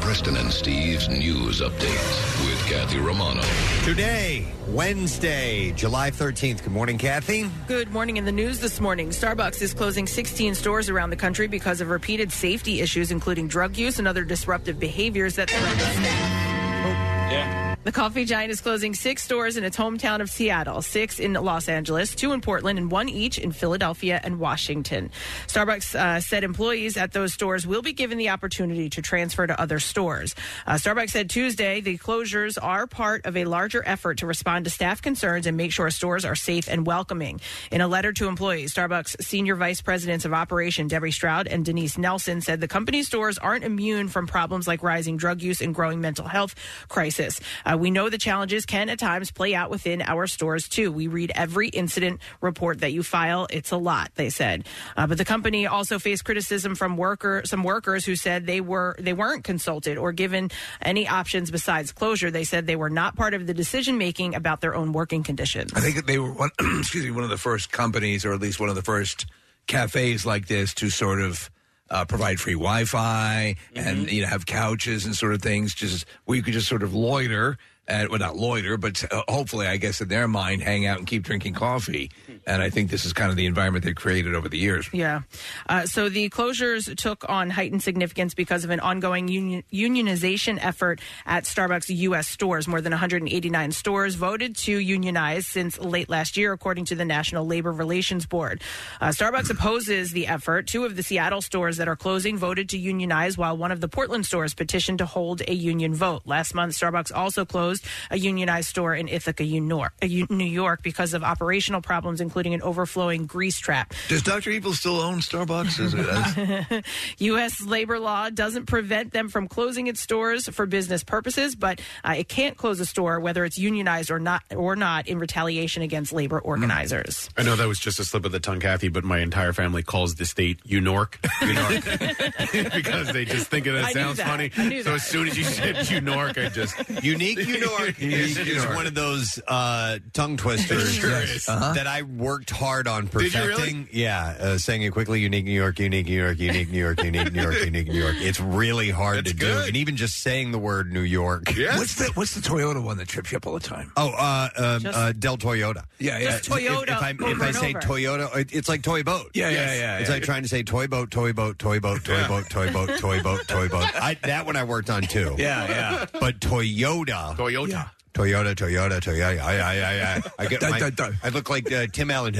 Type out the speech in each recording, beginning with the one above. Preston and Steve's news update with Kathy Romano. Today, Wednesday, July 13th. Good morning, Kathy. Good morning in the news this morning. Starbucks is closing 16 stores around the country because of repeated safety issues, including drug use and other disruptive behaviors that threaten. Yeah. The coffee giant is closing six stores in its hometown of Seattle, six in Los Angeles, two in Portland, and one each in Philadelphia and Washington. Starbucks uh, said employees at those stores will be given the opportunity to transfer to other stores. Uh, Starbucks said Tuesday the closures are part of a larger effort to respond to staff concerns and make sure stores are safe and welcoming. In a letter to employees, Starbucks senior vice presidents of operations Debbie Stroud and Denise Nelson said the company stores aren't immune from problems like rising drug use and growing mental health crisis. Uh, we know the challenges can at times play out within our stores too. We read every incident report that you file. It's a lot, they said. Uh, but the company also faced criticism from worker some workers who said they were they weren't consulted or given any options besides closure. They said they were not part of the decision making about their own working conditions. I think that they were one, excuse me, one of the first companies, or at least one of the first cafes like this, to sort of uh, provide free Wi-Fi and you know have couches and sort of things, just where you could just sort of loiter. And, well, not loiter, but uh, hopefully, I guess in their mind, hang out and keep drinking coffee. And I think this is kind of the environment they've created over the years. Yeah. Uh, so the closures took on heightened significance because of an ongoing union, unionization effort at Starbucks U.S. stores. More than 189 stores voted to unionize since late last year, according to the National Labor Relations Board. Uh, Starbucks opposes the effort. Two of the Seattle stores that are closing voted to unionize, while one of the Portland stores petitioned to hold a union vote. Last month, Starbucks also closed a unionized store in Ithaca, New York, New York because of operational problems, including an overflowing grease trap. Does Dr. Evil still own Starbucks? Is it, uh, U.S. labor law doesn't prevent them from closing its stores for business purposes, but uh, it can't close a store whether it's unionized or not, or not in retaliation against labor organizers. I know that was just a slip of the tongue, Kathy, but my entire family calls the state Unork, Unork, because they just think of I that knew sounds that. funny. I knew So that. as soon as you said Unork, I just Unique Unork is, Unique is Unork. one of those uh, tongue twisters Sure is. that I worked hard on Did you perfecting. really? Yeah, uh, saying it quickly. Unique New York, unique New York, unique New York, unique New York, unique New York. It's really hard That's to do, good. and even just saying the word New York. Yeah. what's the What's the Toyota one that trips you up all the time? Oh, uh, um, Just- uh, Del Toyota. Yeah, yeah, Just Toyota. If, if I, if over I and say over. Toyota, it- it's like toy boat. Yeah, yeah, Yes. yeah, It's yeah. like trying to say toy boat, toy boat, toy boat, toy boat, toy boat, toy boat, toy boat. I, that one I worked on too. yeah, yeah. But Toyota, Toyota. Yeah. Toyota, Toyota, Toyota. I, I, I, I, I get Dun, my, dun, dun. I look like uh, Tim Allen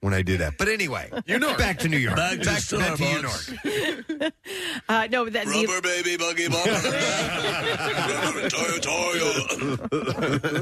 when I do that. But anyway, New York. back to New York. Back to back to New Starbucks. York. Uh, no, but that the, baby, buggy,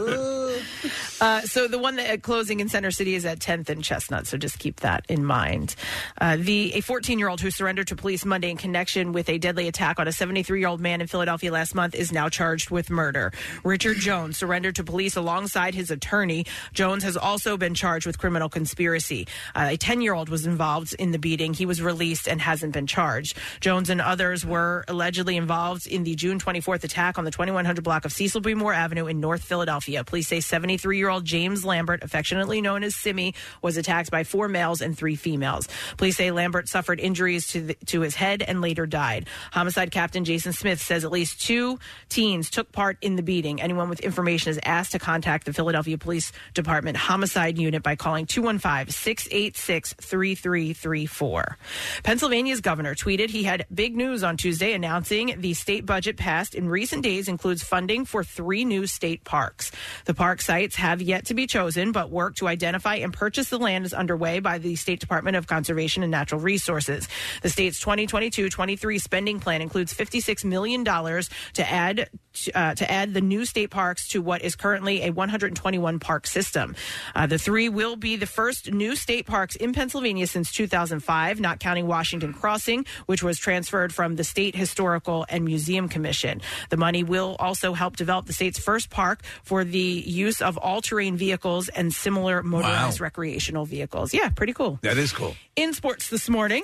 uh, so the one that uh, closing in Center City is at 10th and Chestnut. So just keep that in mind. Uh, the a 14 year old who surrendered to police Monday in connection with a deadly attack on a 73 year old man in Philadelphia last month is now charged with murder. Richard Jones surrendered to police alongside his attorney. Jones has also been charged with criminal conspiracy. Uh, a 10 year old was involved in the beating. He was released and hasn't been charged. Jones and others were allegedly involved in the June 24th attack on the 2100 block of Cecil B. Moore Avenue in North Philadelphia. Police say 73 year old James Lambert, affectionately known as Simmy, was attacked by four males and three females. Police say Lambert suffered injuries to, the, to his head and later died. Homicide Captain Jason Smith says at least two teens took part in the beating. Anyone with information is asked to contact the Philadelphia Police Department Homicide Unit by calling 215 686 3334. Pennsylvania's governor tweeted he had big news on Tuesday announcing the state budget passed in recent days includes funding for three new state parks. The park sites have yet to be chosen, but work to identify and purchase the land is underway by the State Department of Conservation and Natural Resources. The state's 2022 23 spending plan includes $56 million to add uh, to add the new state parks to what is currently a 121 park system. Uh, the three will be the first new state parks in Pennsylvania since 2005, not counting Washington Crossing, which was transferred from the State Historical and Museum Commission. The money will also help develop the state's first park for the use of all terrain vehicles and similar motorized recreational vehicles. Yeah, pretty cool. That is cool. In sports this morning.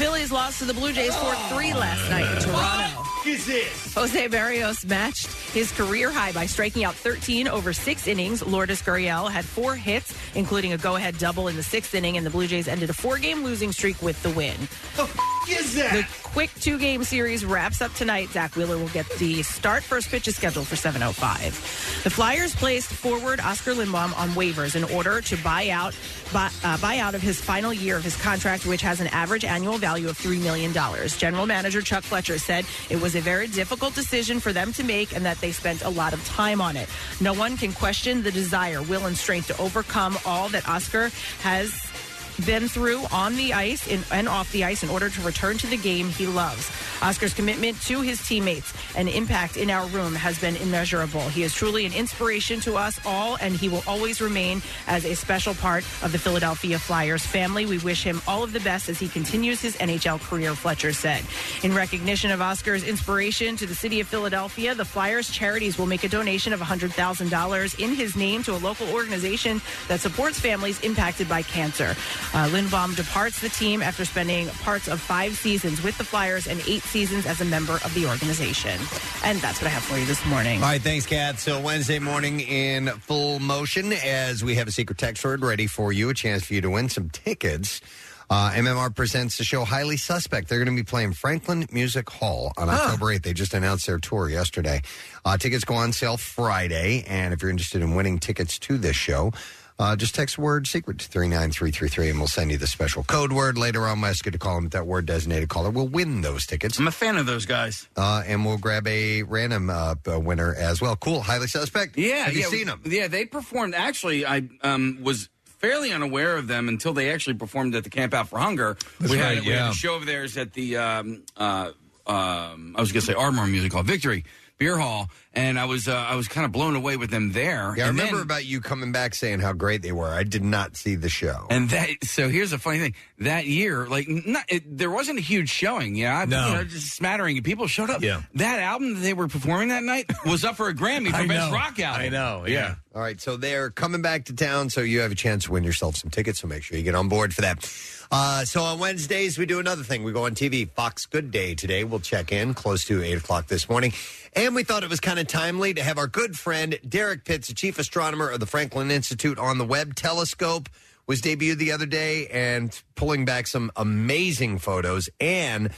Phillies lost to the Blue Jays 4 3 last night in Toronto. Jose Barrios matched his career high by striking out 13 over six innings. Lourdes Gurriel had four hits, including a go ahead double in the sixth inning, and the Blue Jays ended a four game losing streak with the win. The is that? quick two game series wraps up tonight. Zach Wheeler will get the start. First pitch is scheduled for 7.05. The Flyers placed forward Oscar Lindbaum on waivers in order to buy out, buy, uh, buy out of his final year of his contract, which has an average annual value of $3 million. General Manager Chuck Fletcher said it was a very difficult decision for them to make and that they spent a lot of time on it. No one can question the desire, will, and strength to overcome all that Oscar has been through on the ice in, and off the ice in order to return to the game he loves. Oscar's commitment to his teammates and impact in our room has been immeasurable. He is truly an inspiration to us all, and he will always remain as a special part of the Philadelphia Flyers family. We wish him all of the best as he continues his NHL career, Fletcher said. In recognition of Oscar's inspiration to the city of Philadelphia, the Flyers Charities will make a donation of $100,000 in his name to a local organization that supports families impacted by cancer. Uh, Lindbaum departs the team after spending parts of five seasons with the Flyers and eight seasons as a member of the organization. And that's what I have for you this morning. All right, thanks, Kat. So Wednesday morning in full motion as we have a secret text word ready for you, a chance for you to win some tickets. Uh, MMR presents the show Highly Suspect. They're going to be playing Franklin Music Hall on October 8th. They just announced their tour yesterday. Uh, tickets go on sale Friday. And if you're interested in winning tickets to this show, uh, just text word secret to 39333 and we'll send you the special code word. Later on, we'll ask you to call them. That word designated caller will win those tickets. I'm a fan of those guys. Uh, and we'll grab a random uh, uh, winner as well. Cool. Highly suspect. Yeah, Have you yeah, seen them? Yeah, they performed. Actually, I um, was fairly unaware of them until they actually performed at the Camp Out for Hunger. That's we, right, had, we had yeah. a show of theirs at the um, uh, um, I was going to say Ardmore Music Hall, Victory Beer Hall, and I was uh, I was kind of blown away with them there. Yeah, I And remember then- about you coming back saying how great they were. I did not see the show. And that so here's a funny thing. That year, like not, it, there wasn't a huge showing. Yeah, I- No. you know, just a smattering of people showed up. Yeah. that album that they were performing that night was up for a Grammy for best rock album. All right, so they're coming back to town, so you have a chance to win yourself some tickets, so make sure you get on board for that. Uh, so on Wednesdays, we do another thing. We go on TV, Fox Good Day today. We'll check in close to 8 o'clock this morning. And we thought it was kind of timely to have our good friend Derek Pitts, the chief astronomer of the Franklin Institute on the Webb Telescope, was debuted the other day and pulling back some amazing photos. And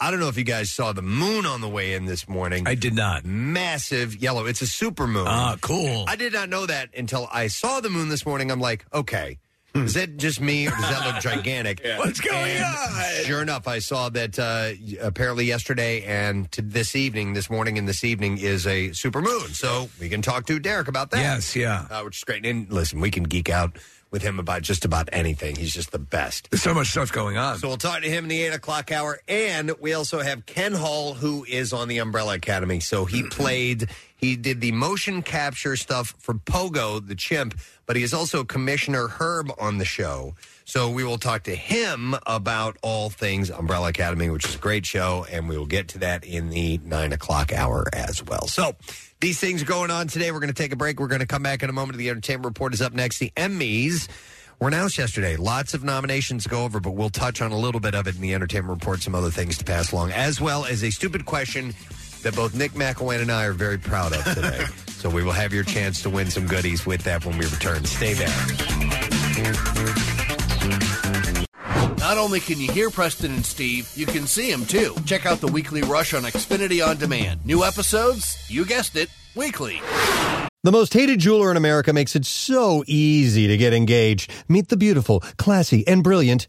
I don't know if you guys saw the moon on the way in this morning. I did not. Massive yellow. It's a super moon. Ah, cool. I did not know that until I saw the moon this morning. I'm like, okay, Hmm. is that just me or does that look gigantic? What's going on? Sure enough, I saw that uh, y- apparently yesterday and to this evening, this morning and this evening is a super moon. So we can talk to Derek about that. Yes, yeah. Uh, which is great. And listen, we can geek out with him about just about anything. He's just the best. There's so much stuff going on. So we'll talk to him in the eight o'clock hour, and we also have Ken Hall, who is on the Umbrella Academy. So he played, he did the motion capture stuff for Pogo the Chimp, but he is also Commissioner Herb on the show. So we will talk to him about all things Umbrella Academy, which is a great show, and we will get to that in the nine o'clock hour as well. So these things are going on today. We're going to take a break. We're going to come back in a moment. The Entertainment Report is up next. The Emmys were announced yesterday. Lots of nominations to go over, but we'll touch on a little bit of it in the entertainment report, some other things to pass along, as well as a stupid question that both Nick McElwain and I are very proud of today. so we will have your chance to win some goodies with that when we return. Stay there. Not only can you hear Preston and Steve, you can see them too. Check out the weekly rush on Xfinity On Demand. New episodes, you guessed it, weekly. The most hated jeweler in America makes it so easy to get engaged. Meet the beautiful, classy, and brilliant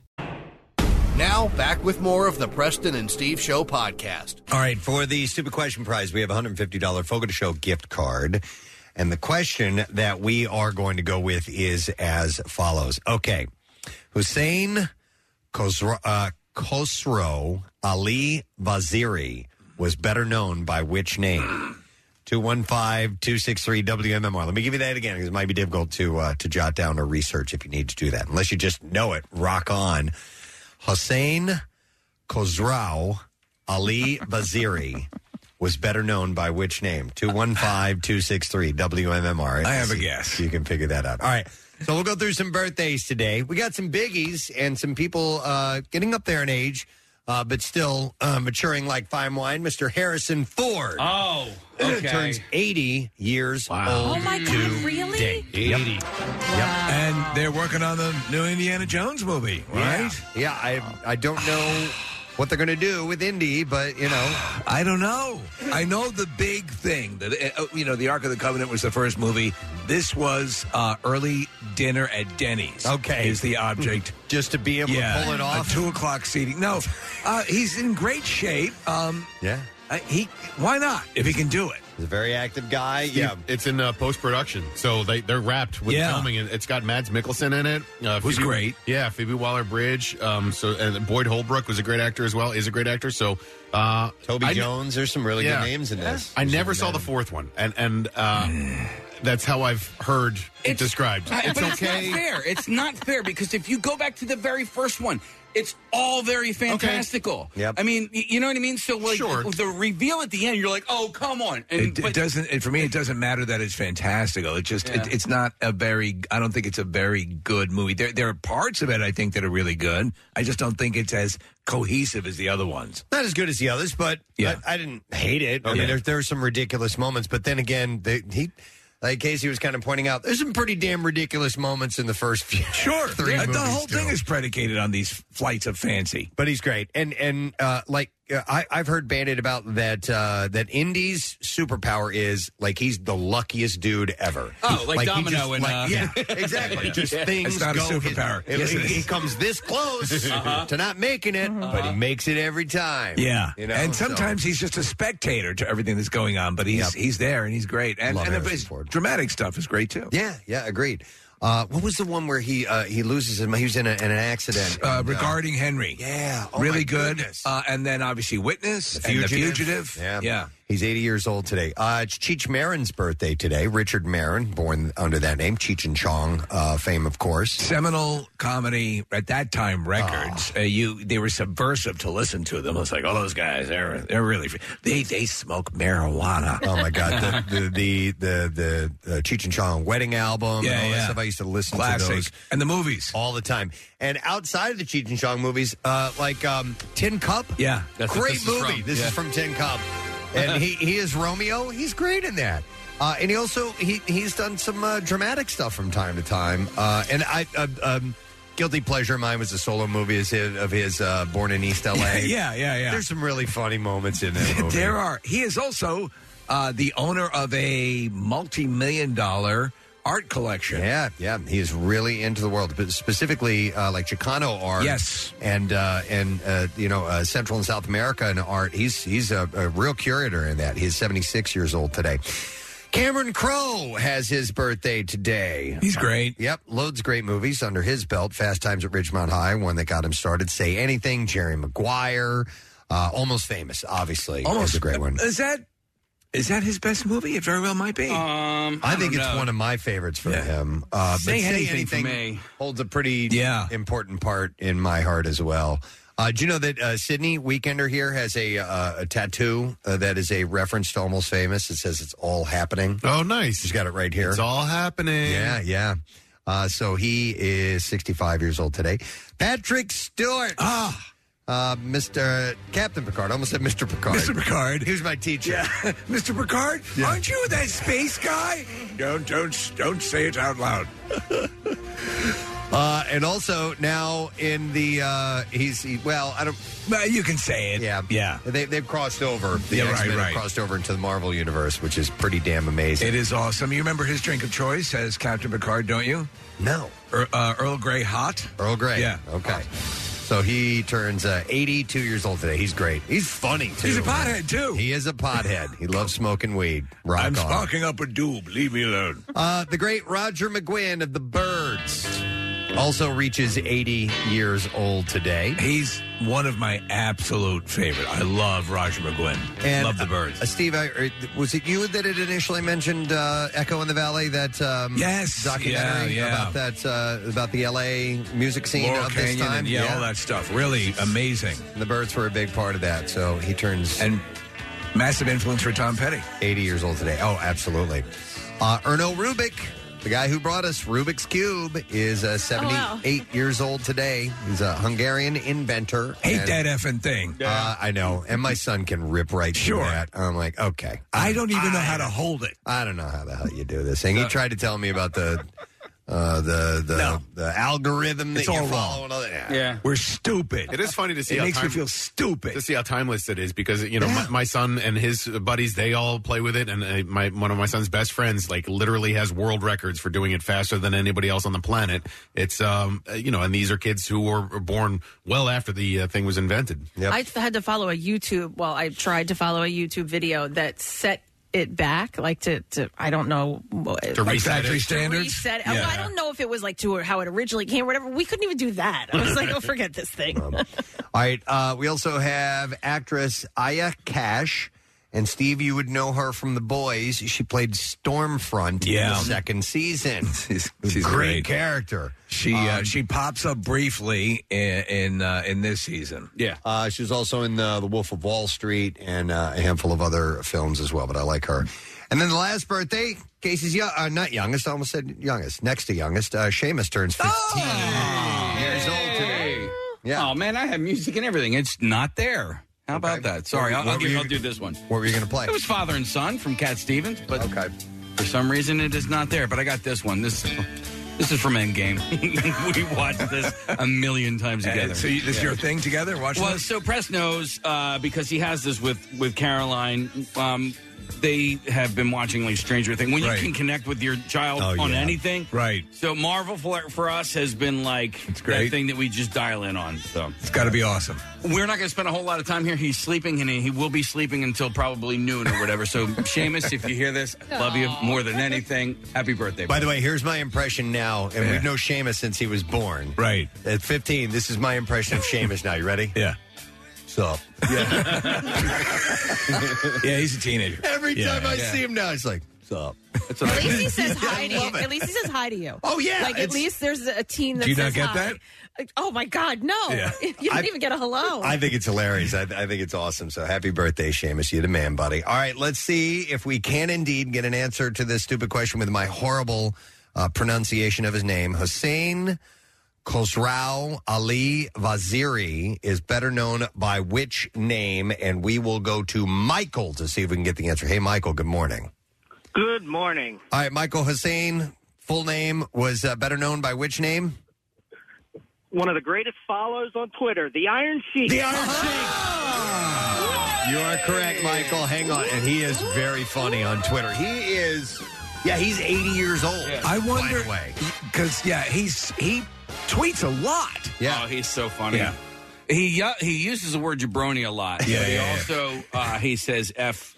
Now, back with more of the Preston and Steve Show podcast. All right, for the stupid question prize, we have a hundred and fifty dollar Fogo to Show gift card, and the question that we are going to go with is as follows. Okay, Hussein Khosro, uh, Khosrow Ali Vaziri was better known by which name? 215 263 WMMR. Let me give you that again because it might be difficult to, uh, to jot down or research if you need to do that. Unless you just know it, rock on. Hossein Khosrow Ali Baziri was better known by which name? 215 263 WMMR. I have a See- guess. You can figure that out. All right. So we'll go through some birthdays today. We got some biggies and some people uh, getting up there in age, uh, but still uh, maturing like fine wine. Mr. Harrison Ford. Uh, Oh, okay. turns 80 years old. Oh, my God, really? 80. Yep. And they're working on the new Indiana Jones movie, right? Yeah, I I don't know what they're going to do with Indy, but you know, I don't know. I know the big thing that uh, you know, the Ark of the Covenant was the first movie. This was uh, early dinner at Denny's. Okay. Mm-hmm. is the object just to be able to pull it off? A two o'clock seating. No, uh, he's in great shape. Um, yeah, uh, he why not if he can do it? He's a very active guy. yeah, it's in uh, post production, so they they're wrapped with Yeah. filming, and it's got Mads Mikkelsen in it. Uh, Who's Phoebe- great. Yeah, Phoebe Waller Bridge. Um, so and Boyd Holbrook was a great actor as well. Is a great actor. So uh, Toby I kn- Jones. There's some really Yeah. good names in this. I never saw the fourth one, and and uh, that's how I've heard it described. I- It's but okay. It's not fair. It's not fair because if you go back to the very first one, it's all very fantastical. Yep. I mean, y- you know what I mean. So like Sure. the reveal at the end, you're like, oh come on. And, It, it doesn't. It, for me, it doesn't matter that it's fantastical. It just Yeah. it, it's not a very. I don't think it's a very good movie. There there are parts of it I think that are really good. I just don't think it's as cohesive as the other ones. Not as good as the others, but Yeah. I, I didn't hate it. I Okay. mean, there, there were some ridiculous moments, but then again, they, he. Like Casey was kind of pointing out, there's some pretty damn ridiculous moments in the first few. Sure, three the, the movies, whole thing too. is predicated on these flights of fancy. but he's great. And and uh, like uh, I, I've heard banded about that uh, that Indy's superpower is like he's the luckiest dude ever. Oh, like he Domino just, and, uh, yeah, exactly. Just Yeah. things It's not a go his- superpower. it- Yes, it he, is. he comes this close Uh-huh. to not making it, but he makes it every time. Yeah, you know. and so- sometimes he's just a spectator to everything that's going on, but Yep. he's he's there and he's great. And, Love and uh, Harrison his dramatic stuff is great too. yeah, yeah, agreed. Uh, what was the one where he uh, he loses him? He was in, a, in an accident. Uh, and, regarding Henry, yeah, oh my really good. goodness. Uh, and then obviously Witness The and the Fugitive. Fugitive. Yeah. yeah. He's 80 years old today. Uh, it's Cheech Marin's birthday today. Richard Marin, born under that name. Cheech and Chong uh, fame, of course. seminal comedy at that time Oh. records. Uh, you they were subversive to listen to them. It's like all those guys, they're they're really they they smoke marijuana. Oh my God! The the the the, the uh, Cheech and Chong wedding album Yeah, and all that yeah. stuff. I used to listen Classic. to those and the movies all the time. And outside of the Cheech and Chong movies, uh, like um, Tin Cup, Yeah, that's what great this is movie. from. This Yeah. is from Tin Cup, and he he is Romeo. He's great in that. Uh, and he also he he's done some uh, dramatic stuff from time to time. Uh, and I uh, um, guilty pleasure of mine was a solo movie of his, of his uh, Born in East L.A. Yeah, yeah, yeah. There's some really funny moments in that movie. There are. He is also uh, the owner of a multi-million dollar art collection. Yeah, yeah, he is really into the world, but specifically uh, like Chicano art. Yes. and uh, and uh, you know uh, Central and South America and art. He's he's a, a real curator in that. He's seventy six years old today. Cameron Crowe has his birthday today. He's great. Yep, loads of great movies under his belt. Fast Times at Ridgemont High, one that got him started. Say Anything, Jerry Maguire, uh, Almost Famous, obviously. is a great one. Is that is that his best movie? It very well might be. um, I, think don't it's know. one of my favorites for Yeah. him. Uh, but Say Anything for me. holds a pretty Yeah. important part in my heart as well. Uh, do you know that uh, Sydney Weekender here has a, uh, a tattoo uh, that is a reference to Almost Famous? It says it's all happening. Oh, nice. She's got it right here. It's all happening. yeah, yeah. Uh, so he is 65 years old today. Patrick Stewart. Ah, Uh, Mr. Captain Picard. I almost said Mr. Picard. Mr. Picard. He was my teacher. Yeah, Mr. Picard, aren't you that space guy? Don't don't don't say it out loud. Uh, and also now in the, uh, he's, he, well, I don't, Well, you can say it. Yeah, yeah. They, they've crossed over. The Yeah, right, X-Men have right. crossed over into the Marvel universe, which is pretty damn amazing. It is awesome. You remember his drink of choice as Captain Picard, don't you? no, Er, uh, Earl Grey hot. Earl Grey. Yeah. Okay. So he turns uh, 82 years old today. He's great. He's funny too. He's a pothead too. He is a pothead. He loves smoking weed. Rock I'm on. sparking up a doob. Leave me alone. Uh, the great Roger McGuinn of the Birds Also reaches 80 years old today. He's one of my absolute favorite. I love Roger McGuinn. And, love the birds. Uh, Steve, I, er, was it you that had initially mentioned uh, Echo in the Valley? That um, Yes, documentary yeah, yeah. about that uh, about the L.A. music scene Laurel of Canyon this time. and yeah, all that stuff. Really amazing. The birds were a big part of that. So he turns and massive influence for Tom Petty. 80 years old today. Oh, absolutely. Uh, Erno Rubik, the guy who brought us Rubik's Cube, is uh, 78 years old today. He's a Hungarian inventor. Hate and- that effing thing. Uh, I know. And my son can rip right through that. I'm like, okay. I don't even know how to hold it. I don't know how the hell you do this thing. He tried to tell me about the uh, the the, the algorithm that It's you all follow. wrong. And all that. Yeah. We're stupid. It is funny to see. It how makes me time- feel stupid to see how timeless it is because you know Yeah. my, my son and his buddies they all play with it, and uh, my one of my son's best friends like literally has world records for doing it faster than anybody else on the planet. It's um uh, you know, and these are kids who were were born well after the uh, thing was invented. Yep. I f- had to follow a YouTube. Well, I tried to follow a YouTube video that set it back, like to, to I don't know what- To like reset Factory it? to standards? reset it. Well, Yeah. I don't know if it was like to how it originally came, or whatever. We couldn't even do that. I was like, oh, forget this thing. Um, All right. Uh, we also have actress Aya Cash. And Steve, you would know her from The Boys. She played Stormfront in Yeah. the second season. She's, great, she's great. character. She Um, uh, she pops up briefly in in, uh, in this season. Yeah. Uh, she was also in uh, The Wolf of Wall Street and uh, a handful of other films as well, but I like her. And then the last birthday, Casey's young, uh, not youngest, I almost said youngest, next to youngest, uh, Seamus turns 15. years old today. Yeah. Oh man, I have music and everything. It's not there. How about that? Sorry, I'll, What I'll, were give, you- I'll do this one. What were you going to play? It was Father and Son from Cat Stevens, but for some reason it is not there. But I got this one. This this is from Endgame. we watched this a million times And together. so you, this Yeah. your thing together? Watch Well, this. so Press knows uh, because he has this with with Caroline. Um, they have been watching like Stranger Things. When you Right. can connect with your child Oh, on yeah. anything, Right. So Marvel for for us has been like that great. thing that we just dial in on. So It's got to be awesome. we're not going to spend a whole lot of time here. He's sleeping and he he will be sleeping until probably noon or whatever. So Seamus, if you hear this, I love you more than anything. Happy birthday! By the way, here's my impression now, and we've known Seamus since he was born. Right. At 15, this is my impression of Seamus now. You ready? Yeah. So. Yeah, he's a teenager. Every Yeah, time I yeah. see him now, it's like, sup. At least he says hi to you. At least he says hi to you. Oh, yeah, Like at it's- least there's a teen that Do you not says get hi. that? Like, Oh my God, no! Yeah. you didn't I- even get a hello. I think it's hilarious. I, I think it's awesome. So happy birthday, Seamus. You're the man, buddy. All right, let's see if we can indeed get an answer to this stupid question with my horrible uh, pronunciation of his name. Hussein Khosrau Ali Vaziri is better known by which name? And we will go to Michael to see if we can get the answer. Hey, Michael, good morning. Good morning. All right, Michael Hussein, full name, was uh, better known by which name? One of the greatest follows on Twitter, the Iron Sheik. The Iron You are correct, Michael. Hang on. And he is very funny on Twitter. He is, yeah, he's 80 years old. I by wonder the way. because yeah, he's he tweets a lot. Yeah. Oh, he's so funny. Yeah. He uh, he uses the word jabroni a lot. Yeah, but he yeah, yeah. also uh, he says f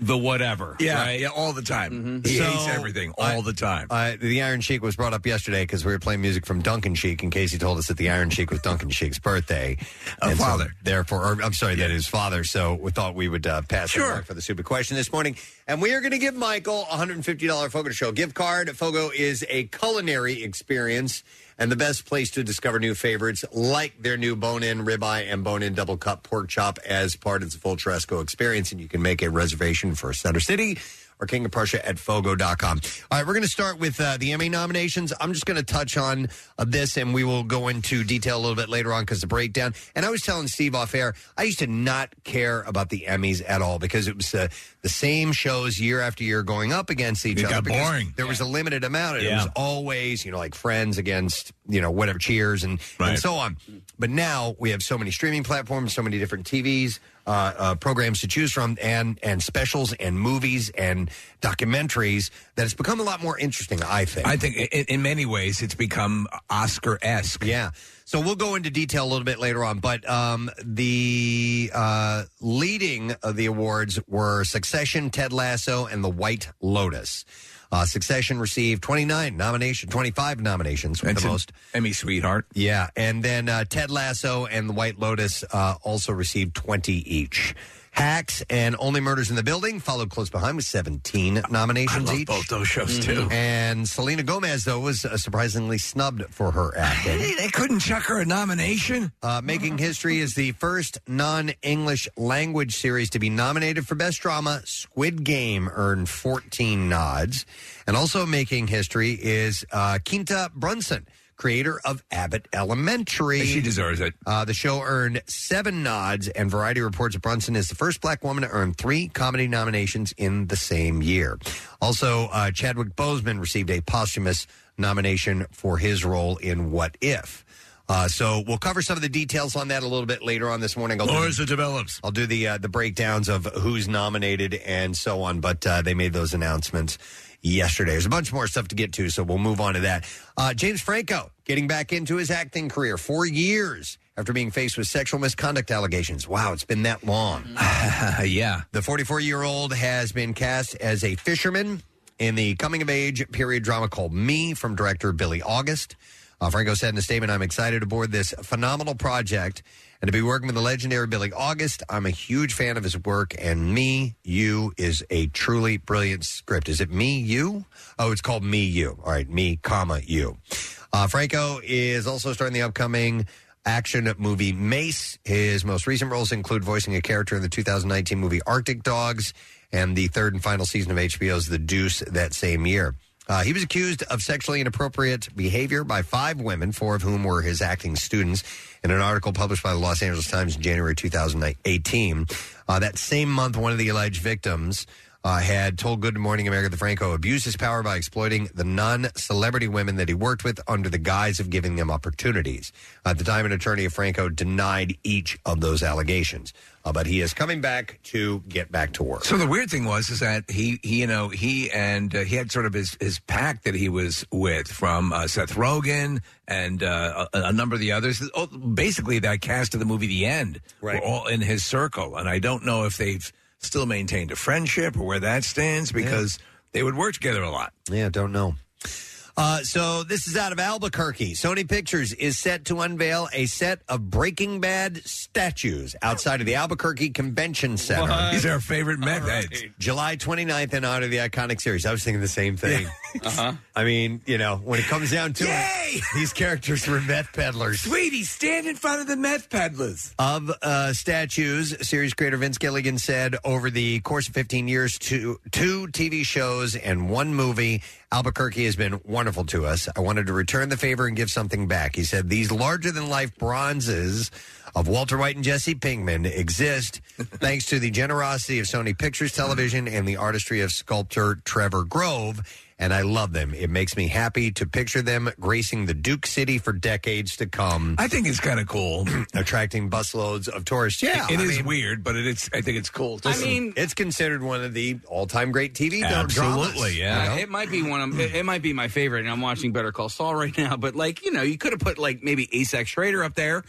the whatever. Yeah, right? yeah, all the time. Mm-hmm. He So, hates everything all the time. Uh, the Iron Sheik was brought up yesterday because we were playing music from Duncan Sheik, and Casey told us that the Iron Sheik was Duncan Sheik's birthday. Oh, And so father. therefore, or, I'm sorry, that is father. So we thought we would uh, pass it along for the stupid question this morning. And we are going to give Michael a $150 Fogo to Show gift card. Fogo is a culinary experience and the best place to discover new favorites like their new bone in ribeye and bone in double cut pork chop as part of the full Tresco experience. And you can make a reservation for Center City or King of Prussia at Fogo.com. All right, we're going to start with uh, the Emmy nominations. I'm just going to touch on uh, this and we will go into detail a little bit later on because the breakdown. And I was telling Steve off air, I used to not care about the Emmys at all because it was uh, the same shows year after year going up against each It other. got because boring. There was a limited amount. and It Yeah. was always, you know, like friends against, you know, whatever, cheers and, and Right. so on. But now we have so many streaming platforms, so many different TVs, uh, uh, programs to choose from, and and specials and movies and documentaries that it's become a lot more interesting, I think. I think in, in many ways it's become Oscar esque. Yeah. So we'll go into detail a little bit later on, but um, the uh, leading of the awards were Succession, Ted Lasso, and The White Lotus. Uh, Succession received 29 nomination, 25 nominations, with the That's an most. Emmy sweetheart. Yeah, and then uh, Ted Lasso and The White Lotus uh, also received 20 each. Hacks and Only Murders in the Building followed close behind with 17 nominations each. both those shows, too. And Selena Gomez, though, was uh, surprisingly snubbed for her acting. They couldn't chuck her a nomination. Uh, Making History is the first non English language series to be nominated for Best Drama. Squid Game earned 14 nods. And also making history is uh, Quinta Brunson, creator of Abbott Elementary. She deserves it. Uh, the show earned seven nods, and Variety reports that Brunson is the first black woman to earn three comedy nominations in the same year. Also, uh, Chadwick Boseman received a posthumous nomination for his role in What If. Uh, so we'll cover some of the details on that a little bit later on this morning. Or as it develops, I'll do the uh, the breakdowns of who's nominated and so on. But uh, they made those announcements yesterday. There's a bunch more stuff to get to, so we'll move on to that. Uh, James Franco getting back into his acting career four years after being faced with sexual misconduct allegations. Wow, it's been that long. yeah. The 44 year old has been cast as a fisherman in the coming of age period drama called Me from director Billy August. Uh, Franco said in a statement, I'm excited to board this phenomenal project and to be working with the legendary Billy August. I'm a huge fan of his work, and Me, You is a truly brilliant script. Is it Me, You? Oh, it's called Me, You. All right, Me, comma, You. Uh, Franco is also starring the upcoming action movie Mace. His most recent roles include voicing a character in the 2019 movie Arctic Dogs and the third and final season of HBO's The Deuce that same year. Uh, he was accused of sexually inappropriate behavior by five women, four of whom were his acting students, in an article published by the Los Angeles Times in January 2018. Uh, that same month, one of the alleged victims uh, had told Good Morning America that Franco abused his power by exploiting the non celebrity women that he worked with under the guise of giving them opportunities. At the time, an attorney of Franco denied each of those allegations. Uh, but he is coming back to get back to work. So the weird thing was is that he, he you know, he and uh, he had sort of his his pack that he was with from uh, Seth Rogen and uh, a, a number of the others. Oh, basically, that cast of the movie The End right. were all in his circle, and I don't know if they've still maintained a friendship or where that stands because they would work together a lot. Yeah, don't know. Uh, so this is out of Albuquerque. Sony Pictures is set to unveil a set of Breaking Bad statues outside of the Albuquerque Convention Center. What? These are our favorite meth heads. July 29th in honor of the iconic series. I was thinking the same thing. uh-huh. I mean, you know, when it comes down to it, these characters were meth peddlers. Sweetie, stand in front of the meth peddlers. Of uh, statues, series creator Vince Gilligan said over the course of 15 years, two, two TV shows and one movie, Albuquerque has been wonderful to us. I wanted to return the favor and give something back. He said, These larger than life bronzes of Walter White and Jesse Pinkman exist thanks to the generosity of Sony Pictures Television and the artistry of sculptor Trevor Grove. And I love them. It makes me happy to picture them gracing the Duke City for decades to come. I think it's kind of cool. attracting busloads of tourists. Yeah, it I is mean- weird, but it, it's I think it's cool. I mean- it's considered one of the all-time great TV dra- dramas, you know? Uh, It might be one of it, it might be my favorite, and I'm watching Better Call Saul right now. But like you know, you could have put like maybe Asac Schrader up there,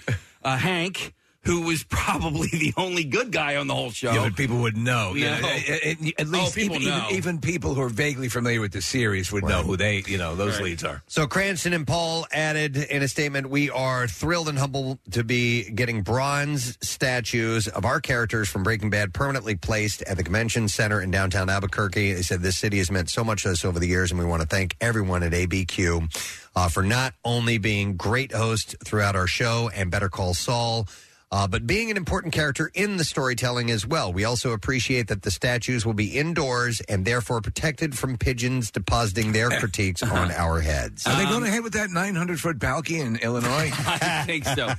uh, Hank, who was probably the only good guy on the whole show. Yeah, but people would know. No. At, at- at Oh, least people even, even- know. even people who are vaguely familiar with the series would know who they, you know, those Right. leads are. So Cranston and Paul added in a statement, "We are thrilled and humbled to be getting bronze statues of our characters from Breaking Bad permanently placed at the convention center in downtown Albuquerque." They said this city has meant so much to us over the years, and we want to thank everyone at ABQ uh, for not only being great hosts throughout our show and Better Call Saul. Uh, but being an important character in the storytelling as well. We also appreciate that the statues will be indoors and therefore protected from pigeons depositing their critiques on our heads. Are they going ahead with that 900 foot balcony in Illinois? I think so.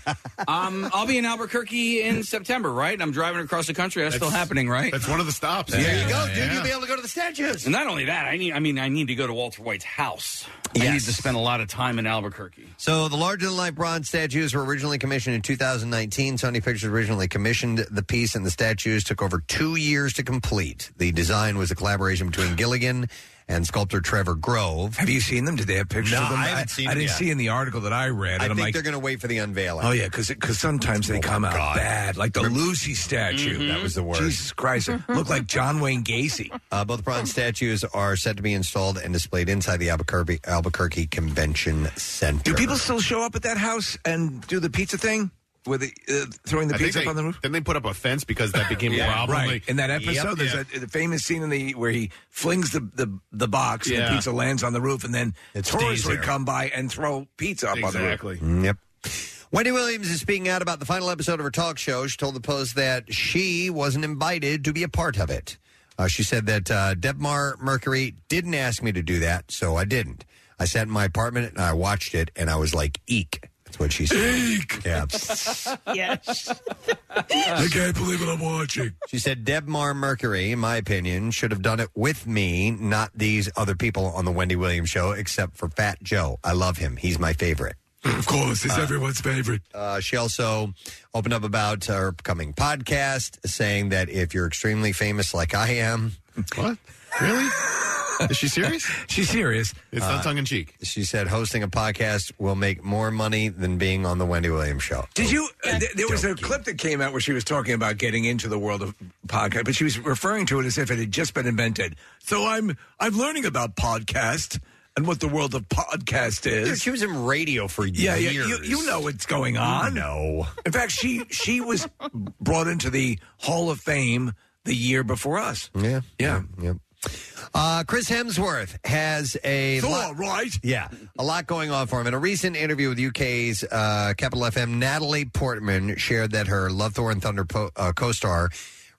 Um, I'll be in Albuquerque in September, right? I'm driving across the country. That's, still happening, right? That's one of the stops. There you go, dude. You'll be able to go to the statues. And not only that, I need. I mean, I need to go to Walter White's house. I need to spend a lot of time in Albuquerque. So the larger-than-life bronze statues were originally commissioned in 2019. Sony Pictures originally commissioned the piece, and the statues took over two years to complete. The design was a collaboration between Gilligan and sculptor Trevor Grove. Have you seen them? Did they have pictures No, of them? I haven't seen I them didn't yet. see in the article that I read. I and think I'm like, they're going to wait for the unveiling. Oh yeah, because sometimes they come out bad, like the Lucy statue. That was the worst. Jesus Christ, it looked like John Wayne Gacy. Uh, both bronze statues are set to be installed and displayed inside the Albuquerque, Albuquerque Convention Center. Do people still show up at that house and do the pizza thing? With the, uh, throwing the I think pizza they- up on the roof? Then they put up a fence because that became a problem. Right. Like- in that episode, Yep. there's Yeah. that the famous scene in the where he flings the the, the box and the Yeah. pizza lands on the roof, and then tourists stays would there. come by and throw pizza up on the roof. Mm, Yep. Wendy Williams is speaking out about the final episode of her talk show. She told the Post that she wasn't invited to be a part of it. Uh, she said that uh, Debmar Mercury didn't ask me to do that, so I didn't. I sat in my apartment and I watched it, and I was like, eek. That's what she said. Eek. Yeah. yes. I can't believe what I'm watching. Uh, She said, Debmar Mercury, in my opinion, should have done it with me, not these other people on the Wendy Williams show, except for Fat Joe. I love him. He's my favorite. Of course, it's everyone's favorite. Uh, she also opened up about her upcoming podcast, saying that if you're extremely famous like I am. What? Really? Is she serious? She's serious. It's not tongue in cheek. Uh, She said hosting a podcast will make more money than being on the Wendy Williams show. Did you? Uh, th- there was a clip that came out where she was talking about getting into the world of podcast, but she was referring to it as if it had just been invented. So I'm I'm learning about podcast and what the world of podcast is. Dude, she was in radio for yeah, yeah. You, years. you know what's going on. No. In fact, she she was brought into the Hall of Fame the year before us. Yeah. Yeah. Yep. Uh, Chris Hemsworth has a Thor, lot, right? Yeah, a lot going on for him. In a recent interview with UK's uh, Capital FM, Natalie Portman shared that her Love, Thor, and Thunder po- uh, co-star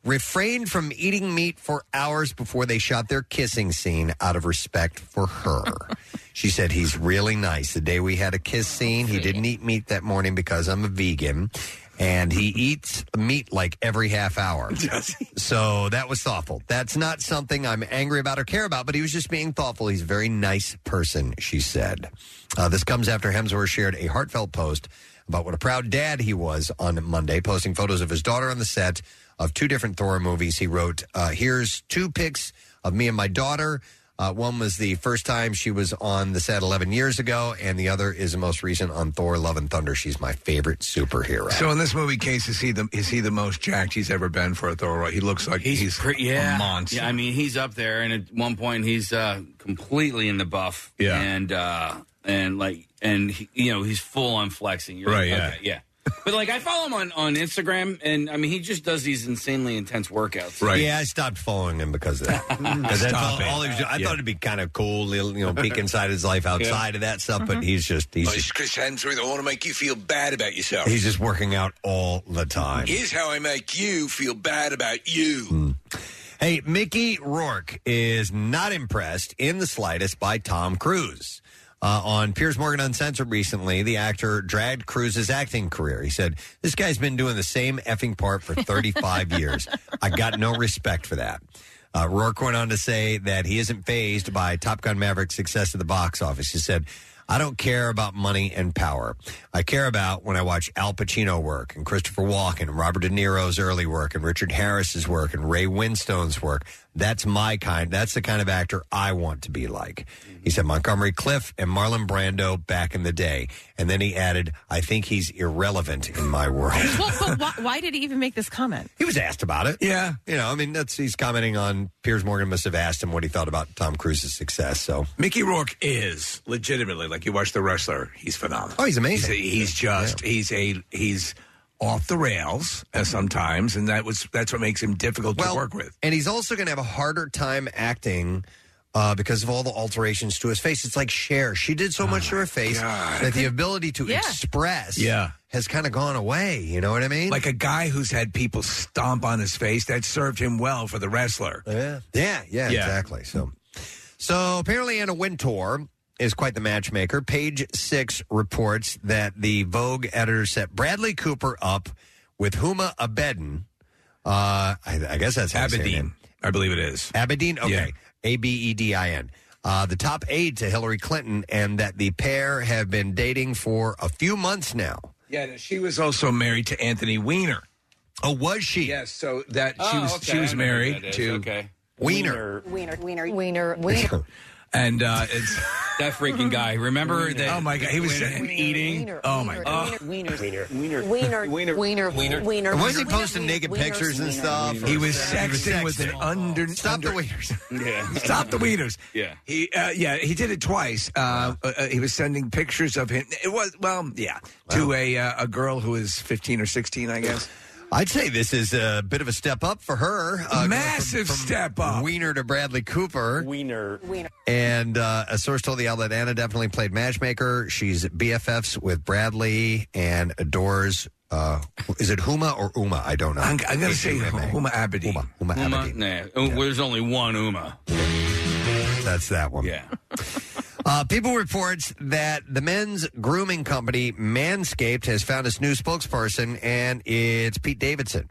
refrained from eating meat for hours before they shot their kissing scene out of respect for her. she said, "He's really nice. The day we had a kiss scene, he didn't eat meat that morning because I'm a vegan." And he eats meat like every half hour. So that was thoughtful. That's not something I'm angry about or care about, but he was just being thoughtful. He's a very nice person, she said. Uh, this comes after Hemsworth shared a heartfelt post about what a proud dad he was on Monday, posting photos of his daughter on the set of two different Thor movies. He wrote, uh, Here's two pics of me and my daughter. Uh, one was the first time she was on the set 11 years ago, and the other is the most recent on Thor Love and Thunder. She's my favorite superhero. So in this movie, Case is he the is he the most jacked he's ever been for a Thor? He looks like he's, Pretty, yeah. a monster. Yeah, I mean, he's up there, and at one point, he's uh, completely in the buff. Yeah. and uh, and like, and he, you know, he's full on flexing. You're Right, like, yeah. okay, yeah. But like, I follow him on on Instagram, and I mean, he just does these insanely intense workouts. Yeah, I stopped following him because of that. 'Cause that's all, Stop it. all he was doing. I Yeah. thought it'd be kind of cool, little, you know, peek inside his life outside of that stuff. But he's just he's just, Oh, Chris Hemsworth. I want to make you feel bad about yourself. he's just working out all the time. Here's how I make you feel bad about you. Hey, Mickey Rourke is not impressed in the slightest by Tom Cruise. Uh, on Piers Morgan Uncensored recently, the actor dragged Cruise's acting career. He said, This guy's been doing the same effing part for 35 years. I got no respect for that. Uh, Rourke went on to say that he isn't phased by Top Gun Maverick's success at the box office. He said, I don't care about money and power. I care about when I watch Al Pacino work and Christopher Walken and Robert De Niro's early work and Richard Harris's work and Ray Winstone's work. That's my kind. That's the kind of actor I want to be like. He said Montgomery Cliff and Marlon Brando back in the day. And then he added, I think he's irrelevant in my world. well, but why, why did he even make this comment? He was asked about it. Yeah. You know, I mean, that's he's commenting on Piers Morgan must have asked him what he thought about Tom Cruise's success. So Mickey Rourke is legitimately like you watch The Wrestler. He's phenomenal. Oh, he's amazing. He's, he's just he's a he's off the rails uh, sometimes, and that was that's what makes him difficult to work with. And he's also going to have a harder time acting uh, because of all the alterations to his face. It's like Cher. She did so much to her face Ah, God. that the ability to express Yeah. has kind of gone away. You know what I mean? Like a guy who's had people stomp on his face that served him well for The Wrestler. Yeah. Yeah, yeah, Yeah. exactly. So, so apparently Anna Wintour is quite the matchmaker. Page Six reports that the Vogue editor set Bradley Cooper up with Huma Abedin. Uh, I, I guess that's how you say her name. Aberdeen, I believe it is. Abedin? Yeah. Okay. A B E D I N. Uh, the top aide to Hillary Clinton, and that the pair have been dating for a few months now. Yeah, she was also married to Anthony Weiner. Oh, was she? Yes. So that she Oh, was okay, she I was know who married that is, to okay. Wiener. Wiener. Wiener. Wiener. Wiener. and uh, it's that freaking guy. Remember that? Oh my god, he was sitting, eating. oh my god, Wiener. Wiener. Wiener. Wiener. Wiener. Wiener. Wiener. Wiener. And wasn't he posting naked pictures and stuff? he was sexting with an under. Stop the wieners. Yeah. Stop the wieners. Yeah. He, uh, yeah, he did it twice. Uh, uh, uh, he was sending pictures of him. It was well, yeah, to a uh, a girl who is fifteen or sixteen, I guess. I'd say this is a bit of a step up for her. uh, going Massive step up. Wiener to Bradley Cooper. Wiener. Wiener. And uh, a source told the outlet Anna definitely played matchmaker. She's BFFs with Bradley and adores. Uh, is it Huma or Uma? I don't know. I'm, I'm going to say H-U-M-A. Huma Abedin. Huma, Huma Uma? Abedin. Nah, Oh, there's only one Uma. That's that one. Yeah. Uh, People reports that the men's grooming company Manscaped has found its new spokesperson, and it's Pete Davidson.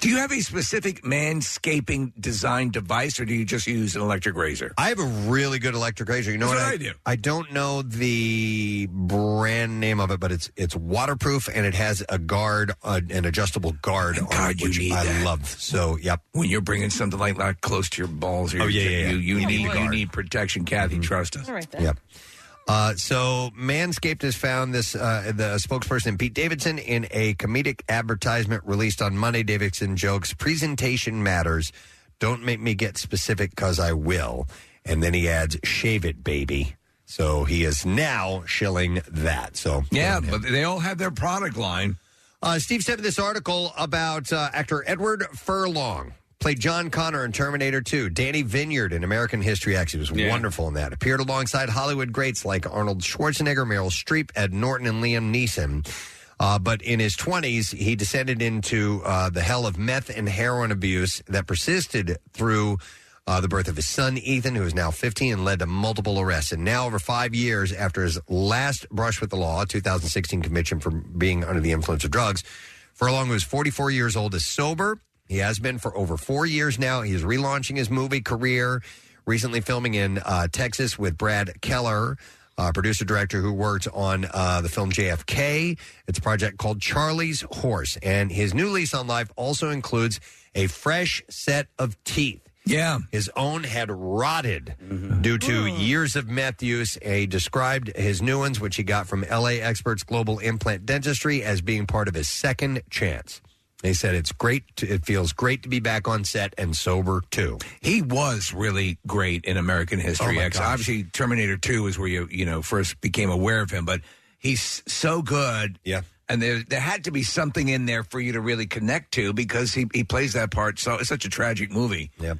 Do you have a specific manscaping design device, or do you just use an electric razor? I have a really good electric razor. You know That's what, what I do. I don't know the brand name of it, but it's it's waterproof and it has a guard, uh, an adjustable guard on it, which I love. So, yep. When you're bringing something like that close to your balls, or Oh, your- yeah, yeah, yeah. you, you Yeah, need you you are. need protection. Kathy, Mm-hmm. trust us. right Yep. Uh, so Manscaped has found this uh, the spokesperson Pete Davidson in a comedic advertisement released on Monday. Davidson jokes, "Presentation matters. Don't make me get specific, cause I will." And then he adds, "Shave it, baby." So he is now shilling that. So Yeah, but they all have their product line. uh, Steve sent me this article about uh, actor Edward Furlong. Played John Connor in Terminator 2. Danny Vineyard in American History X. He was Yeah. wonderful in that. Appeared alongside Hollywood greats like Arnold Schwarzenegger, Meryl Streep, Ed Norton, and Liam Neeson. Uh, but in his 20s, he descended into uh, the hell of meth and heroin abuse that persisted through uh, the birth of his son, Ethan, who is now 15, and led to multiple arrests. And now, over five years after his last brush with the law, 2016 conviction for being under the influence of drugs, Furlong, who is 44 years old, is sober. He has been for over four years now. He is relaunching his movie career, recently filming in uh, Texas with Brad Keller. Uh, producer director who worked on uh, the film JFK. It's a project called Charlie's Horse. And his new lease on life also includes a fresh set of teeth. Yeah. Mm-hmm. His own had rotted due to years of meth use. And He described his new ones, which he got from LA Experts Global Implant Dentistry, as being part of his second chance. They said it's great. To, it feels great to be back on set and sober too. He was really great in American History Oh, my X. gosh. Obviously, Terminator Two is where you you know first became aware of him, but he's so good. Yeah. And there, there had to be something in there for you to really connect to because he, he plays that part. So it's such a tragic movie. Yeah.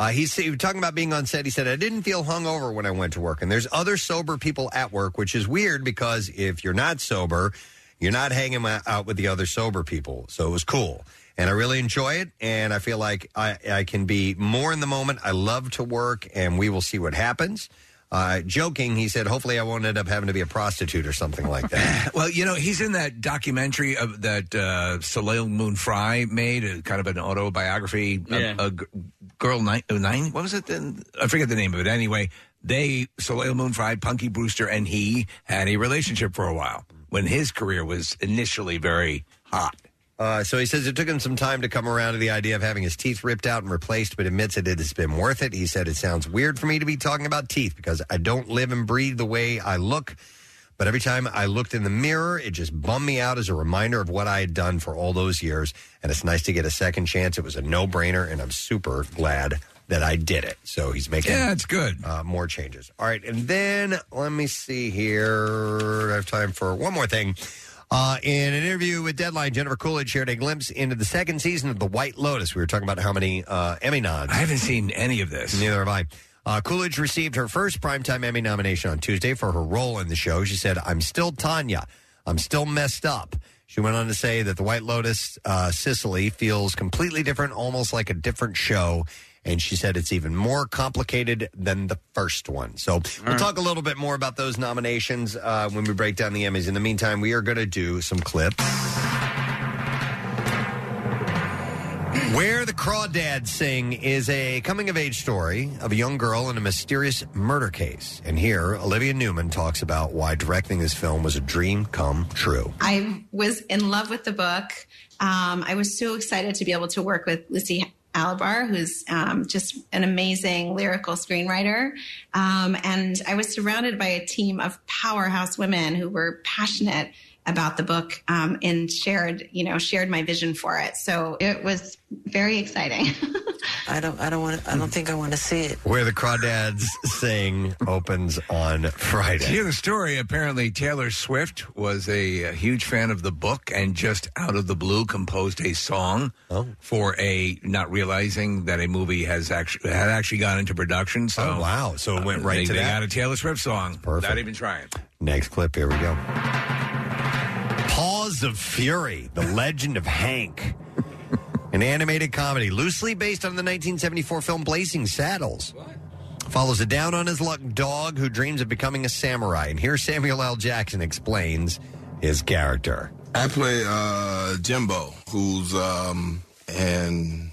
Uh, he said, he was talking about being on set. He said, I didn't feel hungover when I went to work. And there's other sober people at work, which is weird because if you're not sober, you're not hanging o- out with the other sober people. So it was cool. And I really enjoy it. And I feel like I, I can be more in the moment. I love to work, and we will see what happens. Uh, joking, he said, hopefully I won't end up having to be a prostitute or something like that. Well, you know, he's in that documentary of that uh, Soleil Moon Frye made, a, kind of an autobiography. a- Yeah. A, g- girl nine, uh, nine, what was it then? I forget the name of it. Anyway, they Soleil Moon Frye, Punky Brewster, and he had a relationship for a while when his career was initially very hot. Uh, so he says it took him some time to come around to the idea of having his teeth ripped out and replaced, but admits it has been worth it. He said, It sounds weird for me to be talking about teeth because I don't live and breathe the way I look. But every time I looked in the mirror, it just bummed me out as a reminder of what I had done for all those years. And it's nice to get a second chance. It was a no brainer, and I'm super glad that I did it. So he's making Yeah, it's good. uh, more changes. All right, and then let me see here. I have time for one more thing. Uh, in an interview with Deadline, Jennifer Coolidge shared a glimpse into the second season of The White Lotus. We were talking about how many uh, Emmy nods. I haven't seen any of this. Neither have I. Uh, Coolidge received her first Primetime Emmy nomination on Tuesday for her role in the show. She said, I'm still Tanya. I'm still messed up. She went on to say that The White Lotus uh, Sicily feels completely different, almost like a different show. And she said it's even more complicated than the first one. So we'll talk a little bit more about those nominations uh, when we break down the Emmys. In the meantime, we are going to do some clips. Where the Crawdads Sing is a coming of age story of a young girl in a mysterious murder case. And here, Olivia Newman talks about why directing this film was a dream come true. I was in love with the book. Um, I was so excited to be able to work with Lucy Albar, who's um, just an amazing lyrical screenwriter. Um, and I was surrounded by a team of powerhouse women who were passionate about the book um, and shared, you know, shared my vision for it. So it was very exciting. I don't. I don't want. I don't think I want to see it. Where the Crawdads Sing opens on Did you Friday. hear the story? Apparently, Taylor Swift was a, uh, huge fan of the book and just out of the blue composed a song Oh. for a not realizing that a movie has actually had actually gone into production. So Oh, wow. So it went right they, to they that. got a Taylor Swift song. perfect. Not even trying. Next clip. Here we go. Paws of Fury: The Legend of Hank, an animated comedy loosely based on the 1974 film Blazing Saddles. Follows a down on his luck dog who dreams of becoming a samurai. And here Samuel L. Jackson explains his character. I play uh, Jimbo, who's um, an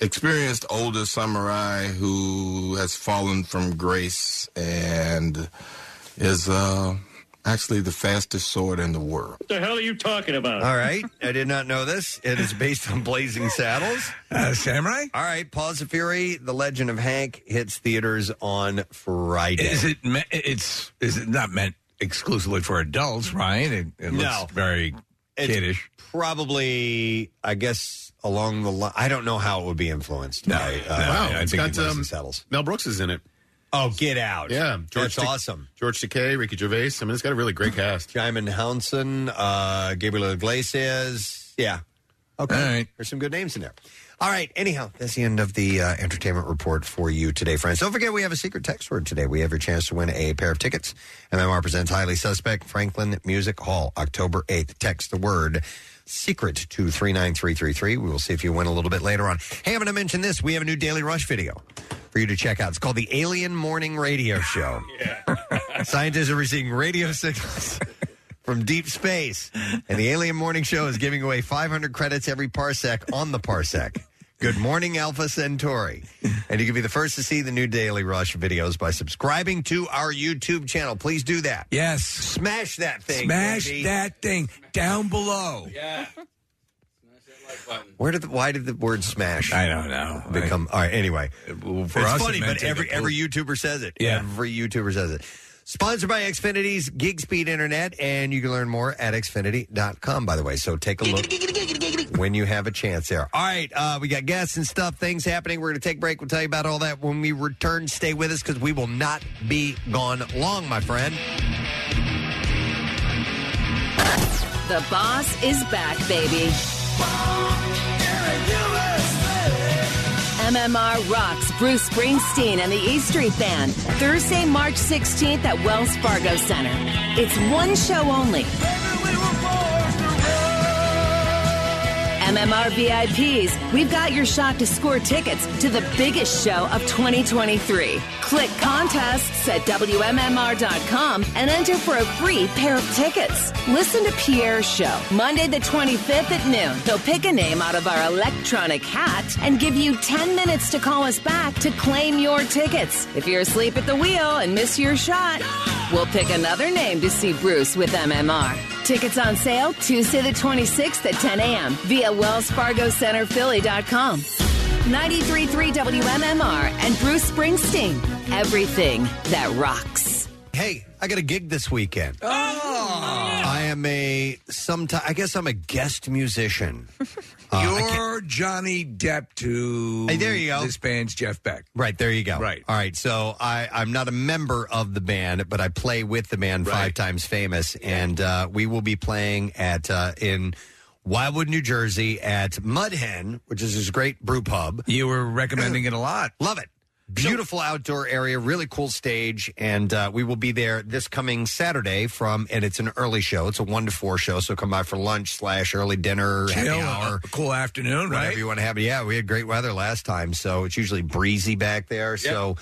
experienced older samurai who has fallen from grace and is uh, actually the fastest sword in the world. What the hell are you talking about? All right. I did not know this. It is based on Blazing Saddles. Uh, samurai? All right. Pause of Fury. The Legend of Hank hits theaters on Friday. Is it? Me- it's is it not meant exclusively for adults? Right? It, it No. looks very It's kiddish. Probably, I guess, along the line. I don't know how it would be influenced by. Uh, wow, I it's think got, Blazing um, Saddles. Mel Brooks is in it. Oh, get out! Yeah, That's Dec- awesome. George Takei, Ricky Gervais. I mean, it's got a really great cast. Jaimin Hounson, uh, Gabriel Iglesias. Yeah. Okay. There's some good names in there. All right. Anyhow, that's the end of the uh, entertainment report for you today, friends. Don't forget, we have a secret text word today. We have your chance to win a pair of tickets. MMR presents Highly Suspect Franklin Music Hall, October 8th. Text the word secret to 39333. We will see if you win a little bit later on. Hey, I'm going to mention this. We have a new Daily Rush video for you to check out. It's called the Alien Morning Radio Show. Scientists are receiving radio signals from deep space, and the Alien Morning Show is giving away 500 credits every parsec on the parsec. Good morning, Alpha Centauri. And you can be the first to see the new Daily Rush videos by subscribing to our YouTube channel. Please do that. Yes. Smash that thing. Smash baby. that thing down below. Yeah. Where did the, why did the word smash? I don't know. Become all right. Anyway, for it's us, it funny, meant but to every go- every YouTuber says it. Yeah. every YouTuber says it. Sponsored by Xfinity's gig speed internet, and you can learn more at xfinity.com. By the way, so take a look when you have a chance there. All right, uh, we got guests and stuff, things happening. We're going to take a break. We'll tell you about all that when we return. Stay with us because we will not be gone long, my friend. The boss is back, baby. MMR rocks Bruce Springsteen and the E Street Band Thursday, March 16th at Wells Fargo Center. It's one show only. MMR VIPs, we've got your shot to score tickets to the biggest show of 2023. Click contests at WMMR.com and enter for a free pair of tickets. Listen to Pierre's show Monday the 25th at noon. He'll pick a name out of our electronic hat and give you 10 minutes to call us back to claim your tickets. If you're asleep at the wheel and miss your shot, we'll pick another name to see Bruce with MMR. Tickets on sale Tuesday the 26th at 10 a.m. via wellsfargocenterphilly.com. 93.3 WMMR and Bruce Springsteen. Everything that rocks. Hey, I got a gig this weekend. I am a sometime. I guess I'm a guest musician. Uh, You're Johnny Depp to Hey, there you go. this band's Jeff Beck. Right there, you go. Right. All right. So I, I'm not a member of the band, but I play with the band Five Times Famous, and uh, we will be playing at uh, in Wildwood, New Jersey, at Mud Hen, which is this great brew pub. You were recommending it a lot. Love it. Beautiful outdoor area, really cool stage, and uh, we will be there this coming Saturday from. And it's an early show; it's a one to four show, so come by for lunch slash early dinner, happy Chill, hour, a cool afternoon, whatever right? you want to have. Yeah, we had great weather last time, so it's usually breezy back there. So,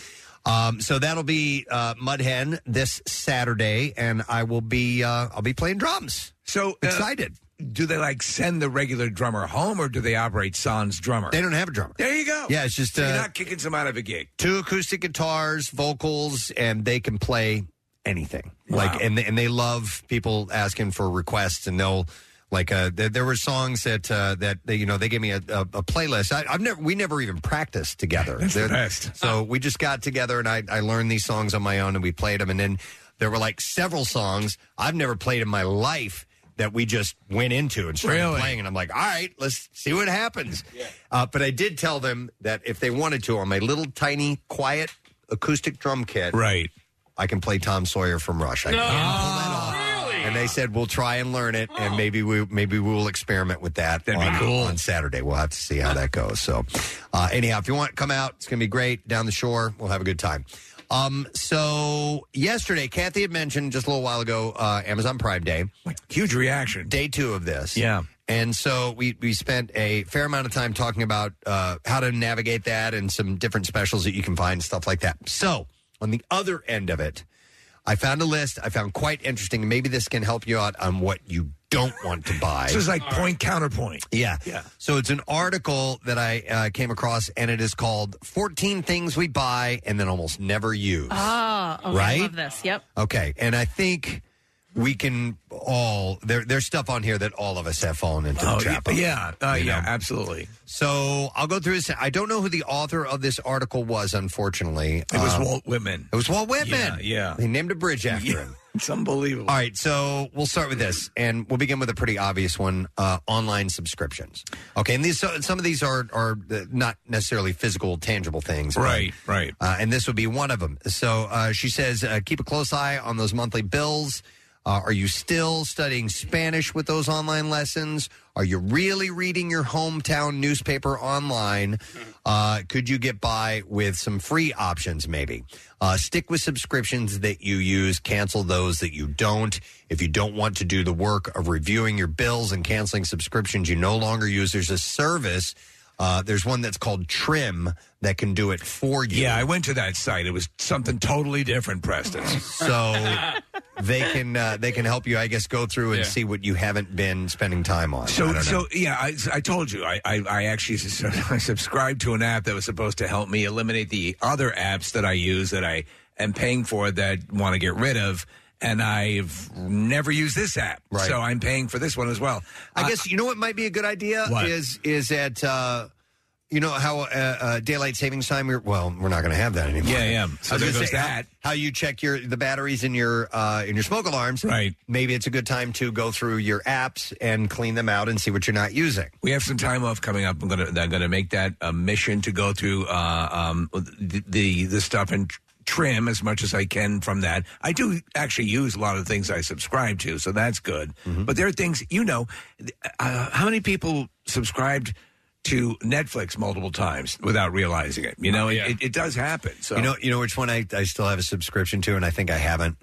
um, so that'll be uh, Mud Hen this Saturday, and I will be uh, I'll be playing drums. So uh, excited. Do they like send the regular drummer home, or do they operate Sans drummer? They don't have a drummer. There you go. Yeah, it's just, So you're uh, not kicking some out of a gig. Two acoustic guitars, vocals, and they can play anything. Like, and they, and they love people asking for requests, and they'll. Like uh, there, there were songs that uh, that they, you know they gave me a, a, a playlist. I, I've never we never even practiced together. That's the They're- best. So we just got together and I, I learned these songs on my own and we played them. And then there were like several songs I've never played in my life that we just went into and started Really? playing. And I'm like, all right, let's see what happens. Uh, but I did tell them that if they wanted to, on my little tiny quiet acoustic drum kit, right, I can play Tom Sawyer from Rush. I can and they said we'll try and learn it, and maybe we maybe we will experiment with that That'd be on, cool. on Saturday. We'll have to see how that goes. So, uh, anyhow, if you want, come out. It's going to be great down the shore. We'll have a good time. Um, so yesterday, Kathy had mentioned just a little while ago, uh, Amazon Prime Day. Huge reaction. Day two of this. Yeah. And so we, we spent a fair amount of time talking about uh, how to navigate that and some different specials that you can find and stuff like that. So on the other end of it, I found a list I found quite interesting. and Maybe this can help you out on what you don't want to buy. This is like point counterpoint. Yeah. Yeah. So it's an article that I uh, came across, and it is called 14 Things We Buy and Then Almost Never Use. Ah, okay, Right? I love this. Yep. Okay. And I think we can all, there, there's stuff on here that all of us have fallen into Oh, the trap of. yeah. Uh, you yeah, know? absolutely. So I'll go through this. I don't know who the author of this article was, unfortunately. Um, It was Walt Whitman. It was Walt Yeah, Whitman. yeah. They named a bridge after him. It's unbelievable. All right, so we'll start with this, and we'll begin with a pretty obvious one: uh, online subscriptions. Okay, and these so, some of these are are uh, not necessarily physical, tangible things, but, Right, right. Uh, and this would be one of them. So uh, she says, uh, keep a close eye on those monthly bills. Uh, are you still studying Spanish with those online lessons? Are you really reading your hometown newspaper online? Uh, could you get by with some free options, maybe? Uh, stick with subscriptions that you use, cancel those that you don't. If you don't want to do the work of reviewing your bills and canceling subscriptions you no longer use, there's a service. Uh, there's one that's called Trim that can do it for you. Yeah, I went to that site. It was something totally different, Preston. So they can uh, they can help you, I guess, go through and Yeah. see what you haven't been spending time on. I So, don't know. so yeah, I, I told you, I, I, I actually s- I subscribed to an app that was supposed to help me eliminate the other apps that I use that I am paying for that I want to get rid of, and I've never used this app, Right. so I'm paying for this one as well. I guess you know what might be a good idea What? is is that uh, you know how uh, uh, daylight savings time. We're, well, we're not going to have that anymore. Yeah, yeah. I So was there gonna goes say, how- that. How, you check your the batteries in your uh, in your smoke alarms? Right. Maybe it's a good time to go through your apps and clean them out and see what you're not using. We have some time off coming up. I'm gonna I'm gonna make that a mission to go through uh, um, the, the the stuff and tr- trim as much as I can from that. I do actually use a lot of things I subscribe to, so that's good. Mm-hmm. But there are things you know. th- Uh, how many people subscribed to Netflix multiple times without realizing it? You know, it- it, it does happen. So Oh, You know, you know which one I, I still have a subscription to, and I think I haven't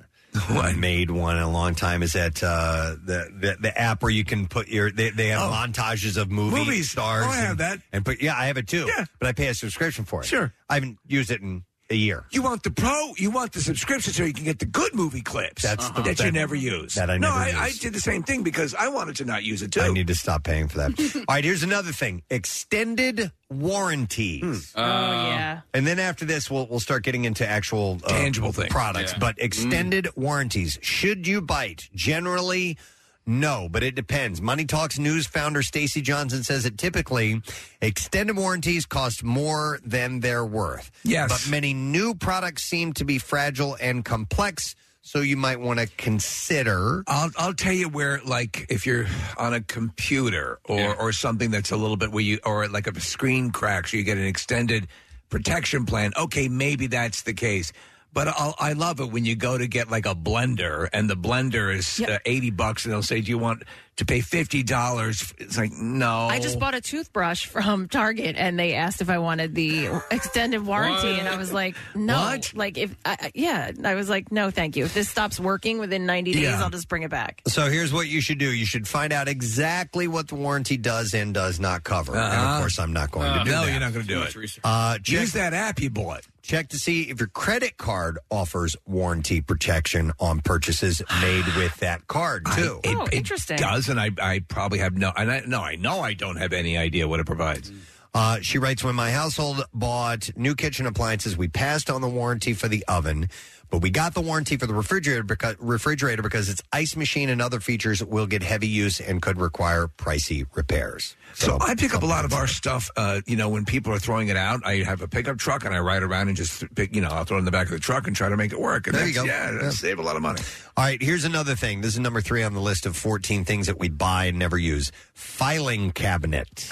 made one in a long time. Is that uh, the, the the app where you can put your they, they have Oh. montages of movie Movies. stars? Oh, I have and, that. And put yeah, I have it too. Yeah. but I pay a subscription for it. Sure. I haven't used it in a year. You want the pro? Oh, You want the subscription so you can get the good movie clips That's the- that, you that- never use. that I no, never I, use. I did the same thing because I wanted to not use it too. I need to stop paying for that. All right, here's another thing: extended warranties. Hmm. Oh, yeah. And then after this, we'll we'll start getting into actual uh, Tangible things. products, Yeah. Hmm. but extended warranties. Should you bite? Generally, no, but it depends. Money Talks News founder Stacy Johnson says that typically extended warranties cost more than they're worth. Yes. but many new products seem to be fragile and complex, so you might want to consider. I'll I'll tell you where like if you're on a computer or or something that's a little bit where you or like a screen cracks or you get an extended protection plan. Okay, maybe that's the case. But I'll, I love it when you go to get like a blender and the blender is uh, 80 bucks and they'll say, "Do you want to pay $50?" It's like, "No." I just bought a toothbrush from Target, and they asked if I wanted the extended warranty, What? and I was like, no. What? Like if, I, I- yeah, I was like, no, thank you. If this stops working within ninety days, Yeah. I'll just bring it back. So here's what you should do. You should find out exactly what the warranty does and does not cover. And of Uh-huh. course, I'm not going to do no, that. you're not going to do it. Uh, check, Use that app you bought. Check to see if your credit card offers warranty protection on purchases made with that card, too. oh, interesting. Does and I I probably have no and I no, I know I don't have any idea what it provides. Uh, she writes When my household bought new kitchen appliances, we passed on the warranty for the oven, but we got the warranty for the refrigerator because, refrigerator because its ice machine and other features will get heavy use and could require pricey repairs. So I pick up a lot of our stuff. Uh, you know, when people are throwing it out, I have a pickup truck and I ride around and just th- pick. You know, I'll throw it in the back of the truck and try to make it work. And There you that's- go. Yeah, Yeah. that'll save a lot of money. All right, here's another thing. This is number three on the list of 14 things that we buy and never use filing cabinet.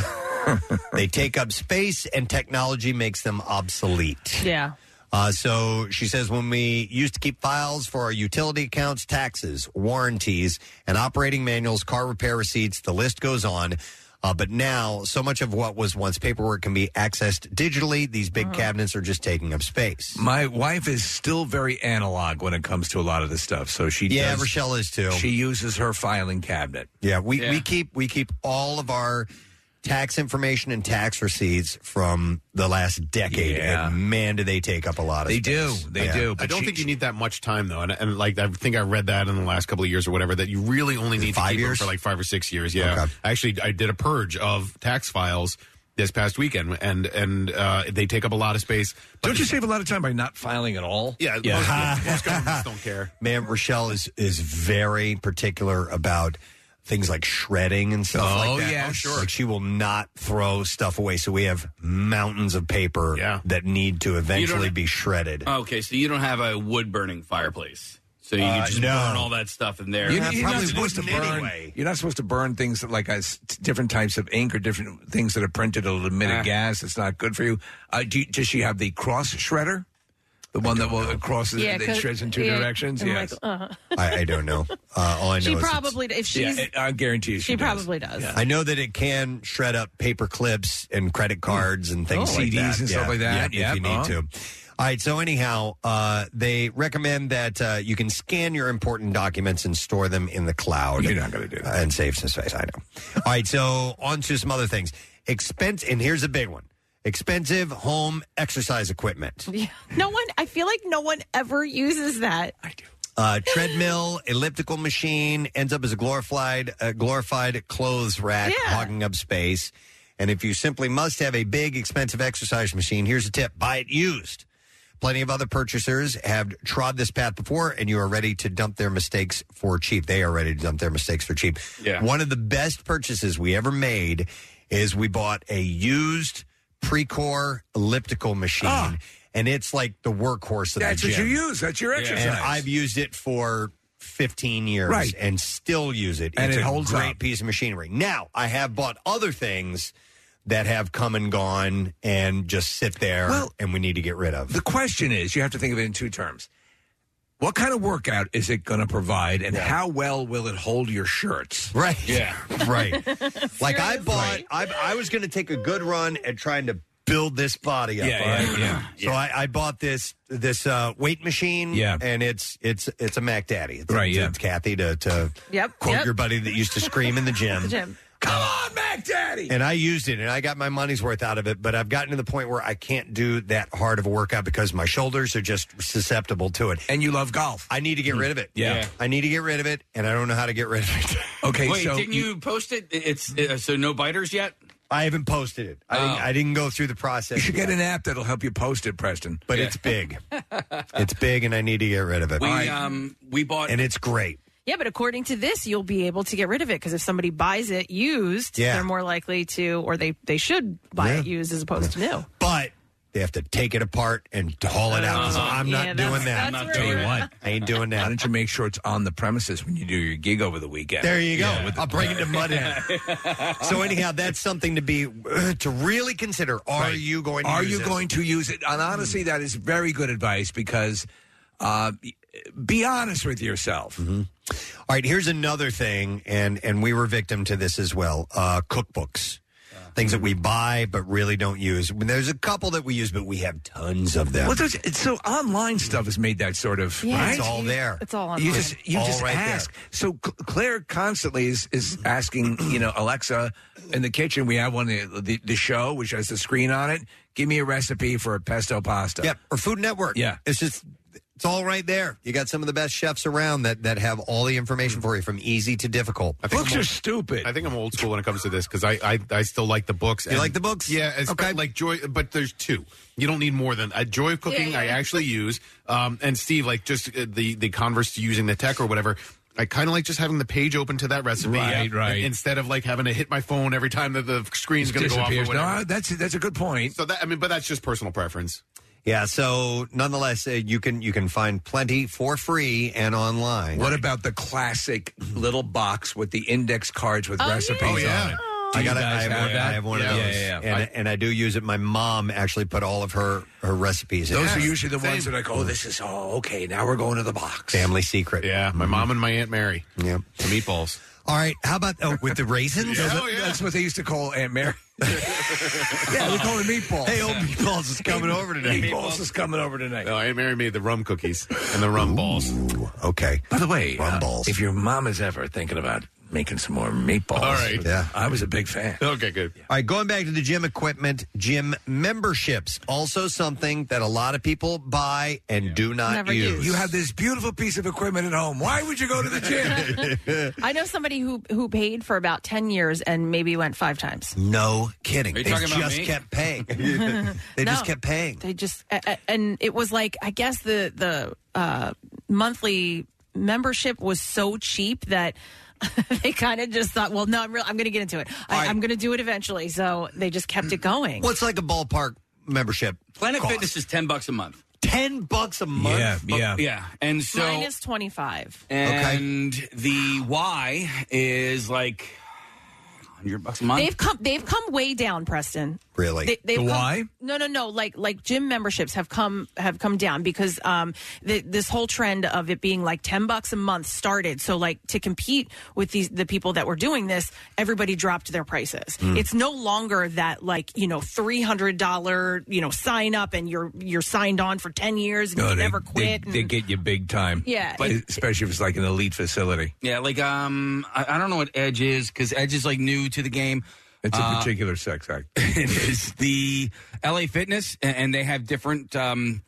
they take up space and technology makes them obsolete. Yeah. Uh, so she says when we used to keep files for our utility accounts, taxes, warranties, and operating manuals, car repair receipts, the list goes on. Uh, but now, so much of what was once paperwork can be accessed digitally. These Uh-huh. big cabinets are just taking up space. My wife is still very analog when it comes to a lot of this stuff. So she Yeah, does, Rochelle is too. She uses her filing cabinet. Yeah, we, Yeah. we keep we keep all of our tax information and tax receipts from the last decade. And man, do they take up a lot of space. Yeah. I don't think you need that much time though, and, and like I think I read that in the last couple of years or whatever that you really only need to five keep them years? for like five or six years. Yeah, Okay. actually, I did a purge of tax files this past weekend, and and uh, they take up a lot of space. Don't you save a lot of time by not filing at all? Yeah, Yeah. Most, most governments don't care. Man, Rochelle is is very particular about things like shredding and stuff Oh, like that. yes. Oh, sure. Like she will not throw stuff away. So we have mountains of paper that need to eventually be shredded. Okay, so you don't have a wood burning fireplace, so you Uh, can just no. burn all that stuff in there. You're, not- you're not supposed to burn. You're not supposed to burn things that, like uh, s- different types of ink or different things that are printed. It'll emit Ah. a gas. It's not good for you. Uh, do you- Does she have the cross shredder? The one that will it crosses Yeah, it 'cause- shreds in two yeah, directions. I'm Yes, like, uh-huh. I, I don't know. Uh, all I know She is it's- probably, if she's, yeah, I guarantee you she, probably does. I know that it can shred up paper clips and credit cards and things Oh, like CDs that. and stuff like that. if you Yep, need uh-huh. to. All right. So anyhow, uh, they recommend that uh, you can scan your important documents and store them in the cloud. You're not going to do that and save some space. I know. All right. So on to some other things. Expense and here's a big one: expensive home exercise equipment. Yeah. No one, I feel like no one ever uses that. uh, treadmill, elliptical machine ends up as a glorified uh, glorified clothes rack, hogging up space. And if you simply must have a big, expensive exercise machine, here's a tip: buy it used. Plenty of other purchasers have trod this path before, and you are ready to dump their mistakes for cheap. They are ready to dump their mistakes for cheap. Yeah. One of the best purchases we ever made is we bought a used Precor elliptical machine, and it's like the workhorse of Ah. That's the what gym. you use. That's your exercise. And I've used it for 15 years Right. and still use it. And it's it a holds great up. piece of machinery. Now, I have bought other things that have come and gone and just sit there Well- and we need to get rid of. The question is, you have to think of it in two terms. What kind of workout is it going to provide, and how well will it hold your shirts? Right. Yeah. right. Like I bought, I, I was going to take a good run at trying to build this body up. Yeah, all yeah, right? yeah. So I, I bought this this uh, weight machine. Yeah. and it's it's it's a Mac Daddy. It's, Right, It's, yeah. it's Kathy to to Yep, quote yep. your buddy that used to scream in the gym. Jim. Come on, Mac Daddy. And I used it, and I got my money's worth out of it. But I've gotten to the point where I can't do that hard of a workout because my shoulders are just susceptible to it. And you love golf. Hmm. I need to get rid of it. Yeah. Yeah. I need to get rid of it, and I don't know how to get rid of it. Wait, didn't you, post it? It's uh, so no biters yet. I haven't posted it. I, didn't, Oh. I didn't go through the process. You should get an app that'll help you post it, Preston. But it's big. it's big, and I need to get rid of it. We um we bought and it's great. Yeah, but according to this, you'll be able to get rid of it because if somebody buys it used, Yeah. they're more likely to, or they, they should buy Yeah. it used as opposed to new. But they have to take it apart and haul it out. 'cause Uh-huh. I'm Yeah, not that's- doing that. that's I'm not where doing we're what? I ain't doing that. Why don't you make sure it's on the premises when you do your gig over the weekend? There you go. Yeah, with the- I'll bring it to mud in. so anyhow, that's something to be uh, to really consider. Are Right. you going? to Are use Hmm. you this? going to use it? And honestly, that is very good advice because uh, be honest with yourself. Mm-hmm. All right, here's another thing, and and we were victim to this as well. Uh, cookbooks, things that we buy but really don't use. There's a couple that we use, but we have tons of them. Well, there's, it's- so online stuff has made that sort of Yeah, right? it's all there. It's all You online. just you All just right there. ask. So Cl- Claire constantly is is asking. You know, Alexa in the kitchen. We have one the, the the show which has the screen on it. Give me a recipe for a pesto pasta. Yep, or Food Network. Yeah, it's just It's all right there. You got some of the best chefs around that that have all the Hmm. information for you from easy to difficult. Books are stupid. I think I'm old school when it comes to this because I, I I still like the books. You like the books? Yeah. It's okay. Like joy, but there's two. You don't need more than uh, joy of cooking. I actually use um, and Steve like just uh, the the converse to using the tech or whatever. I kind of like just having the page open to that recipe, Right, right. Instead of like having to hit my phone every time that the screen's It going to go off. Or disappears. No, whatever. that's that's a good point. So that I mean, but that's just personal preference. Yeah. So nonetheless, uh, you can you can find plenty for free and online. What about the classic little box with the index cards with recipes Oh, yeah. on it? I Do you got. I guys have, have one, that? I have one yeah, of those, Yeah, yeah. and I- and I do use it. My mom actually put all of her her recipes. in those it. are usually the ones that are like, oh, this is oh, okay. Now we're going to the box. family secret. Yeah, my mom and my aunt Mary. Yeah, the meatballs. All right. How about oh, with the raisins? Those are- That's what they used to call Aunt Mary. yeah, we call it meatballs. Hey, old meatballs is coming over today. Meatballs is coming over tonight. No, Aunt Mary made the rum cookies and the rum balls. Okay. By the way, uh, if your mom is ever thinking about making some more meatballs, All right. Yeah. I was a big fan. Okay, good. All right, going back to the gym equipment, gym memberships, also something that a lot of people buy and do not use. You have this beautiful piece of equipment at home. Why would you go to the gym? I know somebody who who paid for about ten years and maybe went five times. no kidding. Are you They talking just about me? kept paying. they just No. kept paying. They just a- a- and it was like I guess the the uh, monthly membership was so cheap that they kind of just thought, well, no, I'm real. I'm going to get into it. I, I'm going to do it eventually. So they just kept it going. Mm. What's like a ballpark membership? Planet Fitness is ten bucks a month. Ten bucks a month. yeah, yeah. And so minus twenty five? and the Y is like hundred bucks a month. They've come. They've come way down, Preston. Really? They, they've The come- why? No, no, no. Like like gym memberships have come have come down because um the, this whole trend of it being like ten bucks a month started. So like to compete with these the people that were doing this, everybody dropped their prices. Hmm. Mm. It's no longer that like you know three hundred dollar you know sign up and you're you're signed on for ten years and you never quit. They, get you big time. Yeah, But it- especially if it's like an elite facility. Yeah, like um, I, I don't know what Edge is because Edge is like new to the game. It's a Uh, particular sex act. it is the LA Fitness, and, and they have different um,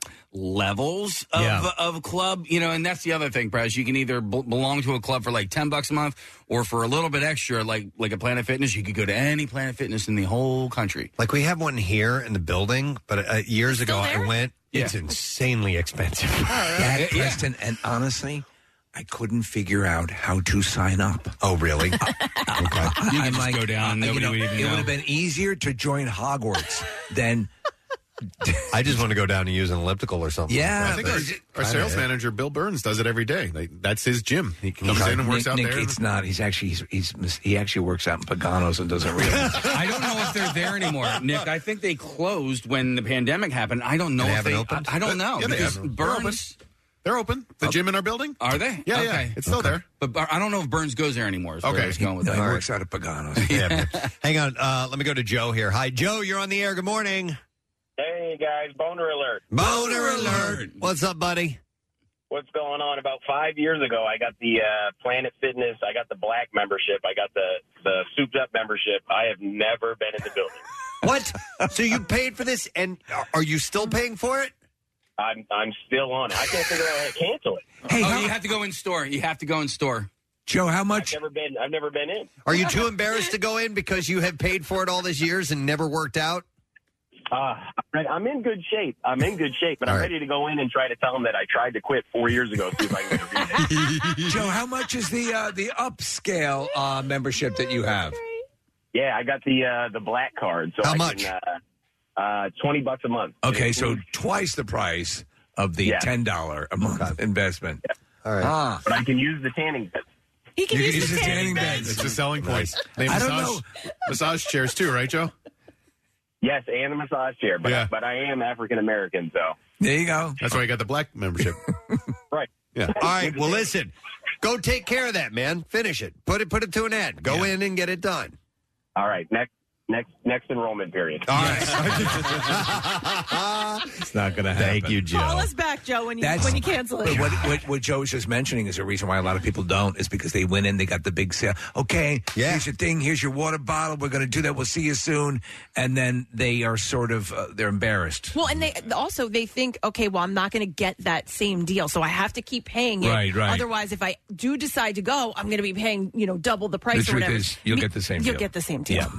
levels of Yeah. of club. You know, and that's the other thing, Brad. You can either b- belong to a club for like ten bucks a month, or for a little bit extra, like like a Planet Fitness, you could go to any Planet Fitness in the whole country. Like we have one here in the building, but uh, years ago I went. Yeah. It's insanely expensive. Yeah, Preston, and honestly, I couldn't figure out how to sign up. Oh, really? You I'm could just like, uh, go down, you nobody know, would even it know. would have been easier to join Hogwarts than I just want to go down and use an elliptical or something. I think our, our sales manager Bill Burns does it every day. Like, that's his gym. He comes Okay. in and works Nick, out Nick, there. It's not. He's actually he's, he's mis- he actually works out in Pagano's and doesn't realize. I don't know if they're there anymore, Nick. I think they closed when the pandemic happened. I don't know They if haven't they. opened? I, I don't know Yeah, they because haven't. They're open. Burns. They're open. The gym in our building. Are they? Yeah, okay. yeah. It's still there. But Bur- I don't know if Burns goes there anymore. Is Where Okay. I was going with No, that. he works out of Pagano's. Hang on. Uh, let me go to Joe here. Hi, Joe. You're on the air. Good morning. Hey guys, boner alert. Boner alert. What's up, buddy? What's going on? About five years ago, I got the uh, Planet Fitness. I got the black membership. I got the the souped up membership. I have never been in the building. What? so you paid for this, and are- are you still paying for it? I'm I'm still on it. I can't figure out how to cancel it. oh, you have to go in store. You have to go in store. Joe, how I've never been. I've never been in. Are you too embarrassed to go in because you have paid for it all these years and never worked out? Uh, right, I'm in good shape. I'm in good shape, but I'm ready to go in and try to tell them that I tried to quit four years ago. See if I can get a rebate. Joe, how much is the uh, the upscale uh, membership that you have? Yeah, I got the uh, the black card. So How I much? Can, uh, uh, Twenty bucks a month. Okay, so twice the price of the Yeah. ten dollar a month investment. All right, ah. but I can use the tanning bed. He can You use can the use the tanning tanning beds. beds. It's a selling point. Nice. They I massage, don't massage chairs too, right, Joe? Yes, and the massage chair, but Yeah. but I am African American, so There you go. That's why I got the black membership. right. Yeah. All right. Well, listen. Go take care of that, man. Finish it. Put it. Put it to an end. Go in and get it done. All right. Next, Next next enrollment period. All right. It's not going to happen. Thank you, Call us back, Joe, when you That's- when you cancel But it. what, what, what Joe was just mentioning is the reason why a lot of people don't is because they went in, they got the big sale. Okay, here's your thing, here's your water bottle. We're going to do that. We'll see you soon, and then they are sort of uh, they're embarrassed. Well, and they also they think, okay, well, I'm not going to get that same deal, so I have to keep paying it. Right, right. Otherwise, if I do decide to go, I'm going to be paying you know double the price. the or truth whatever. is, you'll get the same. You'll deal. get the same deal.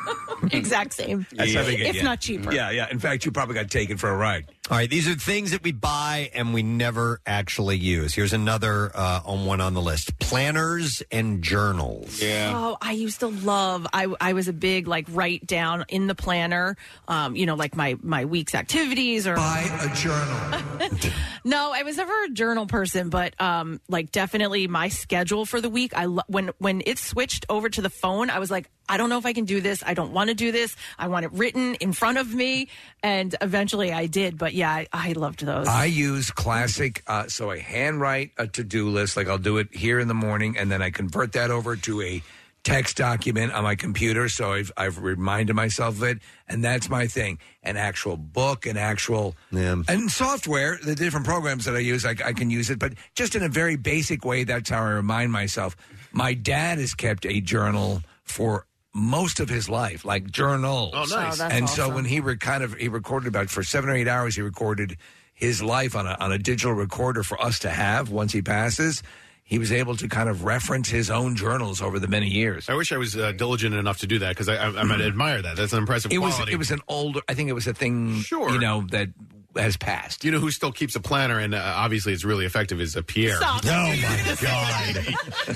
exact same. That's how they get if you. not cheaper. Yeah, yeah. In fact, you probably got taken for a ride. All right, these are things that we buy and we never actually use. Here's another uh, on one on the list: planners and journals. Oh, I used to love. I I was a big like write down in the planner. Um, you know, like my my week's activities or buy a journal. no, I was never a journal person, but um, like definitely my schedule for the week. I lo- when when it switched over to the phone, I was like, I don't know if I can do this. I don't want to do this. I want it written in front of me, and eventually I did. But yeah, I, I loved those. I use classic, uh, so I handwrite a to do list. Like I'll do it here in the morning, and then I convert that over to a text document on my computer. So I've, I've reminded myself of it, and that's my thing. An actual book, an actual and software, the different programs that I use, I, I can use it, but just in a very basic way. That's how I remind myself. My dad has kept a journal for most of his life, like journals. Oh, nice. Oh, that's and so awesome. when he re- kind of he recorded about for seven or eight hours, he recorded his life on a on a digital recorder for us to have once he passes. He was able to kind of reference his own journals over the many years. I wish I was uh, diligent enough to do that because I, I, I might admire that. That's an impressive Mm-hmm. It was quality. it was an older. I think it was a thing. Sure, you know that has passed. You know who still keeps a planner, and uh, obviously it's really effective, is uh, Pierre. Stop. No,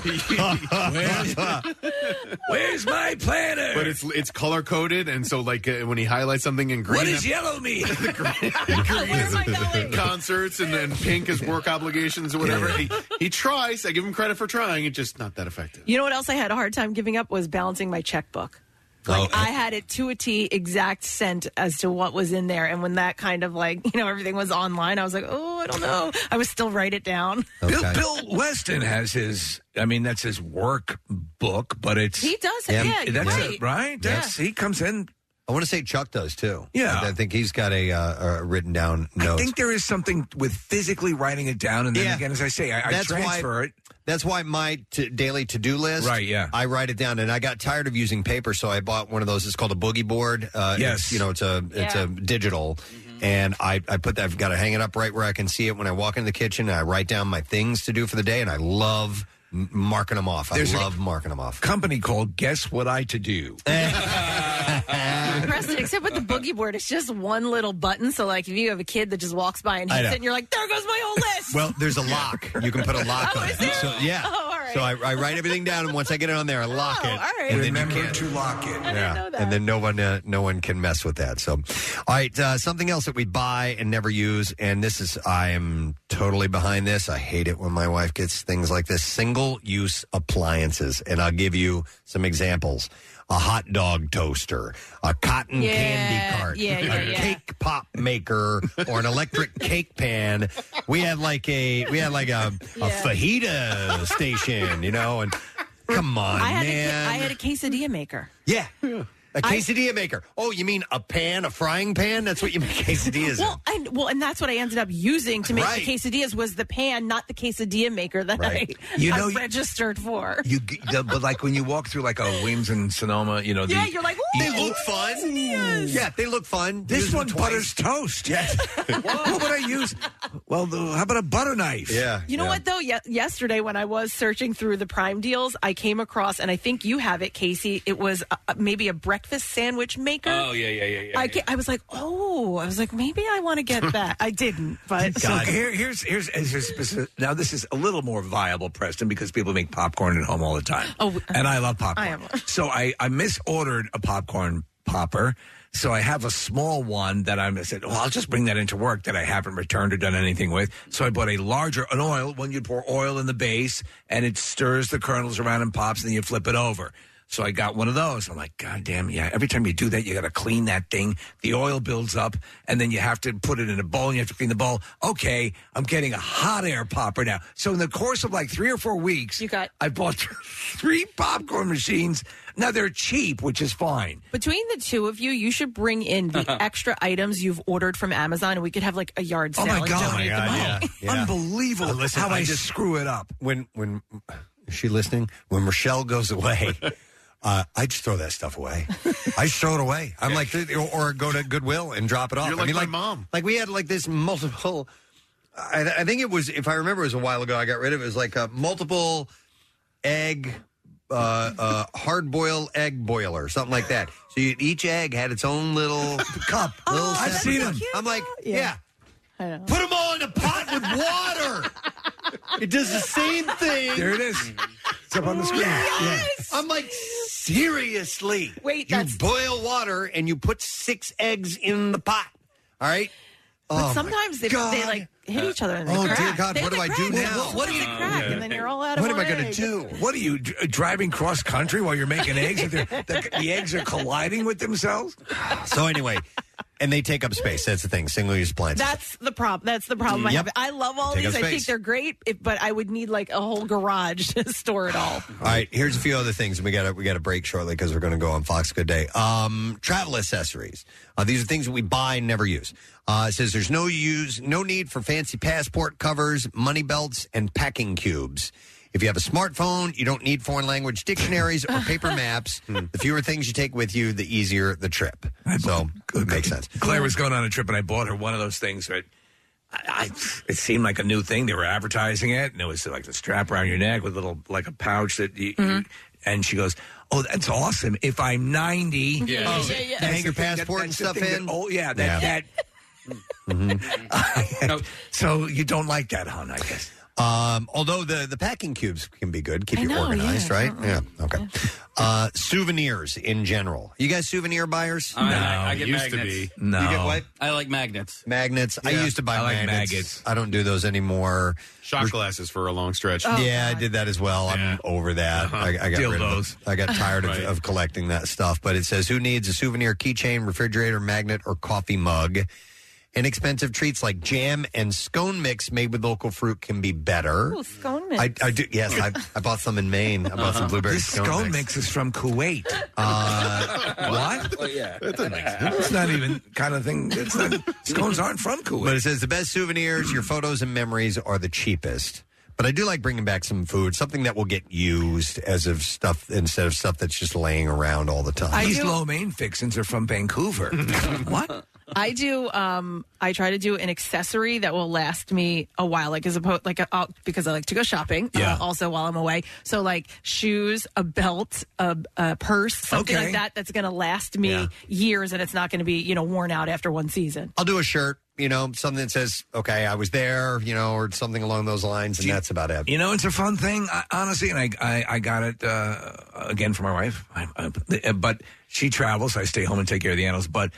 Where's Where's my planner? But it's it's color coded, and so like uh, when he highlights something in green, What does yellow mean? concerts and then pink is work obligations or whatever. He, he tries. I give him credit for trying. It's just not that effective. You know what else I had a hard time giving up was balancing my checkbook. Like I had it to a T exact cent as to what was in there, and when that kind of like you know everything was online, I was like, oh, I don't know. I would still write it down. Bill, Bill Weston has his. I mean, that's his work book, but it's He does have- Yeah. yeah, you're that's right. it, right? That's he comes in. I want to say Chuck does too. Yeah. I, I think he's got a, uh, a written down I note. think there is something with physically writing it down, and then again, as I say, I, I transfer why, it. That's why my t- daily to do list. Right, yeah. I write it down, and I got tired of using paper, so I bought one of those. It's called a boogie board. Uh, Yes. it's, you know it's a it's Yeah. a digital, and I I put that. I've got to hang it up right where I can see it when I walk into the kitchen. And I write down my things to do for the day, and I love m- marking them off. I There's a- love marking them off. Company called Guess What I To Do. Preston, except with the boogie board, it's just one little button. So like if you have a kid that just walks by and I hits know. it, and you're like, there goes my whole list. Well, there's a lock. You can put a lock on it. So, yeah. Oh, all right. So I, I write everything down, and once I get it on there, I lock it. right. And then you Remember can't- to lock it. yeah. And then no one, uh, no one can mess with that. So, all right, uh, something else that we buy and never use, and this is I am totally behind this. I hate it when my wife gets things like this: single-use appliances. And I'll give you some examples: a hot dog toaster, a cotton Yeah, candy cart, yeah, yeah, a yeah. cake pop maker, or an electric cake pan. We had like a we had like a, a fajita station, you know, and. Come on, I had man. a ca- I had a quesadilla maker. Yeah. A I- quesadilla maker. Oh, you mean a pan, a frying pan? That's what you make quesadillas in. Well, and well, and that's what I ended up using to make Right. the quesadillas was the pan, not the quesadilla maker that Right. I, You I know, registered for. You, g- the, but like when you walk through like a Williams and Sonoma, you know, yeah, the, you're like, They "Ooh, look fun." quesadillas." Yeah, they look fun. This one butters toast. Yes. what would I use? Well, the, how about a butter knife? Yeah. You know what though? Ye- yesterday when I was searching through the Prime deals, I came across, and I think you have it, Casey. It was uh, uh, maybe a breakfast sandwich maker. Oh yeah, yeah, yeah, yeah. I, ca- I was like, oh, I was like, maybe I want to get that. I didn't, but So here, here's, here's here's specific- now this is a little more viable, Preston, because people make popcorn at home all the time. Oh, and I love popcorn. I am. So I I misordered a popcorn popper. So I have a small one that I'm, I said, well, I'll just bring that into work that I haven't returned or done anything with. So I bought a larger, an oil, one you pour oil in the base and it stirs the kernels around and pops and then you flip it over. So I got one of those. I'm like, God damn, yeah. Every time you do that, you got to clean that thing. The oil builds up, and then you have to put it in a bowl, and you have to clean the bowl. Okay, I'm getting a hot air popper now. So in the course of like three or four weeks, you got I bought three popcorn machines. Now they're cheap, which is fine. Between the two of you, you should bring in the extra items you've ordered from Amazon, and we could have like a yard Oh sale. and donate them all. Unbelievable how I just screw it up. When when is she listening? When Rochelle goes away, uh, I just throw that stuff away. I just throw it away. I'm like, or, or go to Goodwill and drop it off. You're I like mean, my like mom. Like we had like this multiple. I, I think it was, if I remember, it was a while ago. I got rid of it. It was like a multiple egg, uh, uh, hard boil egg boiler, something like that. So you, each egg had its own little cup. Little I've separate- seen 'em. I'm like, Yeah. yeah, Put them all in a pot with water. it does the same thing. There it is. It's up on the screen. Oh, I'm like, seriously. Wait, you boil water and you put six eggs in the pot. All right. Oh, But my sometimes they, God. they like hit each other in the oh crack. dear God! They What do I like do crack. now? What do you crack? And then you're all out of What am I one going to egg. do? What are you dr- driving cross country while you're making eggs? and they're- the, the eggs are colliding with themselves. So anyway, and they take up space. That's the thing. Single-use appliances. That's the problem. That's the problem I Yep. have. I love all Take up these. I think space. they're great, if, but I would need like a whole garage to store it all. All right, here's a few other things, and we got to we got to break shortly because we're going to go on Fox Good Day. Um, travel accessories. Uh, these are things that we buy and never use. Uh, it says there's no use, no need for fancy passport covers, money belts, and packing cubes. If you have a smartphone, you don't need foreign language dictionaries or paper maps. the fewer things you take with you, the easier the trip. So it makes sense. Claire was going on a trip, and I bought her one of those things. Right. I, I, it seemed like a new thing. They were advertising it, and it was like the strap around your neck with a little like a pouch that. You, you- and she goes, "Oh, that's awesome! If I'm 90, Mm-hmm. Yeah. oh, Yeah, yeah, yeah. that's Hang your the thing that- passport that's and the stuff thing in. That, oh, yeah, that. Yeah. Mm-hmm. that so you don't like that, hon? I guess. Um, although the the packing cubes can be good, keep I you know, organized, yeah, right? uh-uh. Yeah. Okay. Uh, souvenirs in general. You guys souvenir buyers? I- I- I get magnets. You get what? I like magnets. Magnets. Yeah. I used to buy I like magnets. maggots. I don't do those anymore. Oh, Shot glasses for a long stretch. Uh-huh. yeah, I did that as well. I'm over that. I, I got rid of Dildos. it. I got tired Right. of, of collecting that stuff. But it says, who needs a souvenir keychain, refrigerator magnet, or coffee mug? Inexpensive treats like jam and scone mix made with local fruit can be better. Ooh, scone I, mix. I do. Yes, I, I bought some in Maine. I bought Uh-huh. some blueberry Uh-huh. This scone, scone mix. mix is from Kuwait. Uh, what? Oh, yeah. It's not even kind of thing. It's not, scones aren't from Kuwait. But it says the best souvenirs, your photos and memories are the cheapest. But I do like bringing back some food, something that will get used as of stuff instead of stuff that's just laying around all the time. These lo mein fixins are from Vancouver. what? I do. Um, I try to do an accessory that will last me a while, like as opposed, like i because I like to go shopping. Yeah. uh, also, while I'm away, so like shoes, a belt, a, a purse, something Okay. like that. That's going to last me Yeah. years, and it's not going to be you know worn out after one season. I'll do a shirt, you know, something that says, okay, I was there, you know, or something along those lines, and that's about it. You know, it's a fun thing, I, honestly. And I, I, I got it uh, again from my wife. I, I, but she travels. I stay home and take care of the animals. But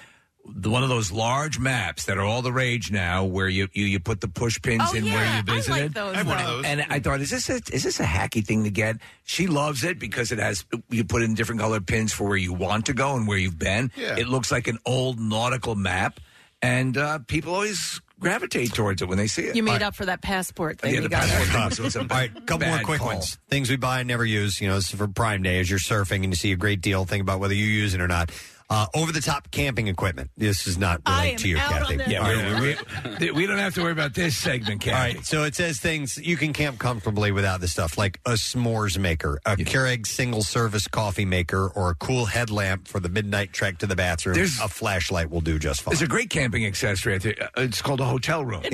the, one of those large maps that are all the rage now, where you you, you put the push pins Oh, in yeah, where I you like visited. those, I have one of though. those. And I thought, is this a, is this a hacky thing to get? She loves it because it has you put in different colored pins for where you want to go and where you've been. Yeah. It looks like an old nautical map, and uh, people always gravitate towards it when they see it. You made up for that passport thing. Yeah, you the got passport Uh, thing was- was a All right, couple more bad quick call. ones. Things we buy and never use. You know, this is for Prime Day. As you're surfing and you see a great deal, think about whether you use it or not. Uh, Over the top camping equipment. This is not I related am to you, out on Kathy. this. Yeah, we- we- we don't have to worry about this segment, Kathy. All right, so it says things you can camp comfortably without this stuff, like a s'mores maker, a Keurig single service coffee maker, or a cool headlamp for the midnight trek to the bathroom. There's- a flashlight will do just fine. It's a great camping accessory. I think. Uh, It's called a hotel room.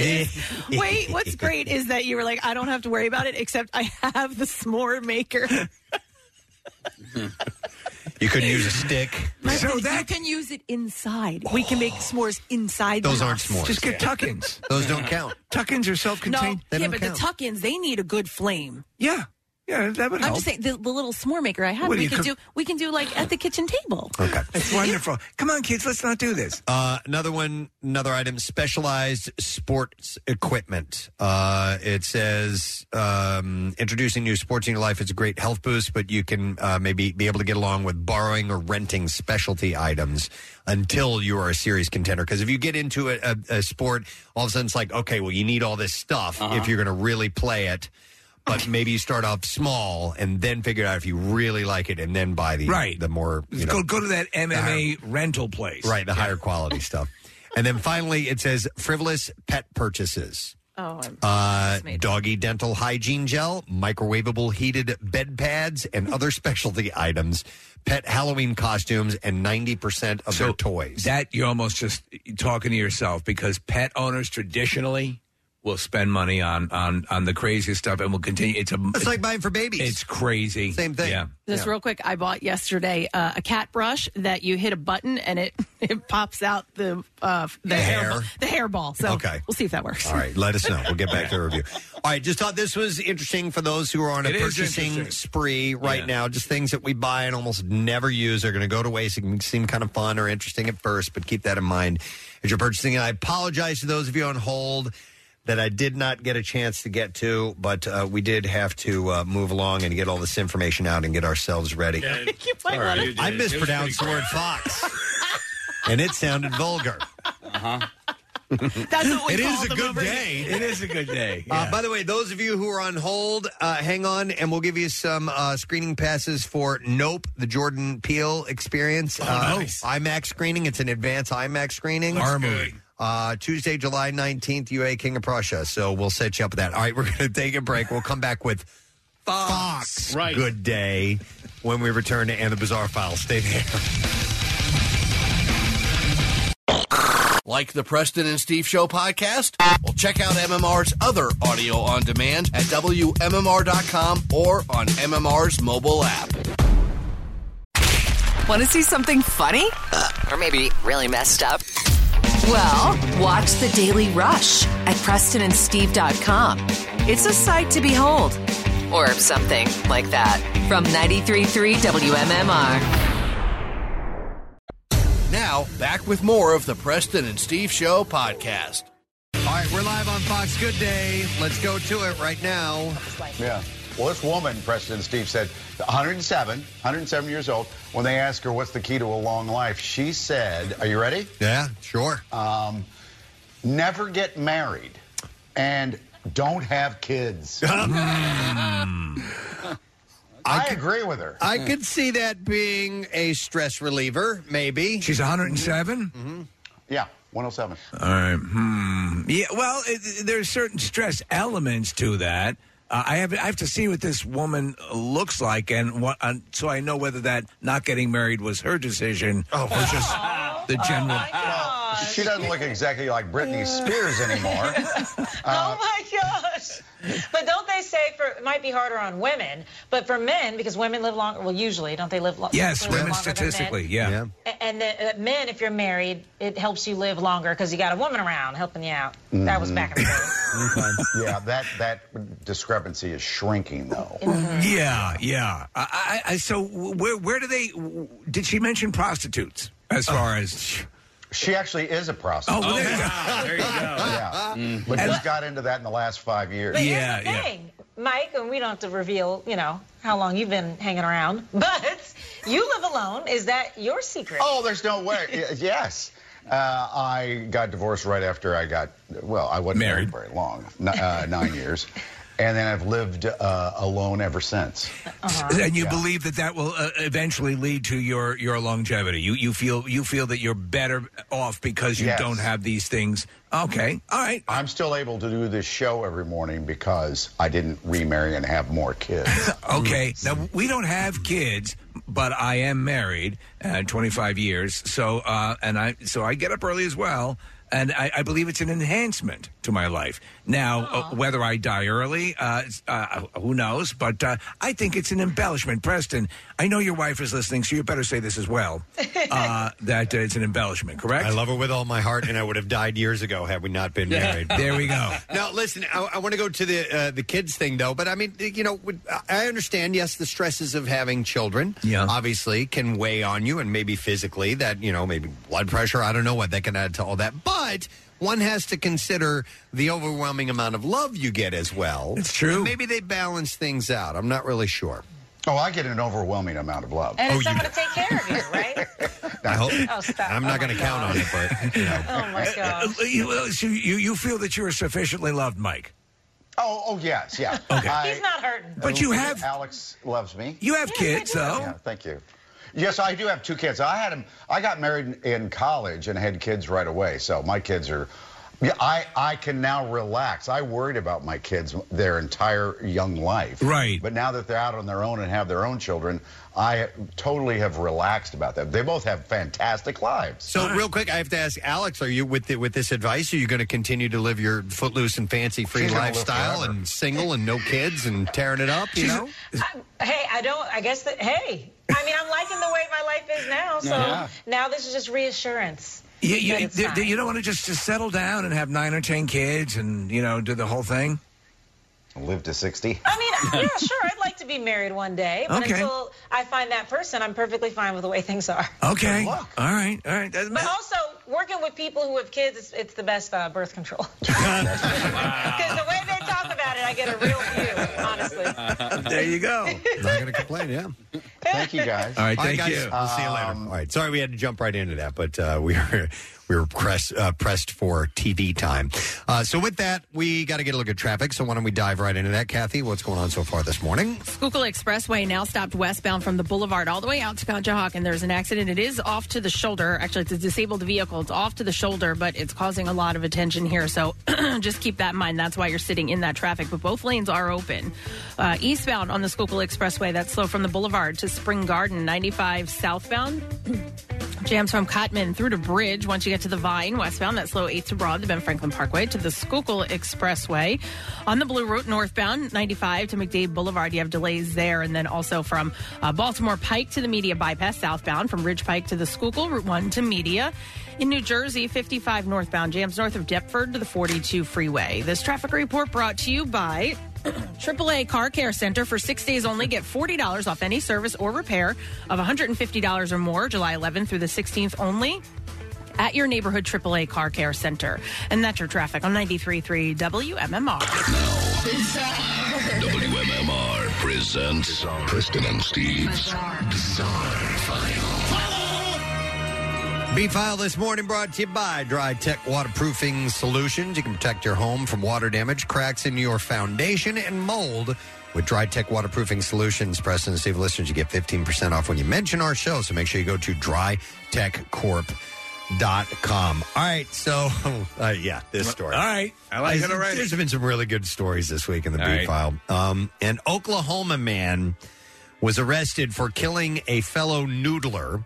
Wait, what's great is that you were like, I don't have to worry about it, except I have the s'more maker. You could use a stick. you can use it inside. We can make s'mores inside. Those the aren't house. s'mores. Just get Yeah. tuck-ins. Those don't count. Tuck-ins are No, self-contained. yeah, but the tuck-ins they need a good flame. Yeah. Yeah, that would I'm help. just saying the, the little s'more maker I have. What do We you can cook- do. We can do like at the kitchen table. Okay. That's wonderful. Come on, kids, let's not do this. Uh, another one, another item: specialized sports equipment. Uh, it says um, introducing new sports in your life is a great health boost, but you can uh, maybe be able to get along with borrowing or renting specialty items until you are a serious contender. Because if you get into a, a, a sport, all of a sudden it's like, okay, well, you need all this stuff Uh-huh. if you're going to really play it. But maybe you start off small and then figure out if you really like it, and then buy the Right. the more you know, Go go to that MMA rental place. Right, the higher quality stuff. And then finally, it says frivolous pet purchases. Oh, I'm Uh, doggy dental hygiene gel, microwavable heated bed pads, and other specialty items, pet Halloween costumes, and 90% of their toys. That you're almost just talking to yourself because pet owners traditionally will spend money on on on the craziest stuff and will continue. It's a It's like buying for babies. It's crazy. Same thing. Yeah. Just real quick, I bought yesterday uh, a cat brush that you hit a button and it it pops out the uh, the, The hair. ball- the hair ball. So Okay. we'll see if that works. All right, let us know. We'll get back to a review. All right, just thought this was interesting for those who are on a It is purchasing interesting. spree right now. Just things that we buy and almost never use are going to go to waste. It can seem kind of fun or interesting at first, but keep that in mind as you're purchasing. And I apologize to those of you on hold that I did not get a chance to get to, but uh, we did have to uh, move along and get all this information out and get ourselves ready. you might All wanna- right. I mispronounced the word fox, and it sounded vulgar. Uh huh. That's what we It is called a them good over here. day. It is a good day. Uh, by the way, those of you who are on hold, uh, hang on, and we'll give you some uh, screening passes for Nope, the Jordan Peele experience. uh, IMAX screening. It's an advanced IMAX screening. Oh, Looks Horror movie. good. Uh, Tuesday, July 19th, UA King of Prussia. So we'll set you up with that. All right, we're going to take a break. We'll come back with Fox. Right. Good day when we return to And the Bizarre File. Stay there. Like the Preston and Steve Show podcast? Well, check out MMR's other audio on demand at WMMR.com or on MMR's mobile app. Want to see something funny? Uh, or maybe really messed up? Well, watch The Daily Rush at PrestonandSteve.com. It's a sight to behold, or something like that. From 93.3 WMMR. Now, back with more of the Preston and Steve Show podcast. All right, we're live on Fox Good Day. Let's go to it right now. Yeah. Well, this woman, President Steve said, 107, 107 years old. When they asked her what's the key to a long life, she said, "Are you ready?" Yeah, sure. Um, never get married, and don't have kids. I agree with her. I could see that being a stress reliever, maybe. She's 107? Mm-hmm. Yeah, 107. All right. Hmm. Yeah. Well, it, there's certain stress elements to that. Uh, I have I have to see what this woman looks like, and what, uh, so I know whether that not getting married was her decision Oh, or just the general. She doesn't look exactly like Britney Spears anymore. Uh, oh my gosh! But don't they say for it might be harder on women, but for men because women live longer. Well, usually don't they live lo- Yes, live women longer than men? statistically. Yeah. A- And the, uh, men, if you're married, it helps you live longer because you got a woman around helping you out. That was back in Mm-hmm. the yeah, that that discrepancy is shrinking though. Yeah. Yeah. I, I, I, so where where do they? Did she mention prostitutes as far as? She actually is a prostitute. Oh, well, there you go. there you go. Yeah. But And- just got into that in the last five years. But here's the thing, Mike, and we don't have to reveal, you know, how long you've been hanging around, but you live alone. Is that your secret? Oh, there's no way. Y- yes. Uh, I got divorced right after I got, well, I wasn't married, very long, n- uh, nine years. And then I've lived uh, alone ever since. And you Uh-huh. Yeah. believe that that will uh, eventually lead to your your longevity. You you feel you feel that you're better off because you Yes. don't have these things. Okay. All right. I'm still able to do this show every morning because I didn't remarry and have more kids. Okay. Now we don't have kids, but I am married, uh, 25 years. So uh, and I so I get up early as well. and I, I believe it's an enhancement to my life. Now, uh, whether I die early, uh, it's- uh, who knows? But uh, I think it's an embellishment, Preston. I know your wife is listening, so you better say this as well. Uh, that uh, it's an embellishment, correct? I love her with all my heart, and I would have died years ago had we not been married. There we go. Now, listen, I, I want to go to the uh, the kids thing though, but I mean, you know, would- I understand. Yes, the stresses of having children, yeah. obviously, can weigh on you, and maybe physically, that you know, maybe blood pressure. I don't know what that can add to all that, but. One has to consider the overwhelming amount of love you get as well. It's true. maybe they balance things out. I'm not really sure. Oh, Oh, I get an overwhelming amount of love. Oh, And it's someone to take care of you, right? I hope. Oh, stop. I'm not going to count on it, but you know. Oh, my Uh, God. uh, you, uh, so you, you feel that you are sufficiently loved, Mike? Oh, oh yes, yeah. Okay. He's not hurting. But you have- Alex loves me. You have kids, though. Yeah, thank you. Yes, I do have two kids. I had them. I got married in, in college and had kids right away. So my kids are. Yeah, I, I can now relax. I worried about my kids their entire young life. Right. But now that they're out on their own and have their own children, I totally have relaxed about that. They both have fantastic lives. So real quick, I have to ask Alex: Are you with the, with this advice? Are you going to continue to live your footloose and fancy free She's gonna live lifestyle forever. and single and no kids and tearing it up? You know, Hey, I don't. I guess that. Hey, I mean, I'm liking the way my life is now. So Yeah. now this is just reassurance. You, you, But it's th- fine. th- you don't want to just, just settle down and have nine or ten kids and, you know, do the whole thing? Live to 60. I mean, yeah, sure, I'd like to be married one day, but Okay. until I find that person, I'm perfectly fine with the way things are. Okay. All right. All right. But also, working with people who have kids, it's, it's the best uh, birth control. Because the way they talk about it, I get a real view, honestly. there you go. I'm not going to complain. Yeah. Thank you guys. All right, thank you. We'll see you Um, later. All right, sorry we had to jump right into that, but uh, we were we were press, uh, pressed for TV time. Uh, so with that, we got to get a look at traffic. So why don't we dive right into that, Kathy? What's going on so far this morning? Schuylkill Expressway now stopped westbound from the boulevard all the way out to Conshohocken. There's an accident. It is off to the shoulder. Actually, it's a disabled vehicle. It's off to the shoulder, but it's causing a lot of attention here. So just keep that in mind. That's why you're sitting in that traffic. But both lanes are open. Uh, eastbound on the Schuylkill Expressway, that's slow from the boulevard to Spring Garden, 95 southbound. Jams from Cotman through to Bridge. Once you get to the Vine westbound, that's slow 8 to Broad, the Ben Franklin Parkway to the Schuylkill Expressway. On the Blue Route northbound, 95 to McDade Boulevard, you have delays there. And then also from uh, Baltimore Pike to the Media Bypass southbound, from Ridge Pike to the Schuylkill, Route 1 to Media. In New Jersey, 55 northbound, jams north of Deptford to the 42 freeway. This traffic report brought to you by. AAA Car Care Center for six days only. Get $40 off any service or repair of $150 or more, July 11th through the 16th only at your neighborhood AAA Car Care Center. And that's your traffic on 93.3 WMMR. WMMR presents Kristen and Steve's Bizarre File. B File this morning brought to you by Dry Tech Waterproofing Solutions. You can protect your home from water damage, cracks in your foundation, and mold with Dry Tech Waterproofing Solutions. Preston and Steve listeners, you get 15% off when you mention our show. So make sure you go to drytechcorp.com. All right. So, uh, yeah, this story. All right. I like it There's- already. There's been some really good stories this week in the All B right. File. Um, an Oklahoma man was arrested for killing a fellow noodler.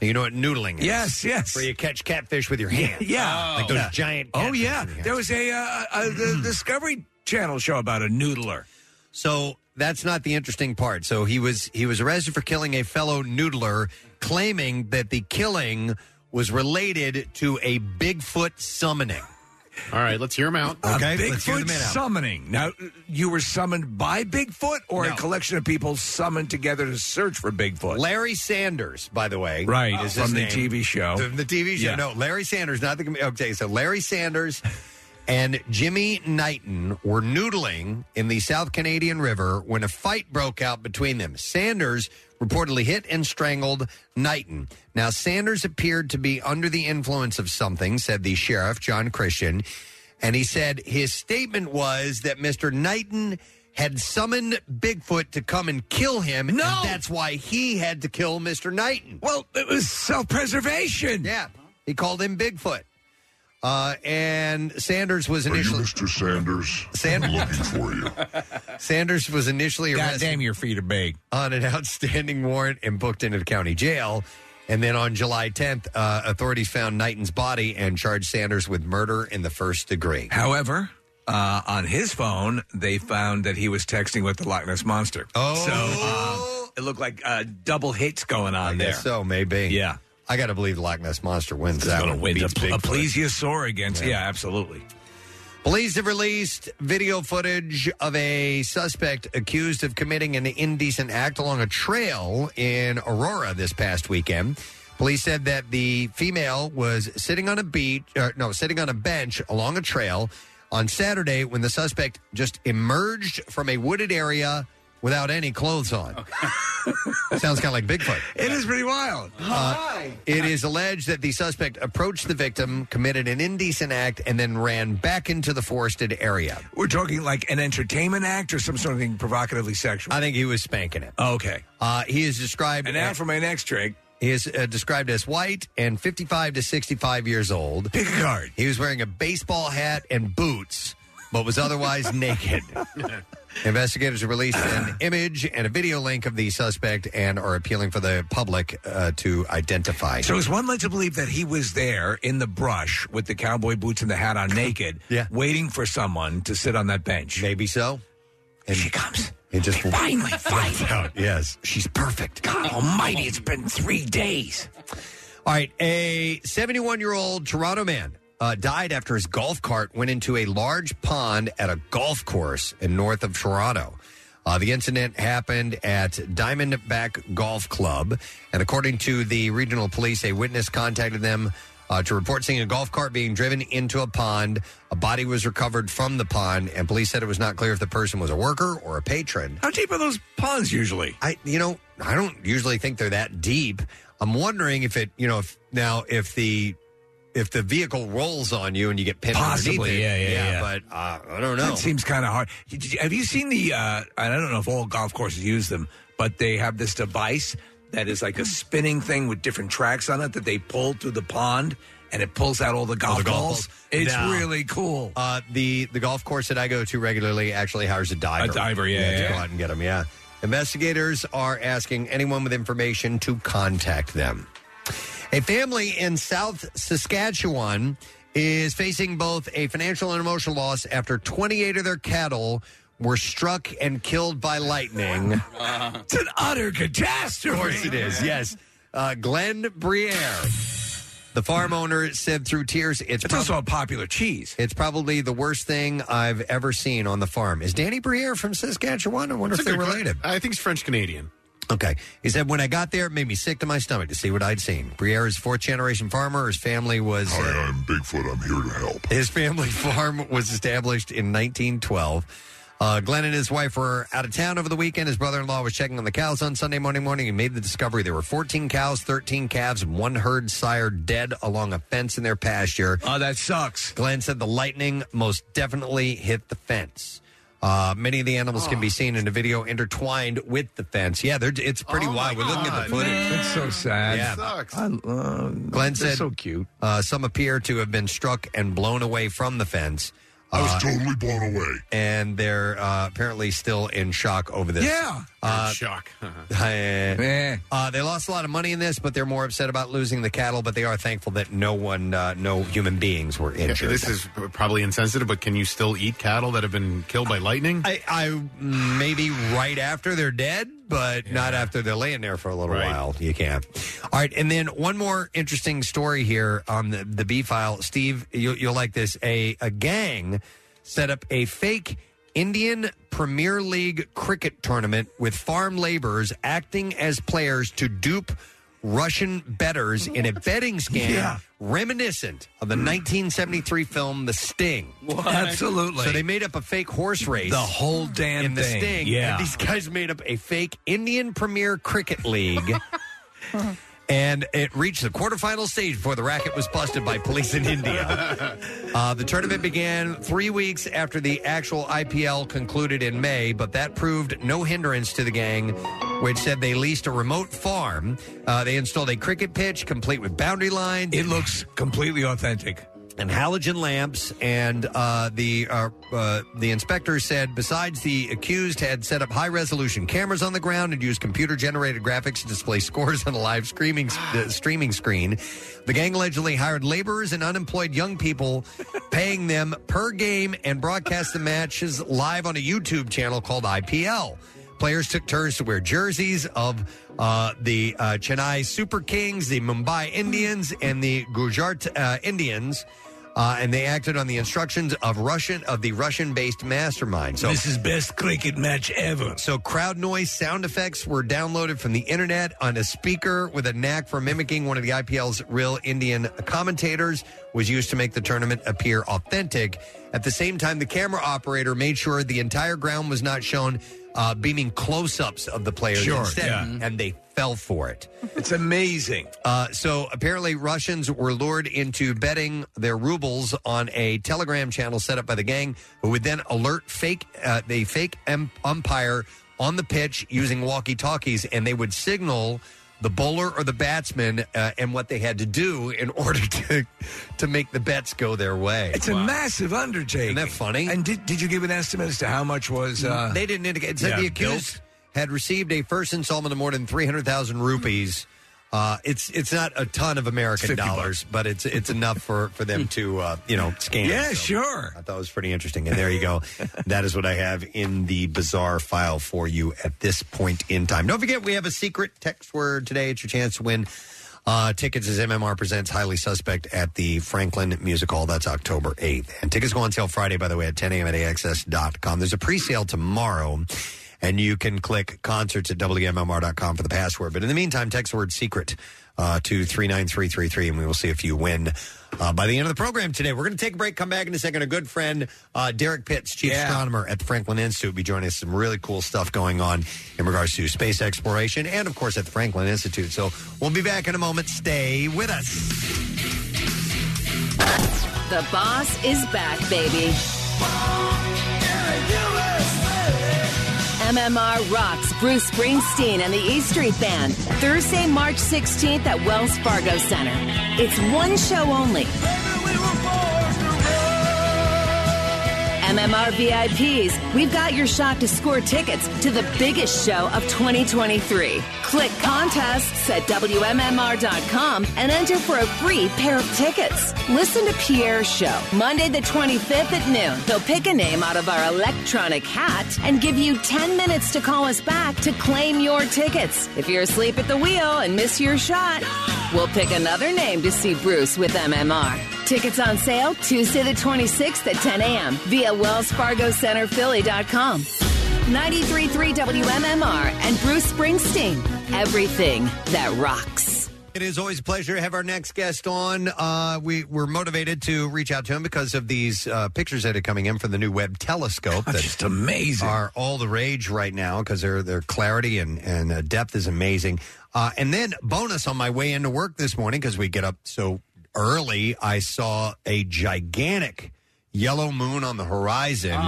You know what noodling is? Yes, yes. Where you catch catfish with your hand. Yeah. Like those Yeah. giant Oh, catfish yeah. in your hand. There was a, uh, a Hmm. the Discovery Channel show about a noodler. So that's not the interesting part. So he was he was arrested for killing a fellow noodler, claiming that the killing was related to a Bigfoot summoning. All right, let's hear him out. Okay, A let's hear the Bigfoot man out. summoning. Now, you were summoned by Bigfoot or a collection of people summoned together to search for Bigfoot? Larry Sanders, by the way, Right, is from the his name. TV show. From the TV show. Yeah. No, Larry Sanders, not the. Okay, so Larry Sanders and Jimmy Knighton were noodling in the South Canadian River when a fight broke out between them. Sanders reportedly hit and strangled Knighton. Now, Sanders appeared to be under the influence of something, said the sheriff, John Christian. And he said his statement was that Mr. Knighton had summoned Bigfoot to come and kill him. No. And that's why he had to kill Mr. Knighton. Well, it was self preservation. Yeah. He called him Bigfoot. Uh, and Sanders was initially. Mr. Sanders. Sanders. for you. Sanders was initially God arrested damn, your feet are big. on an outstanding warrant and booked into the county jail. And then on July 10th, uh, authorities found Knighton's body and charged Sanders with murder in the first degree. However, uh, on his phone, they found that he was texting with the Loch Ness monster. Oh. so uh, it looked like uh, double hits going on I there. guess so, maybe. Yeah. I got to believe the Loch Ness Monster wins It's that gonna one. win. Beats A pl- a Bigfoot. plesiosaur against. Yeah, absolutely. Police have released video footage of a suspect accused of committing an indecent act along a trail in Aurora this past weekend. Police said that the female was sitting on a beach, uh, no, sitting on a bench along a trail on Saturday when the suspect just emerged from a wooded area without any clothes on. Sounds kind of like Bigfoot. It is pretty wild. Hi. It is alleged that the suspect approached the victim, committed an indecent act, and then ran back into the forested area. We're talking like an entertainment act or some sort of thing provocatively sexual. I think he was spanking it. Okay. Uh, he is described. And now for my next trick. He is uh, described as white and 55 to 65 years old. Pick a card. He was wearing a baseball hat and boots, but was otherwise naked. Investigators released an image and a video link of the suspect and are appealing for the public uh, to identify. So is one led to believe that he was there in the brush with the cowboy boots and the hat on naked, Yeah. waiting for someone to sit on that bench. Maybe so. And she comes. It just finally finds out. Yes. She's perfect. God almighty, it's been three days. All right, a 71 year old Toronto man uh, died after his golf cart went into a large pond at a golf course in north of Toronto. Uh, the incident happened at Diamondback Golf Club, and according to the regional police, a witness contacted them uh, to report seeing a golf cart being driven into a pond. A body was recovered from the pond, and police said it was not clear if the person was a worker or a patron. How deep are those ponds usually? I, you know, I don't usually think they're that deep. I'm wondering if it, you know, if now if the if the vehicle rolls on you and you get pinned Possibly, underneath it, yeah, yeah, yeah. But uh, I don't know. That seems kind of hard. Did you- Have you seen the? Uh, I don't know if all golf courses use them, but they have this device that is Hmm. like a spinning thing with different tracks on it that they pull through the pond, and it pulls out all the golf, golf balls. balls. It's No. really cool. Uh, the the golf course that I go to regularly actually hires a diver. A diver, yeah, to yeah. go out and get them. Yeah, investigators are asking anyone with information to contact them. A family in South Saskatchewan is facing both a financial and emotional loss after 28 of their cattle were struck and killed by lightning. Uh-huh. it's an utter catastrophe. Of course it is. Yes, uh, Glenn Briere. The farm owner said through tears, "It's, also a popular cheese. It's probably the worst thing I've ever seen on the farm." Is Danny Briere from Saskatchewan? I wonder That's if a they're good que- related. I think he's French Canadian. Okay. He said, when I got there, it made me sick to my stomach to see what I'd seen. Briere is a fourth generation farmer. His family was. uh, Hi, I'm Bigfoot. I'm here to help. His family farm was established in 1912. Uh, Glenn and his wife were out of town over the weekend. His brother in law was checking on the cows on Sunday morning morning and made the discovery there were 14 cows, 13 calves, and one herd sire dead along a fence in their pasture. Oh, that sucks. Glenn said the lightning most definitely hit the fence. Uh, many of the animals Ah. can be seen in a video intertwined with the fence. Yeah, they're, it's Oh pretty wild. We're looking at the footage. It's so sad. Yeah. sucks. I, uh, Glenn they're said, so cute. Uh, some appear to have been struck and blown away from the fence. I was totally blown away. And they're uh, apparently still in shock over this. Yeah. Uh, shock. uh, uh, they lost a lot of money in this, but they're more upset about losing the cattle. But they are thankful that no one, uh, no human beings were injured. This is probably insensitive, but can you still eat cattle that have been killed by lightning? I, I maybe right after they're dead, but not after they're laying there for a little while. You can't. All right, and then one more interesting story here on the, the B file. Steve, you, you'll like this. A a gang set up a fake Indian Premier League cricket tournament with farm laborers acting as players to dupe Russian betters in a betting scam Yeah. reminiscent of the 1973 film The Sting. What? Absolutely. So they made up a fake horse race. The whole damn in the thing. Sting. Yeah. And these guys made up a fake Indian Premier Cricket League. And it reached the quarterfinal stage before the racket was busted by police in India. Uh, the tournament began three weeks after the actual IPL concluded in May, but that proved no hindrance to the gang, which said they leased a remote farm. Uh, they installed a cricket pitch complete with boundary lines. It looks completely authentic. and halogen lamps. And uh, the uh, uh, the inspector said, besides the accused had set up high resolution cameras on the ground and used computer generated graphics to display scores on a live streaming uh, streaming screen. The gang allegedly hired laborers and unemployed young people, paying them per game, and broadcast the matches live on a YouTube channel called IPL. Players took turns to wear jerseys of uh, the uh, Chennai Super Kings, the Mumbai Indians, and the Gujarat uh, Indians, uh, and they acted on the instructions of Russian of the Russian-based mastermind. So This is best cricket match ever. So crowd noise sound effects were downloaded from the internet on a speaker with a knack for mimicking one of the IPL's real Indian commentators was used to make the tournament appear authentic. At the same time, the camera operator made sure the entire ground was not shown, uh, beaming close-ups of the players Sure, instead, yeah. and they fell for it. It's amazing. Uh, so apparently, Russians were lured into betting their rubles on a Telegram channel set up by the gang, who would then alert fake uh, the fake um, umpire on the pitch using walkie talkies, and they would signal the bowler or the batsman uh, and what they had to do in order to to make the bets go their way. It's a massive undertaking. Isn't that funny? Mm, And did, did you give an estimate as to how much was? Uh, they didn't indicate. It said the accused had received a first installment of more than three hundred thousand rupees. Uh, it's it's not a ton of American dollars, but it's it's enough for, for them to uh, you know scan. Yeah, sure. I thought it was pretty interesting, and there you go. that is what I have in the bizarre file for you at this point in time. Don't forget, we have a secret text word today. It's your chance to win. Uh, tickets as MMR presents Highly Suspect at the Franklin Music Hall. That's October 8th. And tickets go on sale Friday, by the way, at 10 a.m. at AXS.com. There's a pre sale tomorrow, and you can click concerts at WMMR.com for the password. But in the meantime, text the word secret uh, to 39333, and we will see if you win uh, by the end of the program today. We're going to take a break, come back in a second. A good friend, uh, Derek Pitts, chief astronomer at the Franklin Institute, will be joining us. Some really cool stuff going on in regards to space exploration and, of course, at the Franklin Institute. So we'll be back in a moment. Stay with us. The boss is back, baby. MMR rocks Bruce Springsteen and the E Street Band Thursday, March 16th at Wells Fargo Center. It's one show only. MMR VIPs, we've got your shot to score tickets to the biggest show of 2023. Click contests at WMMR.com and enter for a free pair of tickets. Listen to Pierre's show Monday, the 25th at noon. He'll pick a name out of our electronic hat and give you 10 minutes to call us back to claim your tickets. If you're asleep at the wheel and miss your shot, we'll pick another name to see Bruce with MMR. Tickets on sale Tuesday the 26th at 10 a.m. via wellsfargocenterphilly.com. 93.3 WMMR and Bruce Springsteen. Everything that rocks. It is always a pleasure to have our next guest on. Uh, we were motivated to reach out to him because of these uh, pictures that are coming in from the new Webb telescope. That's just amazing. Are all the rage right now because their their clarity and and uh, depth is amazing. Uh, and then bonus on my way into work this morning because we get up so early, I saw a gigantic yellow moon on the horizon.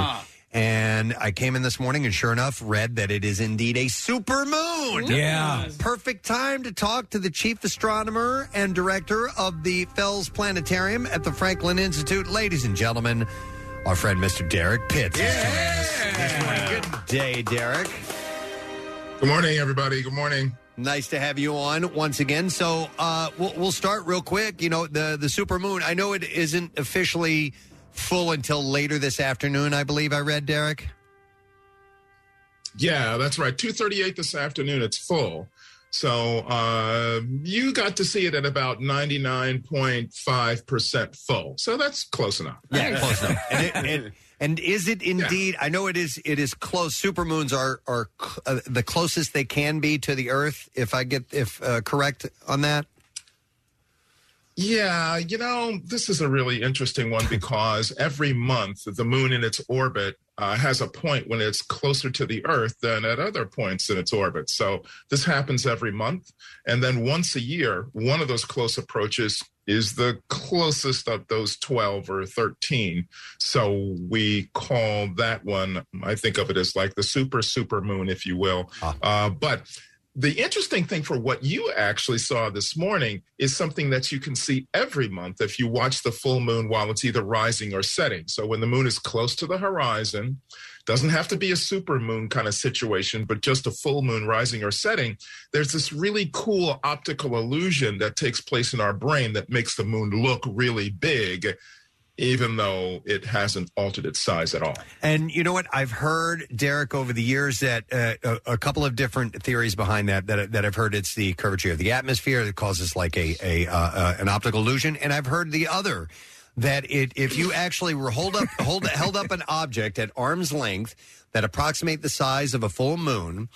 And I came in this morning and sure enough read that it is indeed a super moon. Yeah. Perfect time to talk to the chief astronomer and director of the Fells Planetarium at the Franklin Institute. Ladies and gentlemen, our friend Mr. Derek Pitts. is joining us this morning. Good day, Derek. Good morning, everybody. Good morning. Nice to have you on once again. So uh, we'll, we'll start real quick. You know, the, the super moon, I know it isn't officially full until later this afternoon, I believe I read, Derek. Yeah, that's right. 2:38 this afternoon. It's full. So uh, you got to see it at about 99.5 percent full. So that's close enough. Yeah, close enough. And, it, and, and is it indeed? I know it is. It is close. Supermoons are are cl- uh, the closest they can be to the Earth. If I get if uh, correct on that. Yeah, you know, this is a really interesting one because every month the moon in its orbit uh, has a point when it's closer to the Earth than at other points in its orbit. So this happens every month. And then once a year, one of those close approaches is the closest of those 12 or 13. So we call that one, I think of it as like the super, super moon, if you will. Uh, but The interesting thing for what you actually saw this morning is something that you can see every month if you watch the full moon while it's either rising or setting. So when the moon is close to the horizon, doesn't have to be a super moon kind of situation, but just a full moon rising or setting, there's this really cool optical illusion that takes place in our brain that makes the moon look really big, even though it hasn't altered its size at all. And you know what? I've heard Derek over the years that uh, a, a couple of different theories behind that, that that I've heard it's the curvature of the atmosphere that causes like a a uh, uh, an optical illusion, and I've heard the other that it if you actually were hold up hold held up an object at arm's length that approximate the size of a full moon.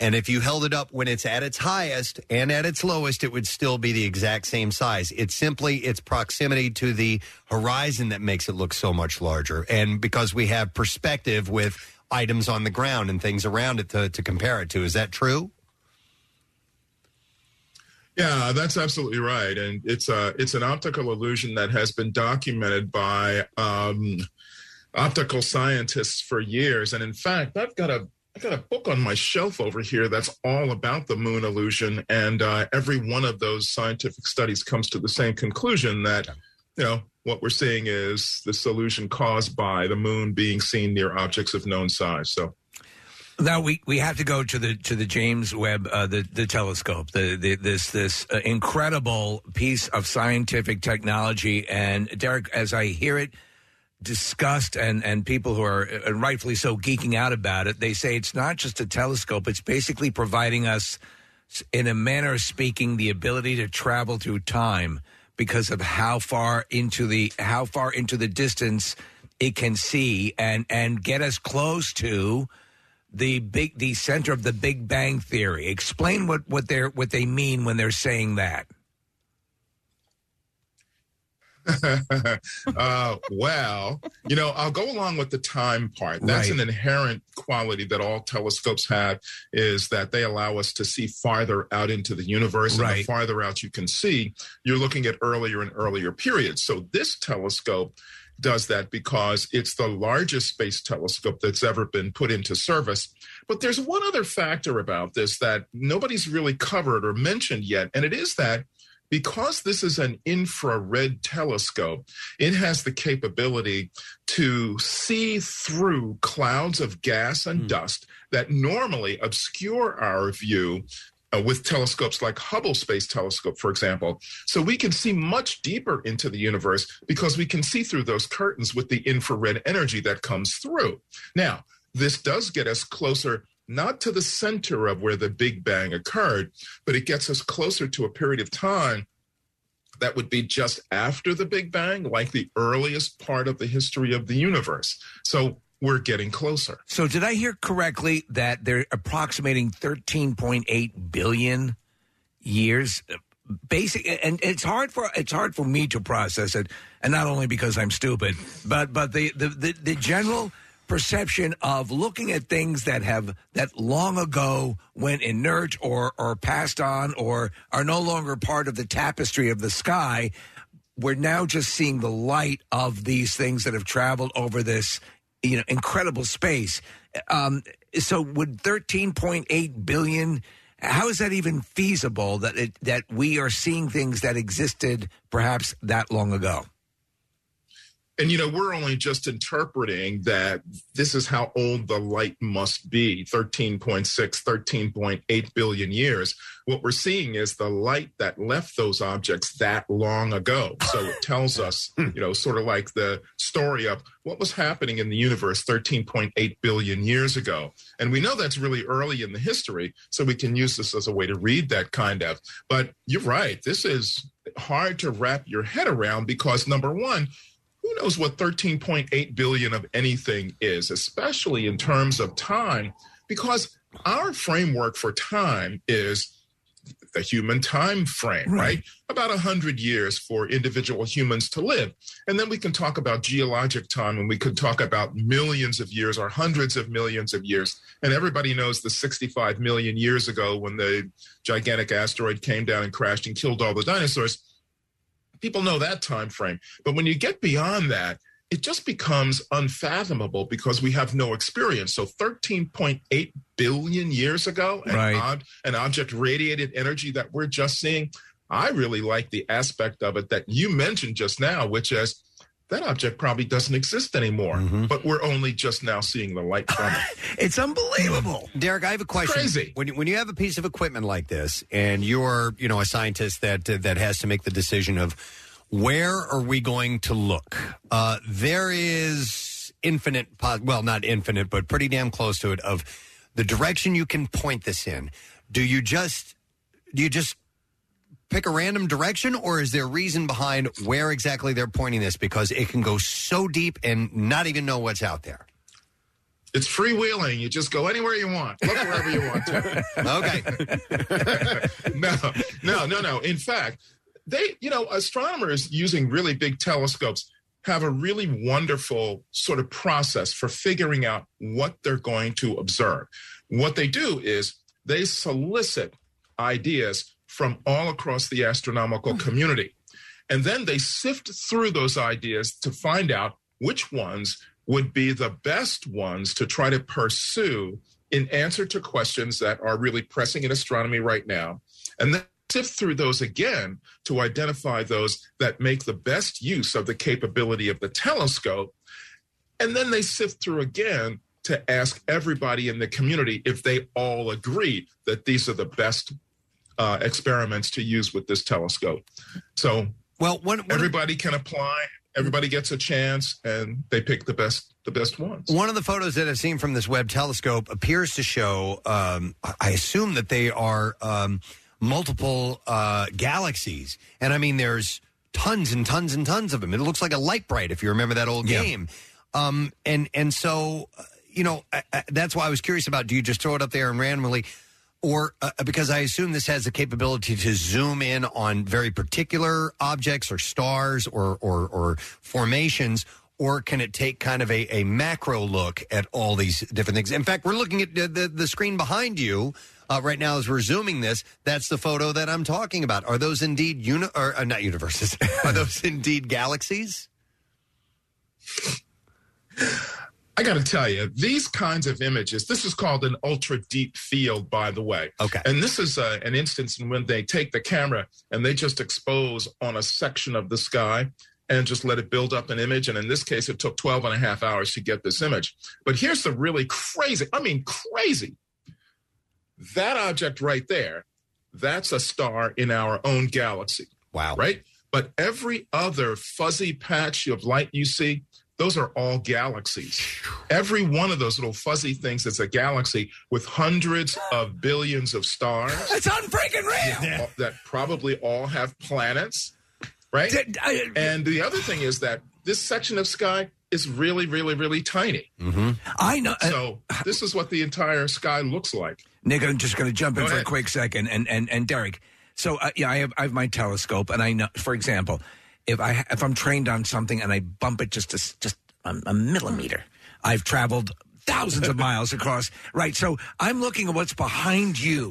And if you held it up when it's at its highest and at its lowest, it would still be the exact same size. It's simply its proximity to the horizon that makes it look so much larger. And because we have perspective with items on the ground and things around it to, to compare it to. Is that true? Yeah, that's absolutely right, and it's a it's an optical illusion that has been documented by um, optical scientists for years. And in fact, I've got a I got a book on my shelf over here that's all about the moon illusion, and uh, every one of those scientific studies comes to the same conclusion that you know what we're seeing is this illusion caused by the moon being seen near objects of known size. So Now we, we have to go to the to the James Webb uh, the the telescope the, the this this uh, incredible piece of scientific technology and Derek as I hear it discussed and and people who are uh, rightfully so geeking out about it they say it's not just a telescope it's basically providing us in a manner of speaking the ability to travel through time because of how far into the how far into the distance it can see and and get us close to the big the center of the Big Bang theory. Explain what what they're what they mean when they're saying that. uh, well, you know, I'll go along with the time part. That's Right. an inherent quality that all telescopes have is that they allow us to see farther out into the universe. And the Right. farther out you can see, you're looking at earlier and earlier periods. So this telescope does that because it's the largest space telescope that's ever been put into service. But there's one other factor about this that nobody's really covered or mentioned yet, and it is that because this is an infrared telescope, it has the capability to see through clouds of gas and dust that normally obscure our view. uh, with telescopes like Hubble Space Telescope, for example. So we can see much deeper into the universe because we can see through those curtains with the infrared energy that comes through. Now, this does get us closer not to the center of where the Big Bang occurred, but it gets us closer to a period of time that would be just after the Big Bang, like the earliest part of the history of the universe. So we're getting closer. So did I hear correctly that they're approximating 13.8 billion years? Basic, and it's hard for it's hard for me to process it, and not only because I'm stupid, but but the the, the, the general perception of looking at things that have that long ago went inert or or passed on or are no longer part of the tapestry of the sky we're now just seeing the light of these things that have traveled over this you know incredible space um, so would 13.8 billion how is that even feasible that it, that we are seeing things that existed perhaps that long ago and you know we're only just interpreting that this is how old the light must be 13.6 13.8 billion years what we're seeing is the light that left those objects that long ago so it tells us you know sort of like the story of what was happening in the universe 13.8 billion years ago and we know that's really early in the history so we can use this as a way to read that kind of but you're right this is hard to wrap your head around because number one who knows what 13.8 billion of anything is, especially in terms of time, because our framework for time is the human time frame, right? About 100 years for individual humans to live. And then we can talk about geologic time and we could talk about millions of years or hundreds of millions of years. And everybody knows the 65 million years ago when the gigantic asteroid came down and crashed and killed all the dinosaurs people know that time frame but when you get beyond that it just becomes unfathomable because we have no experience. So 13.8 billion years ago, an, Right. ob- an object radiated energy that we're just seeing. I really like the aspect of it that you mentioned just now, which is that object probably doesn't exist anymore, but we're only just now seeing the light from it. Mm-hmm. it's unbelievable. Derek, I have a question. Crazy. When you- when you have a piece of equipment like this, and you're you know a scientist that that has to make the decision of where are we going to look, uh, there is infinite, pos- well, not infinite, but pretty damn close to it of the direction you can point this in. Do you just do you just pick a random direction, or is there reason behind where exactly they're pointing this? Because it can go so deep and not even know what's out there. It's freewheeling. You just go anywhere you want. Look wherever you want to. okay. no, no, no, no. In fact, they, you know, astronomers using really big telescopes have a really wonderful sort of process for figuring out what they're going to observe. What they do is they solicit ideas from all across the astronomical community. And then they sift through those ideas to find out which ones would be the best ones to try to pursue in answer to questions that are really pressing in astronomy right now. And then sift through those again to identify those that make the best use of the capability of the telescope. And then they sift through again to ask everybody in the community if they all agree that these are the best uh, experiments to use with this telescope. So, well, everybody can apply, everybody gets a chance, and they pick the best the best ones. One of the photos that I've seen from this Webb telescope appears to show, um, I- I assume that they are um, multiple uh, galaxies. And I mean, there's tons and tons and tons of them. It looks like a light bright, if you remember that old Yeah. game. Um, and, and so, uh, you know, I, I, that's why I was curious about do you just throw it up there and randomly? Or uh, because I assume this has the capability to zoom in on very particular objects or stars or, or, or formations, or can it take kind of a, a macro look at all these different things? In fact, we're looking at the, the, the screen behind you uh, right now as we're zooming this. That's the photo that I'm talking about. Are those indeed uni- or, uh, not universes? Are those indeed galaxies? I got to tell you, these kinds of images, this is called an ultra deep field, by the way. Okay. And this is uh, an instance in when they take the camera and they just expose on a section of the sky and just let it build up an image. And in this case, it took 12 and a half hours to get this image. But here's the really crazy, I mean, crazy. That object right there, that's a star in our own galaxy. Wow. Right? But every other fuzzy patch of light you see, those are all galaxies. Every one of those little fuzzy things is a galaxy with hundreds of billions of stars. It's unfreaking real. That, that probably all have planets, right? and the other thing is that this section of sky is really, really, really tiny. Mm-hmm. I know. uh, So this is what the entire sky looks like. Nick, I'm just going to jump in Go for ahead. a quick second, and and and Derek. So uh, yeah, I have I have my telescope, and I know, for example, if I ha- if I'm trained on something and I bump it just a, s- just a, a millimeter, I've traveled thousands of miles across. Right, so I'm looking at what's behind you,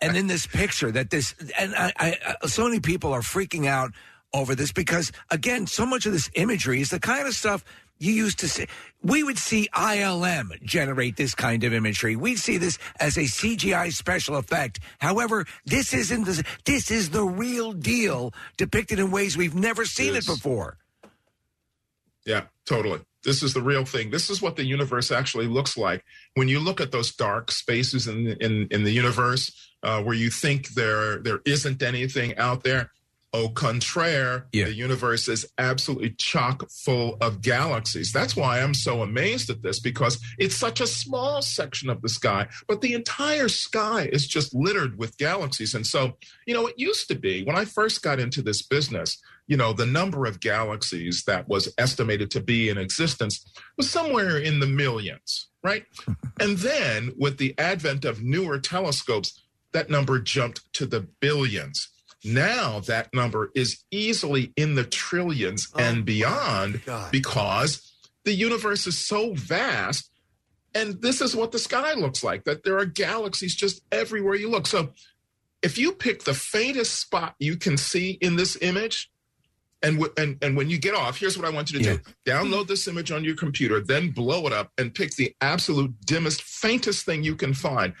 and in this picture that this and I, I I- so many people are freaking out over this because again, so much of this imagery is the kind of stuff you used to see we would see ilm generate this kind of imagery we see this as a cgi special effect however this isn't this, this is the real deal depicted in ways we've never seen it before Yeah, totally. This is the real thing. This is what the universe actually looks like. When you look at those dark spaces in in, in the universe, uh, where you think there there isn't anything out there, au contraire, the universe is absolutely chock full of galaxies. That's why I'm so amazed at this because it's such a small section of the sky, but the entire sky is just littered with galaxies. And so, you know, it used to be when I first got into this business, you know, the number of galaxies that was estimated to be in existence was somewhere in the millions, right? and then with the advent of newer telescopes, that number jumped to the billions. Now that number is easily in the trillions and beyond because the universe is so vast and this is what the sky looks like that there are galaxies just everywhere you look. So if you pick the faintest spot you can see in this image, And, w- and and when you get off, here's what I want you to do: download this image on your computer, then blow it up and pick the absolute dimmest, faintest thing you can find.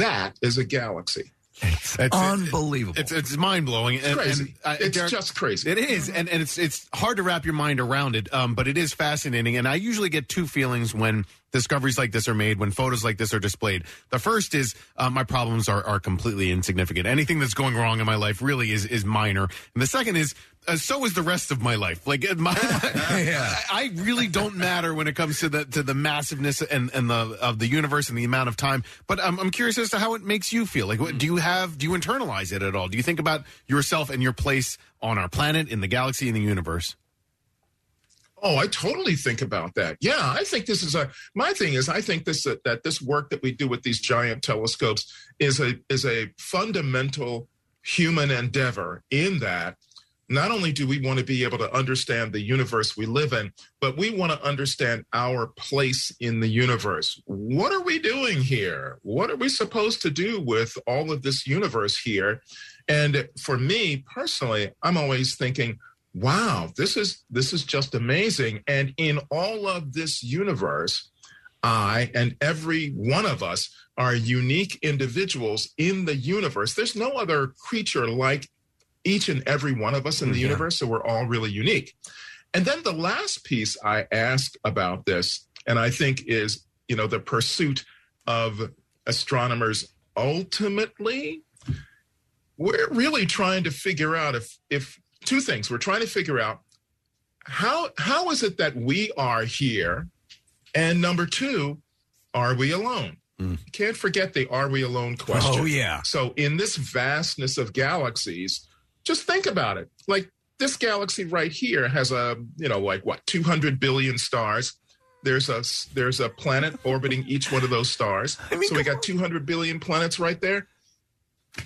That is a galaxy. That's unbelievable. It's, it's mind blowing. It's crazy. It's just crazy. uh, It is, and, and it's it's hard to wrap your mind around it. Um, but it is fascinating. And I usually get two feelings when discoveries like this are made, when photos like this are displayed. The first is uh, my problems are are completely insignificant. Anything that's going wrong in my life really is is minor. And the second is. Uh, so is the rest of my life. Like uh, my, I, I really don't matter when it comes to the to the massiveness and, and the of the universe and the amount of time. But I'm, I'm curious as to how it makes you feel. Like, what, do you have? Do you internalize it at all? Do you think about yourself and your place on our planet, in the galaxy, in the universe? Oh, I totally think about that. Yeah, I think this is a my thing is I think this that, that this work that we do with these giant telescopes is a is a fundamental human endeavor in that not only do we want to be able to understand the universe we live in, but we want to understand our place in the universe. What are we doing here? What are we supposed to do with all of this universe here? And for me personally, I'm always thinking, wow, this is this is just amazing. And in all of this universe, I and every one of us are unique individuals in the universe. There's no other creature like each and every one of us in the yeah. universe. So we're all really unique. And then the last piece I ask about this, and I think is, you know, the pursuit of astronomers ultimately, we're really trying to figure out if, if two things, we're trying to figure out how, how is it that we are here? And number two, are we alone? Mm. Can't forget the are we alone question. Oh, yeah. So, in this vastness of galaxies, just think about it like this galaxy right here has a you know like what 200 billion stars there's a there's a planet orbiting each one of those stars I mean, so we got 200 billion planets right there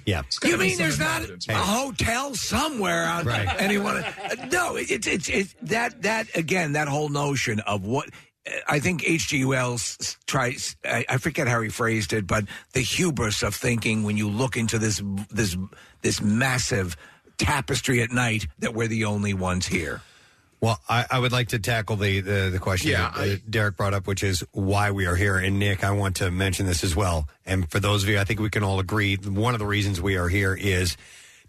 yeah you mean there's not a hotel somewhere out there Right. anyone no it's it's it's it's that that again that whole notion of what I think H.G. Wells s- tries. I, I forget how he phrased it, but the hubris of thinking when you look into this this this massive tapestry at night that we're the only ones here. Well, I, I would like to tackle the the, the question Yeah, that uh, Derek brought up, which is why we are here. And Nick, I want to mention this as well. And for those of you, I think we can all agree one of the reasons we are here is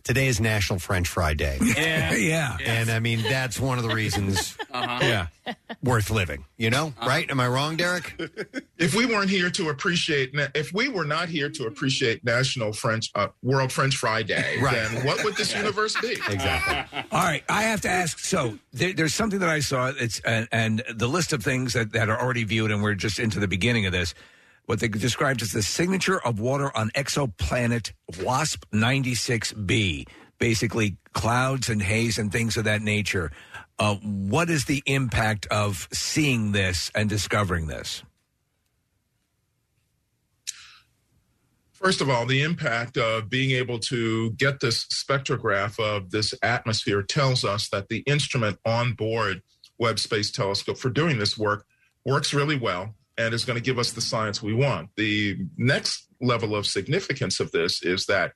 today is National French Fry Day. Yeah, yeah. And I mean, that's one of the reasons Yeah. worth living. You know, right? Am I wrong, Derek? Uh-huh. if we weren't here to appreciate na- if we were not here to appreciate national french uh, world french fry day Right. then what would this universe be Exactly. All right, I have to ask. So there, there's something that I saw. It's and, and the list of things that, that are already viewed, and we're just into the beginning of this. What they described as the signature of water on exoplanet WASP 96b, basically clouds and haze and things of that nature. Uh, what is the impact of seeing this and discovering this? First of all, the impact of being able to get this spectrograph of this atmosphere tells us that the instrument on board Webb Space Telescope for doing this work works really well and is going to give us the science we want. The next level of significance of this is that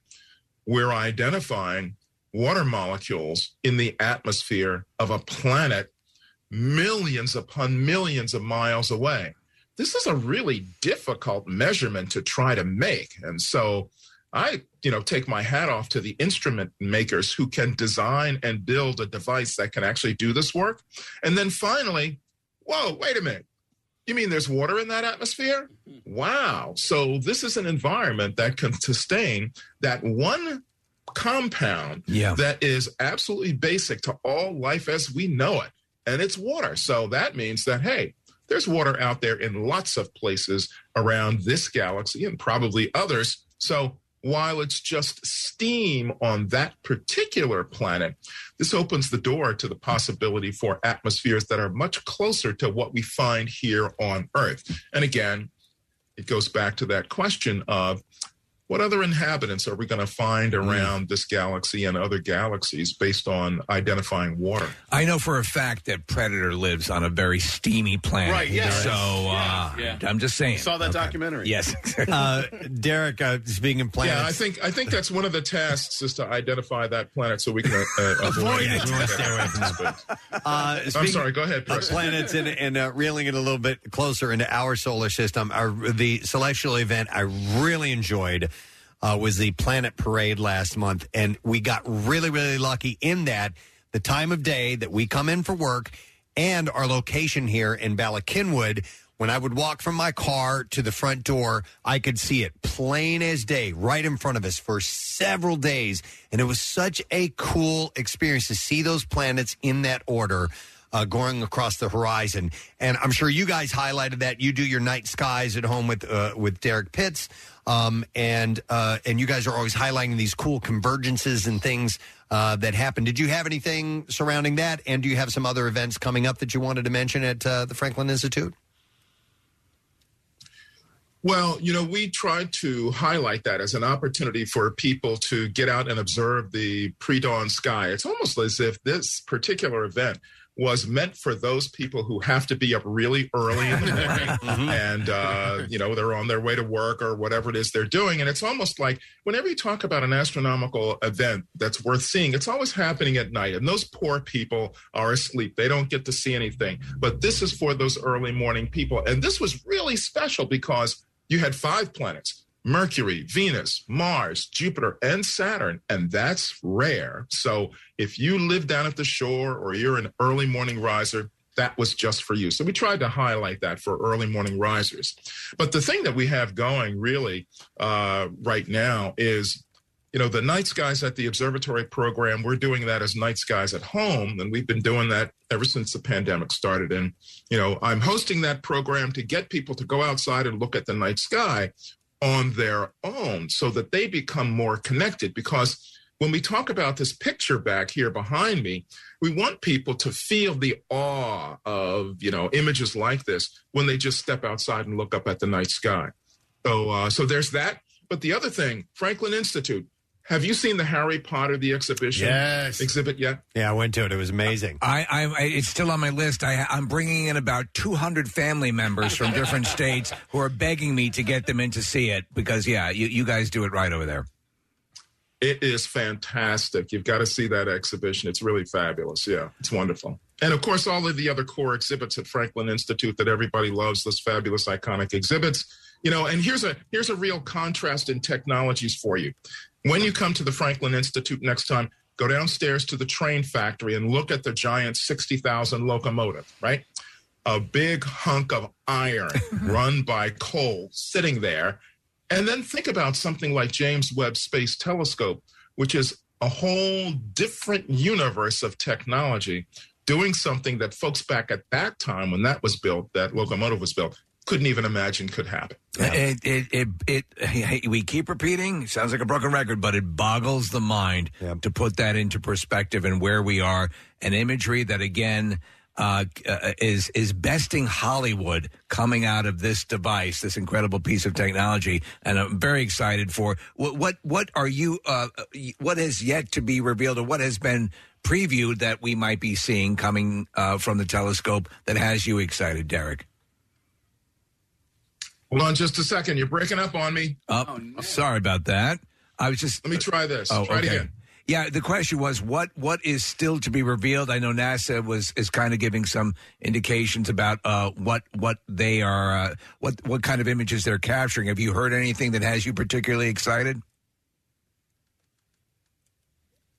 we're identifying water molecules in the atmosphere of a planet millions upon millions of miles away. This is a really difficult measurement to try to make. And so I, you know, take my hat off to the instrument makers who can design and build a device that can actually do this work. And then finally, whoa, wait a minute. You mean there's water in that atmosphere? Wow. So this is an environment that can sustain that one compound Yeah. that is absolutely basic to all life as we know it, and it's water. So that means that, hey, there's water out there in lots of places around this galaxy and probably others. So while it's just steam on that particular planet, this opens the door to the possibility for atmospheres that are much closer to what we find here on Earth. And again, it goes back to that question of what other inhabitants are we going to find around this galaxy and other galaxies based on identifying water? I know for a fact that Predator lives on a very steamy planet. Right, yes. So uh, Yes, I'm just saying. Saw that documentary. Yes. Derek, uh, speaking of planets, Yeah, I think I think that's one of the tasks is to identify that planet so we can uh, uh, Avoid avoid it. it. Uh, I'm speaking sorry. Go ahead. Of Preston. planets and, and uh, reeling it a little bit closer into our solar system. Our, the celestial event I really enjoyed uh, was the Planet Parade last month, and we got really, really lucky in that the time of day that we come in for work and our location here in Ballackinwood. When I would walk from my car to the front door, I could see it plain as day right in front of us for several days. And it was such a cool experience to see those planets in that order uh, going across the horizon. And I'm sure you guys highlighted that. You do your night skies at home with uh, with Derek Pitts, um, and uh, and you guys are always highlighting these cool convergences and things uh, that happen. Did you have anything surrounding that? And do you have some other events coming up that you wanted to mention at uh, the Franklin Institute? Well, you know, we tried to highlight that as an opportunity for people to get out and observe the pre dawn sky. It's almost as if this particular event was meant for those people who have to be up really early in the morning and, uh, you know, they're on their way to work or whatever it is they're doing. And it's almost like whenever you talk about an astronomical event that's worth seeing, it's always happening at night. And those poor people are asleep. They don't get to see anything. But this is for those early morning people. And this was really special because you had five planets Mercury, Venus, Mars, Jupiter, and Saturn. And that's rare. So if you live down at the shore or you're an early morning riser, that was just for you. So we tried to highlight that for early morning risers. But the thing that we have going really uh, right now is you know, the night skies at the observatory program, we're doing that as night skies at home. And we've been doing that ever since the pandemic started. And, you know, I'm hosting that program to get people to go outside and look at the night sky on their own so that they become more connected. Because when we talk about this picture back here behind me, we want people to feel the awe of, you know, images like this when they just step outside and look up at the night sky. So, uh, so there's that. But the other thing, Franklin Institute. Have you seen the Harry Potter the exhibition Yes. exhibit yet? Yeah, I went to it. It was amazing. I, I, I it's still on my list. I, I'm bringing in about 200 family members from different states who are begging me to get them in to see it because yeah, you, you guys do it right over there. It is fantastic. You've got to see that exhibition. It's really fabulous. Yeah, it's wonderful. And of course, all of the other core exhibits at Franklin Institute that everybody loves, those fabulous, iconic exhibits. You know, and here's a here's a real contrast in technologies for you. When you come to the Franklin Institute next time, go downstairs to the train factory and look at the giant 60,000 locomotive, right? a big hunk of iron run by coal sitting there. And then think about something like James Webb Space Telescope, which is a whole different universe of technology doing something that folks back at that time when that was built, that locomotive was built, couldn't even imagine could happen. It, it, it, it, we keep repeating, it sounds like a broken record, but it boggles the mind to put that into perspective and where we are. An imagery that, again, uh, uh, is is besting Hollywood coming out of this device, this incredible piece of technology, and I'm very excited for what what what are you uh, what has yet to be revealed or what has been previewed that we might be seeing coming uh, from the telescope that has you excited, Derek. Hold on just a second. You're breaking up on me. Oh, sorry about that. I was just. Let me try this. Oh, try okay. it again. Yeah, the question was what what is still to be revealed. I know NASA was is kind of giving some indications about uh, what what they are uh, what what kind of images they're capturing. Have you heard anything that has you particularly excited?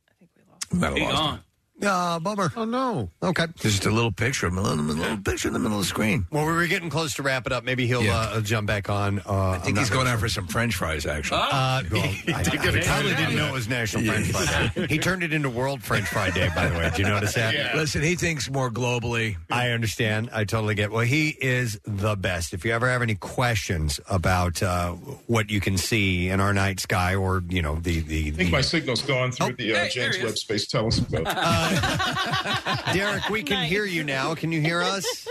I think we lost. Might have lost. him. Ah, bummer. Oh no. Okay. Just a little picture, a little, little picture in the middle of the screen. Well, we were getting close to wrap it up. Maybe he'll Yeah. uh, jump back on. Uh, I think he's going out for some French fries, actually. Uh, well, I, I Take advantage totally of didn't that. know it was National Yeah. French Fry Day. He turned it into World French Fry Day, by the way. Did you notice that? Listen, he thinks more globally. I understand. I totally get. Well, he is the best. If you ever have any questions about uh, what you can see in our night sky, or you know the the, I think the my signal's gone through the uh, James Webb Space Telescope. Derek, we can hear you now. Can you hear us?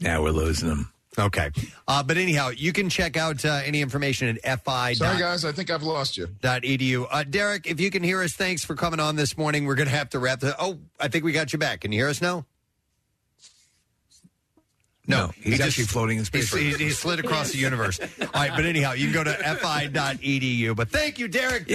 Now we're losing him. Okay. Uh, but anyhow, you can check out uh, any information at fi. Sorry, guys, I think I've lost you. Dot edu. Uh, Derek, if you can hear us, thanks for coming on this morning. We're going to have to wrap the. Oh, I think we got you back. Can you hear us now? No, he's actually floating in space. He's- He, he slid across the universe. All right, but anyhow, you can go to fi.edu. E But thank you, Derek.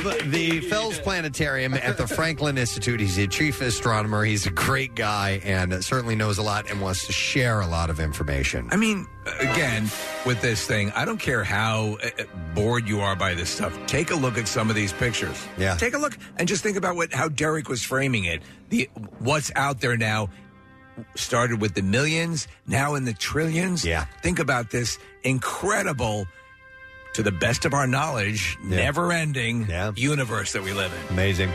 Of the Fells Planetarium at the Franklin Institute. He's a chief astronomer. He's a great guy and certainly knows a lot and wants to share a lot of information. I mean, again, with this thing, I don't care how uh, uh, bored you are by this stuff. Take a look at some of these pictures. Yeah. Take a look and just think about what how Derek was framing it. The what's out there now started with the millions, now in the trillions. Yeah. Think about this incredible to the best of our knowledge, never-ending universe that we live in. Amazing.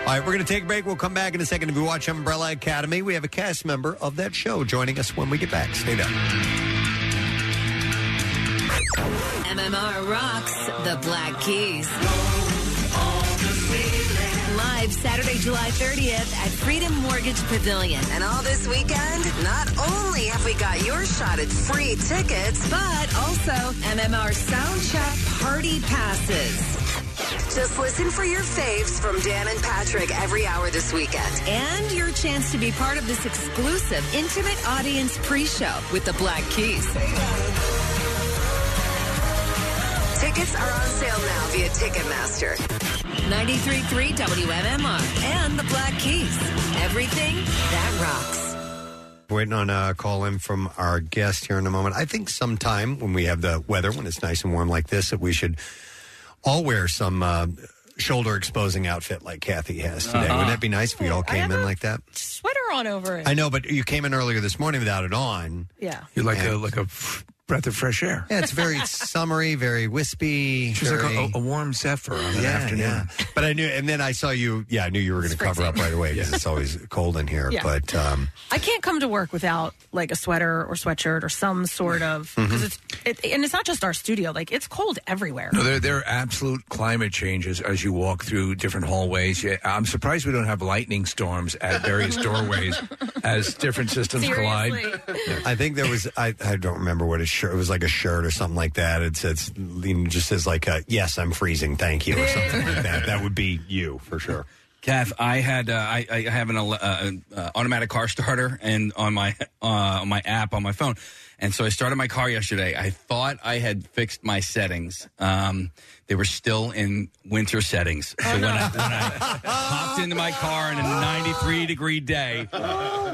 All right, we're going to take a break. We'll come back in a second. If you watch Umbrella Academy, we have a cast member of that show joining us when we get back. Stay there. MMR rocks the Black Keys. Live Saturday, July 30th at Freedom Mortgage Pavilion. And all this weekend, not only have we got your shot at free tickets, But also MMR Soundcheck Party Passes. just listen for your faves from Dan and Patrick every hour this weekend. And your chance to be part of this exclusive intimate audience pre-show with the Black Keys. Tickets are on sale now via Ticketmaster. 93.3 WMMR and the Black Keys. Everything that rocks. Waiting on a call in from our guest here in a moment. I think sometime when we have the weather, when it's nice and warm like this, that we should all wear some uh, shoulder exposing outfit like Kathy has today. Uh-huh. Wouldn't that be nice if we all I came have in a- like that? Sweater on over it. I know, but you came in earlier this morning without it on. Yeah. You're like a And- like a f- breath of fresh air. Yeah, it's very summery, very wispy. She's like a- very- a, a warm zephyr on an Yeah, afternoon. yeah. But I knew, and then I saw you. Yeah, I knew you were going to cover up right away because it's always cold in here. Yeah. But um, I can't come to work without like a sweater or sweatshirt or some sort of Mhm. because it's it, and it's not just our studio. Like it's cold everywhere. No, there, there are absolute climate changes as you walk through different hallways. Yeah, I'm surprised we don't have lightning storms at various doorways as different systems collide. I think there was I, I don't remember what a shirt it was like a shirt or something like that. It says you know, just says like uh yes I'm freezing thank you or something like that. That would be you for sure. Kath, I had uh, I, I have an ele- uh, uh, automatic car starter and on my uh, on my app on my phone, and so I started my car yesterday. I thought I had fixed my settings. Um, they were still in winter settings. Oh, So when I, when I hopped into my car on a 93 degree day,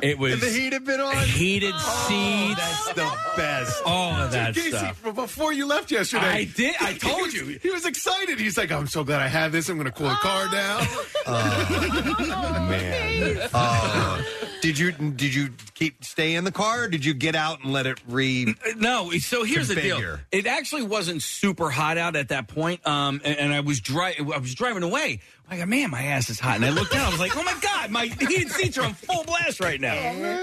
it was the heat had been on heated seats. That's the best. All of that Casey, stuff. b- before you left yesterday, I did. I told He was- you. he was excited. He's like, "I'm so glad I have this. I'm going to cool the car down." Uh. man. Oh. did you did you keep stay in the car? Or did you get out and let it re? No, so here's the deal. Configure. It actually wasn't super hot out at that point, um, and, and I was dri- I was driving away. I go, man, my ass is hot, and I looked down. I was like, oh my god, my heated seats are on full blast right now.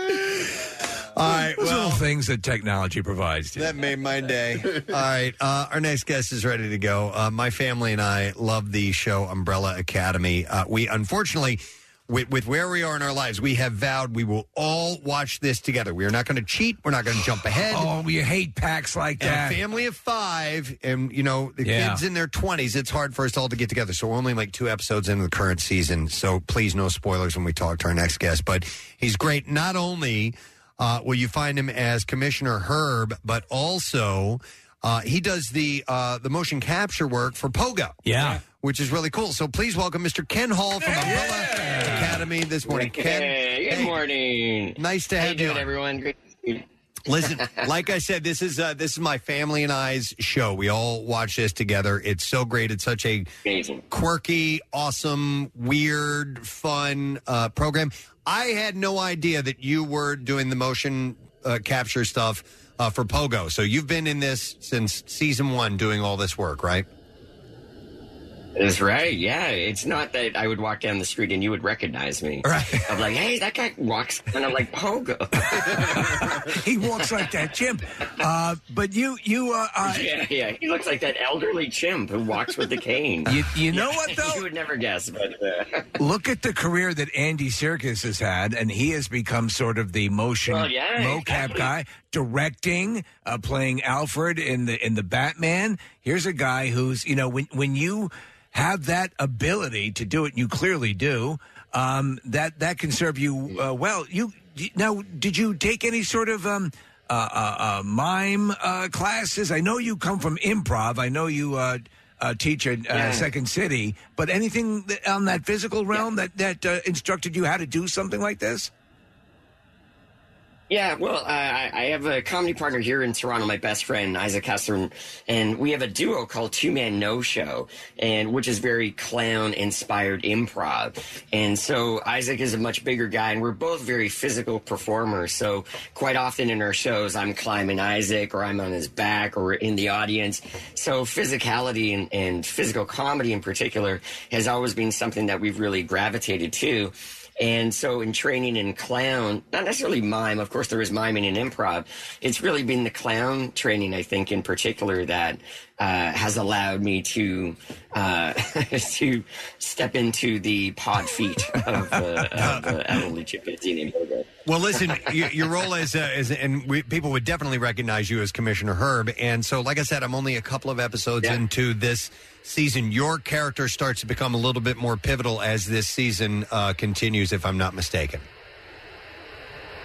All right, Those well- little things that technology provides. That made my day. All right. Uh, our next guest is ready to go. Uh, my family and I love the show Umbrella Academy. Uh, we unfortunately. With, with where we are in our lives, we have vowed we will all watch this together. We are not going to cheat. We're not going to jump ahead. Oh, we hate packs like And that. A family of five, and you know the Yeah. kids in their twenties. It's hard for us all to get together. So we're only like two episodes into the current season. So please, no spoilers when we talk to our next guest. But he's great. Not only uh, will you find him as Commissioner Herb, but also uh, he does the uh, the motion capture work for Pogo. Yeah. Which is really cool. So please welcome Mr. Ken Hall from Umbrella Academy this morning. Ken, Hey, good hey. morning. Nice to How have you you on. doing, everyone. Great. Listen, like I said, this is uh, this is my family and I's show. We all watch this together. It's so great. It's such a Amazing. quirky, awesome, weird, fun uh, program. I had no idea that you were doing the motion uh, capture stuff uh, for Pogo. So you've been in this since season one, doing all this work, right? That's right. Yeah, it's not that I would walk down the street and you would recognize me. Right. I'm like, hey, that guy walks, and I'm like, Pogo. he walks like that chimp. Uh, but you, you, uh, uh, yeah, yeah. He looks like that elderly chimp who walks with the cane. You- you know what, though? you would never guess, but uh, look at the career that Andy Serkis has had, and he has become sort of the motion Well, yeah, mocap exactly. guy, directing, uh, playing Alfred in the in the Batman. Here's a guy who's you know when when you have that ability to do it, you clearly do. Um, that that can serve you uh, well. You now did you take any sort of um, uh, uh, uh, mime uh, classes? I know you come from improv. I know you. Uh, uh, teach at uh, Yeah. Second City, but anything that, on that physical realm that that uh, instructed you how to do something like this? Yeah, well, uh, I I have a comedy partner here in Toronto, my best friend Isaac Hessler, and we have a duo called Two Man No Show, and which is very clown inspired improv. And so Isaac is a much bigger guy, and we're both very physical performers. So quite often in our shows, I'm climbing Isaac, or I'm on his back, or in the audience. So physicality and, and physical comedy in particular has always been something that we've really gravitated to. And so in training in clown, not necessarily mime, of course there is miming in improv. It's really been the clown training, I think, in particular that uh, has allowed me to uh, to step into the pod feet of, uh, of uh, elderly chimpanzee named Bogo. Well, listen, your, your role as, uh, as and we, people would definitely recognize you as Commissioner Herb. And so, like I said, I'm only a couple of episodes into this season. Your character starts to become a little bit more pivotal as this season uh, continues, if I'm not mistaken.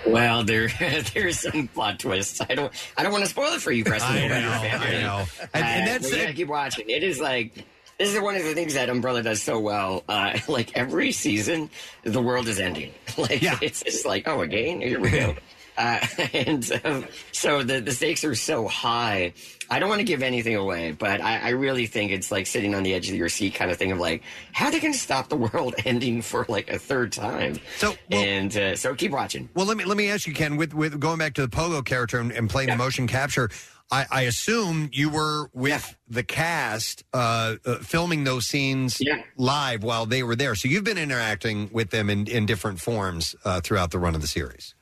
Well, there there's some plot twists. I don't I don't want to spoil it for you, Preston. I or your know, I family. know. Uh, And- and that's- well, you gotta keep watching. It is like this is one of the things that Umbrella does so well. Uh, like every season, the world is ending. Like it's it's like oh again here we go. Uh, and um, so the, the stakes are so high. I don't want to give anything away, but I, I really think it's like sitting on the edge of your seat kind of thing of like, how are they going to stop the world ending for like a third time? So, and uh, so keep watching. Well, let me let me ask you, Ken. With with going back to the Pogo character and, and playing the motion capture, I, I assume you were with the cast uh, uh, filming those scenes live while they were there. So you've been interacting with them in, in different forms uh, throughout the run of the series.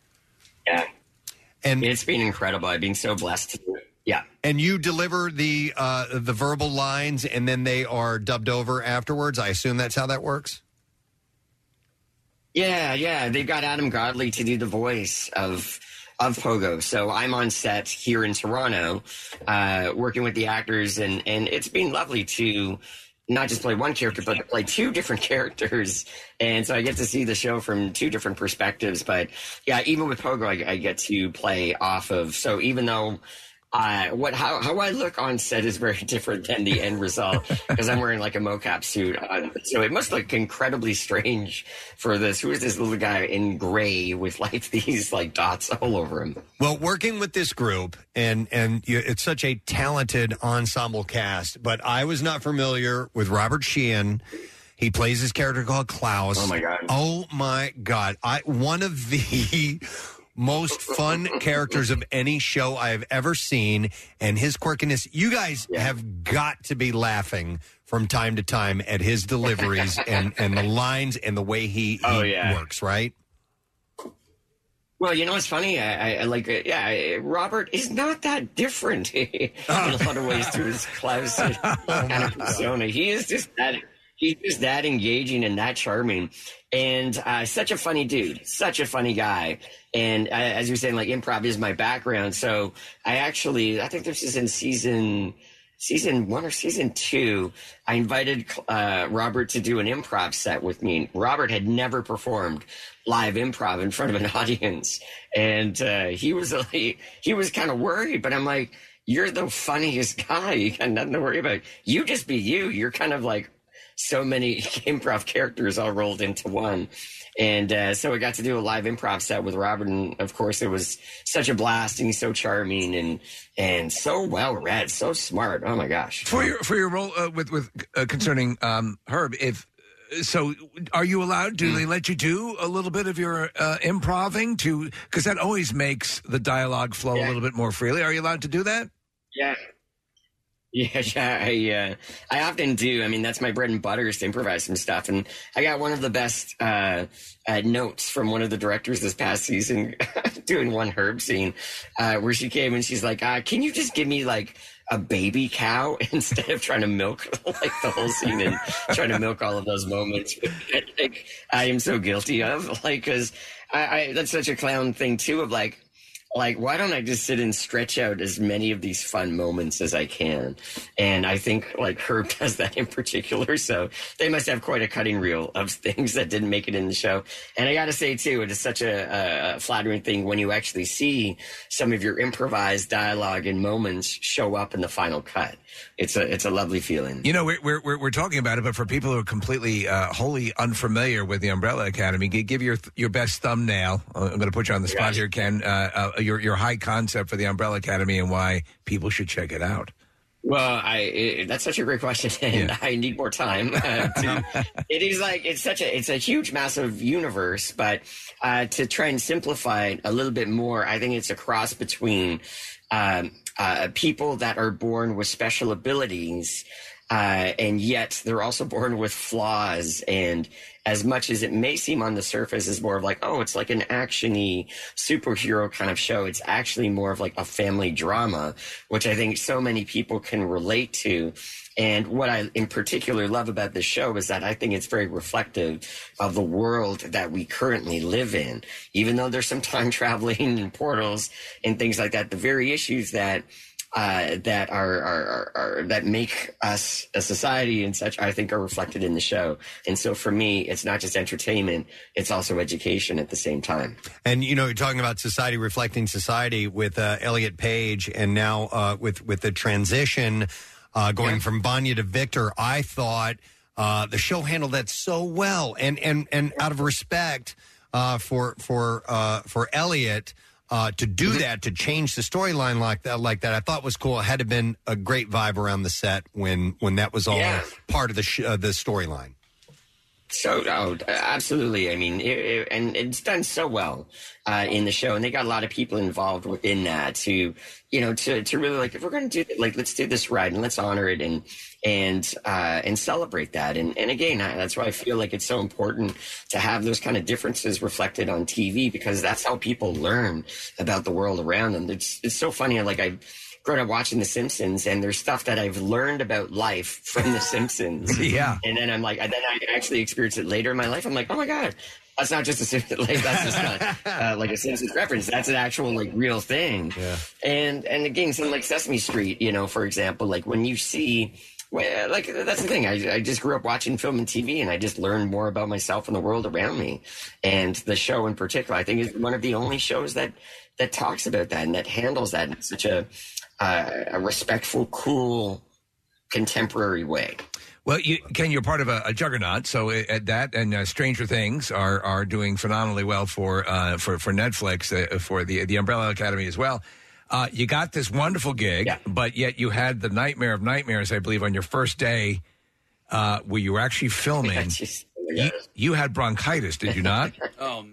Yeah. And it's been incredible. I've been so blessed. to do it. Yeah. And you deliver the uh, the verbal lines, and then they are dubbed over afterwards. I assume that's how that works. Yeah, yeah. They've got Adam Godley to do the voice of of Pogo. So I'm on set here in Toronto, uh, working with the actors and and it's been lovely to not just play one character, but to play two different characters. And so I get to see the show from two different perspectives. But yeah, even with Pogo, I, I get to play off of. So even though uh, what how how I look on set is very different than the end result because I'm wearing like a mocap suit, on, so it must look incredibly strange for this. Who is this little guy in gray with like these like dots all over him? Well, working with this group and and you, it's such a talented ensemble cast, but I was not familiar with Robert Sheehan. He plays this character called Klaus. Oh, my God. Oh my god! I one of the most fun characters of any show I have ever seen, and his quirkiness. You guys have got to be laughing from time to time at his deliveries and and the lines and the way he, he Oh, yeah. works. Right? Well, you know, it's funny. I, I- I like, uh, yeah, I- Robert is not that different in a lot of ways to his Klaus kind of persona. He is just that. He's just that engaging and that charming, and uh, such a funny dude, such a funny guy. And uh, as you're saying, like improv is my background, so I actually, I think this is in season season one or season two, I invited uh, Robert to do an improv set with me. Robert had never performed live improv in front of an audience, and uh, he was he, he was kind of worried. But I'm like, "You're the funniest guy. You got nothing to worry about. You just be you. You're kind of like so many improv characters all rolled into one." And uh, so I got to do a live improv set with Robert, and of course it was such a blast. And he's so charming and and so well read, so smart. Oh my gosh! for your for your role uh, with with uh, concerning um, Herb. If so, are you allowed? Do they let you do a little bit of your uh, improving to? Because that always makes the dialogue flow a little bit more freely. Are you allowed to do that? Yeah. Yeah, yeah, I, uh, I often do. I mean, that's my bread and butter is to improvise some stuff. And I got one of the best uh, uh, notes from one of the directors this past season doing one herb scene uh, where she came and she's like, uh, can you just give me like a baby cow instead of trying to milk like the whole scene and trying to milk all of those moments that, like, I am so guilty of. Like, cause I, I, that's such a clown thing too of like, like why don't i just sit and stretch out as many of these fun moments as i can and i think like herb does that in particular so they must have quite a cutting reel of things that didn't make it in the show and i gotta say too it is such a, a flattering thing when you actually see some of your improvised dialogue and moments show up in the final cut it's a it's a lovely feeling You know, we're, we're, we're, we're talking about it, but for people who are completely, uh, wholly unfamiliar with the Umbrella Academy, gi- give your your best thumbnail. Uh, I'm going to put you on the spot here, Ken. Uh, uh, your your high concept for the Umbrella Academy and why people should check it out. Well, I it, that's such a great question, and I need more time. Uh, to, it is like it's such a it's a huge, massive universe, but uh, to try and simplify it a little bit more, I think it's a cross between um, uh, people that are born with special abilities, uh, and yet they're also born with flaws and as much as it may seem on the surface is more of like oh it's like an actiony superhero kind of show it's actually more of like a family drama which i think so many people can relate to and what i in particular love about this show is that i think it's very reflective of the world that we currently live in even though there's some time traveling and portals and things like that the very issues that uh, that are, are, are, are that make us a society and such, I think are reflected in the show. And so for me, it's not just entertainment; it's also education at the same time. And you know, you're talking about society reflecting society with uh, Elliot Page, and now uh, with with the transition uh, going from Banya to Victor. I thought uh, the show handled that so well, and and and out of respect uh, for for uh, for Elliot. Uh, to do that to change the storyline like that like that I thought was cool. It had to been a great vibe around the set when when that was all Yeah. part of the sh- uh, the storyline. So, oh, absolutely. I mean, it, it, and it's done so well uh, in the show, and they got a lot of people involved in that to, you know, to, to really like, if we're going to do like, let's do this right and let's honor it and and uh, and celebrate that. And and again, I, that's why I feel like it's so important to have those kind of differences reflected on TV because that's how people learn about the world around them. It's it's so funny. Like I grown up watching The Simpsons, and there's stuff that I've learned about life from The Simpsons. Yeah. And then I'm like, and then I actually experience it later in my life. I'm like, oh my god, that's not just a Simpsons. Like, that's just not uh, like a Simpsons reference. That's an actual like real thing. Yeah. And and again, something like Sesame Street, you know, for example, like when you see. Well, like that's the thing. I, I just grew up watching film and TV, and I just learned more about myself and the world around me. And the show in particular, I think, is one of the only shows that that talks about that and that handles that in such a uh, a respectful, cool, contemporary way. Well, you, Ken, you're part of a, a juggernaut, so uh, at that and uh, Stranger Things are are doing phenomenally well for uh, for for Netflix uh, for the the Umbrella Academy as well. Uh, you got this wonderful gig, but yet you had the nightmare of nightmares, I believe, on your first day uh, where you were actually filming. you, you had bronchitis, did you not? Oh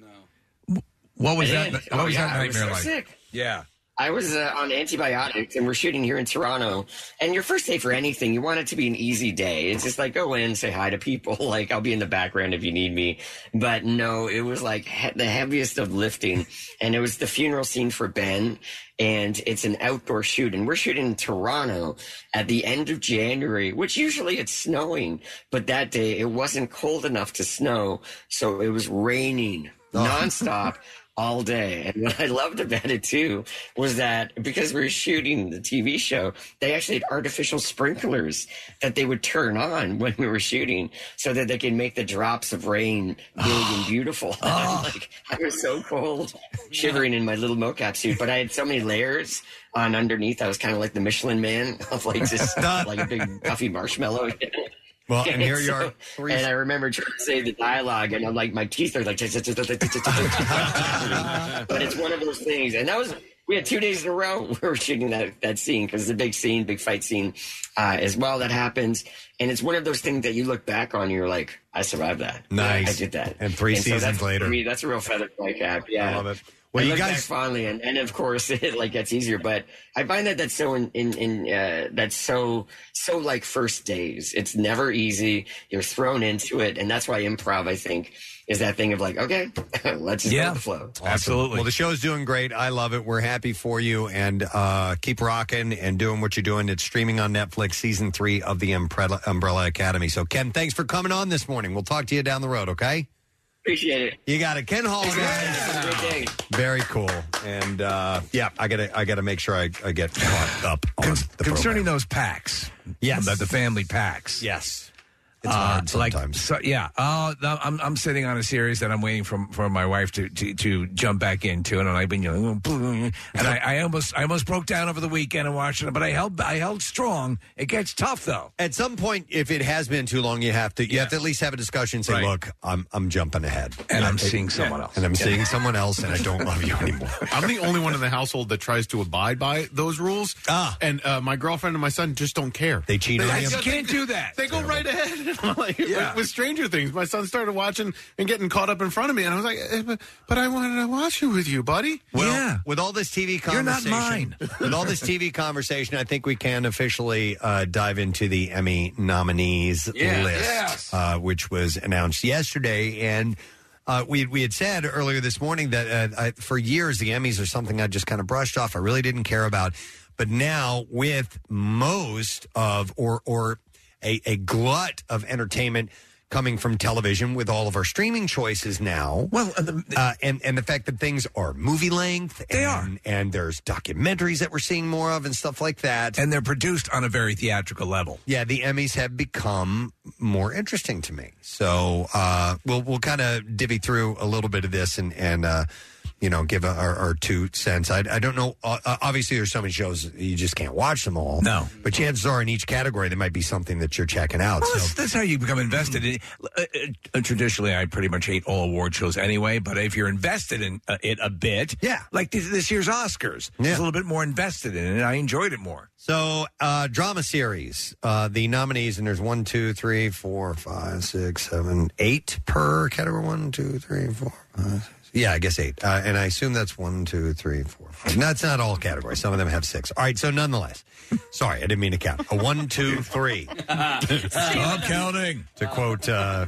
no! What was that? did. What Oh, was yeah, that I was nightmare so like? sick. Yeah. I was uh, on antibiotics and we're shooting here in Toronto. And your first day for anything, you want it to be an easy day. It's just like go in, say hi to people. Like I'll be in the background if you need me. But no, it was like he- the heaviest of lifting. And it was the funeral scene for Ben. And it's an outdoor shoot. And we're shooting in Toronto at the end of January, which usually it's snowing. But that day it wasn't cold enough to snow. So it was raining nonstop. all day. And what I loved about it too was that because we were shooting the TV show, they actually had artificial sprinklers that they would turn on when we were shooting so that they could make the drops of rain big and beautiful. And I'm like, I was so cold, shivering in my little mocap suit, but I had so many layers on underneath. I was kind of like the Michelin man of like just like a big puffy marshmallow. Well, and here you are So- and I remember trying to say the dialogue, and I'm like, my teeth are like, but it's one of those things. And that was, we had two days in a row we were shooting that, that scene because the big scene, big fight scene uh, as well that happens. And it's one of those things that you look back on and you're like, I survived that. Nice. I did that. And three so that's- seasons later. for me, that's a real feather in my cap. Yeah. I love it. Well, I you look guys back fondly, and, and of course, it like gets easier. But I find that that's so in in, in uh, that's so so like first days. It's never easy. You're thrown into it, and that's why improv, I think, is that thing of like, okay, let's just go with the flow. Awesome. Well, the show's doing great. I love it. We're happy for you and uh, keep rocking and doing what you're doing. It's streaming on Netflix, season three of the Umbrella, Umbrella Academy. So, Ken, thanks for coming on this morning. We'll talk to you down the road, okay? Appreciate it. You got it. Ken Hall, guys. Very cool. And uh, yeah, I gotta, I gotta make sure I, I get caught up on the Concerning those packs, Yes. the, the family packs, yes, it's hard sometimes. Uh, so, yeah, uh, no, I'm I'm sitting on a series that I'm waiting for for my wife to to, to jump back into, and I've been yelling, "Oh, and I, I almost I almost broke down over the weekend and watching it, but I held I held strong. It gets tough though. At some point, if it has been too long, you have to you have to at least have a discussion. and Say, Right. look, I'm I'm jumping ahead, And I'm I- seeing someone else. and I'm Yeah. seeing someone else, and I don't love you anymore. I'm the only one in the household that tries to abide by those rules. Ah. And uh, my girlfriend and my son just don't care. They cheat on you. Can't do that. They go right ahead. And I'm like, Yeah. with, with Stranger Things, my son started watching and getting caught up in front of me. And I was like, eh, but, but I wanted to watch it with you, buddy. Well, with all this TV You're not conversation, mine. with all this TV conversation, I think we can officially uh, dive into the Emmy nominees Yeah. list, Yes. uh, which was announced yesterday. And uh, we we had said earlier this morning that uh, I, for years the Emmys are something I just kind of brushed off. I really didn't care about, but now with most of or or a, a glut of entertainment coming from television with all of our streaming choices now. Well, and the, uh, and, and the fact that things are movie length. They and, are. And there's documentaries that we're seeing more of and stuff like that. And they're produced on a very theatrical level. Yeah, the Emmys have become more interesting to me. So uh, we'll we'll kind of divvy through a little bit of this and and uh, you know give our, our two cents. I, I don't know. Uh, uh, obviously, there's so many shows you just can't watch them all. No, but chances are in each category there might be something that you're checking out. Well, so that's, that's how you become invested. In, uh, uh, traditionally, I pretty much hate all award shows anyway. But if you're invested in uh, it a bit, yeah, like this, this year's Oscars, I was a little bit more invested in it. and I enjoyed it more. So, uh, drama series, uh, the nominees, and there's one, two, three, four, five, six, seven, eight per category. One, two, three, four, five, six. Yeah, I guess eight. Uh, and I assume that's one, two, three, four, five. No, it's not all categories. Some of them have six. All right, so nonetheless, sorry, I didn't mean to count. A one, two, three. Stop counting. To quote, uh,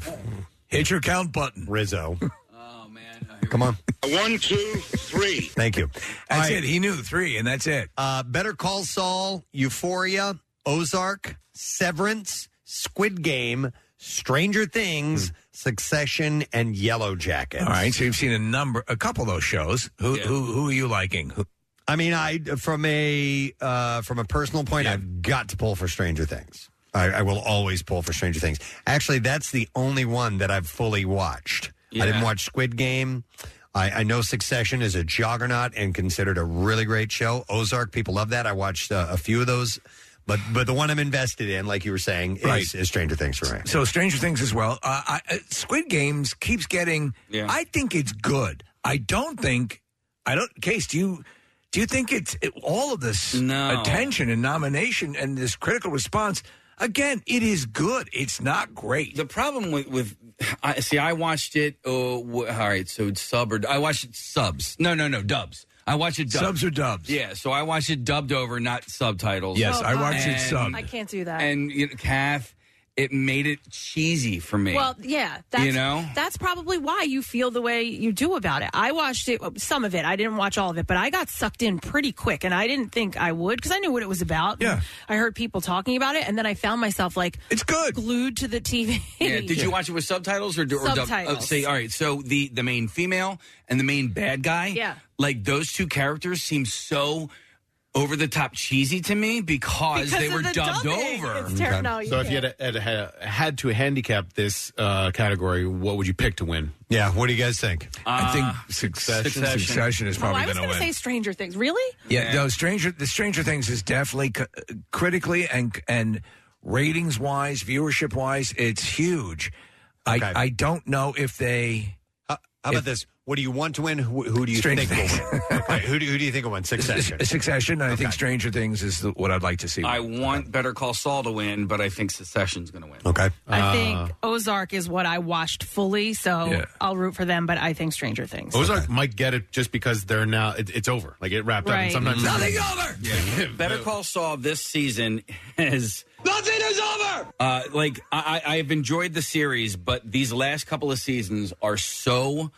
hit your count button, Rizzo. Oh, man. Come on. One, two, three. Thank you. That's All right. it. He knew three, and that's it. Uh, Better Call Saul, Euphoria, Ozark, Severance, Squid Game, Stranger Things, Succession, and Yellow Jackets. Hmm. All right, so you've seen a number, a couple of those shows. Who who who are you liking? Who, I mean, I from a uh, from a personal point, I've got to pull for Stranger Things. I, I will always pull for Stranger Things. Actually, that's the only one that I've fully watched. I didn't Yeah. watch Squid Game. I, I know Succession is a juggernaut and considered a really great show. Ozark, people love that. I watched uh, a few of those, but but the one I'm invested in, like you were saying, is, Right. is Stranger Things for me. So Stranger Things as well. Uh, I, uh, Squid Games keeps getting. I think it's good. I don't think. I don't. Case, do you? Do you think it's it- all of this attention and nomination and this critical response? Again, it is good. It's not great. The problem with, with I see, I watched it. Oh, wh- all right. So it's sub or I watched it subs. No, no, no, dubs. I watched it dubbed. Subs or dubs? Yeah. So I watched it dubbed over, not subtitles. Yes, I watched And- it subbed. I can't do that. And you know, Kath, it made it cheesy for me. Well, yeah, that's, You know? that's probably why you feel the way you do about it. I watched it, some of it. I didn't watch all of it, but I got sucked in pretty quick, and I didn't think I would because I knew what it was about. Yeah, I heard people talking about it, and then I found myself like it's good glued to the TV. Yeah, did you watch it with subtitles or, or dubbed? Oh, Subtitles. say, all right. So the the main female and the main bad guy. Yeah. Like those two characters seem so over the top cheesy to me because, Because they of were the dubbed dubbing. over. It's terrible. No, you so if you had, had, had, Uh, had to handicap this uh, category, what would you pick to win? Uh, Yeah, what do you guys think? I think Succession. Succession, is Oh, probably I was going to going to say win. Stranger Things. Really? Yeah, no, Stranger the Stranger Things is definitely c- critically and and ratings wise, viewership wise, it's huge. I I don't know if they. How about this? What do you want to win? Who, who do you Stranger think will win? Okay, who, do, who do you think will win? Succession. S- Succession. and I think Stranger Things is the, what I'd like to see. I want Better Call Saul to win, but I think Secession's going to win. Okay. Uh. I think Ozark is what I watched fully, so Yeah. I'll root for them. But I think Stranger Things. Ozark might get it just because they're now it, it's over. Like it wrapped up. Right. And sometimes Nothing's over! Better Call Saul this season has Nothing is over. Uh, like I, I- I've enjoyed the series, but these last couple of seasons are so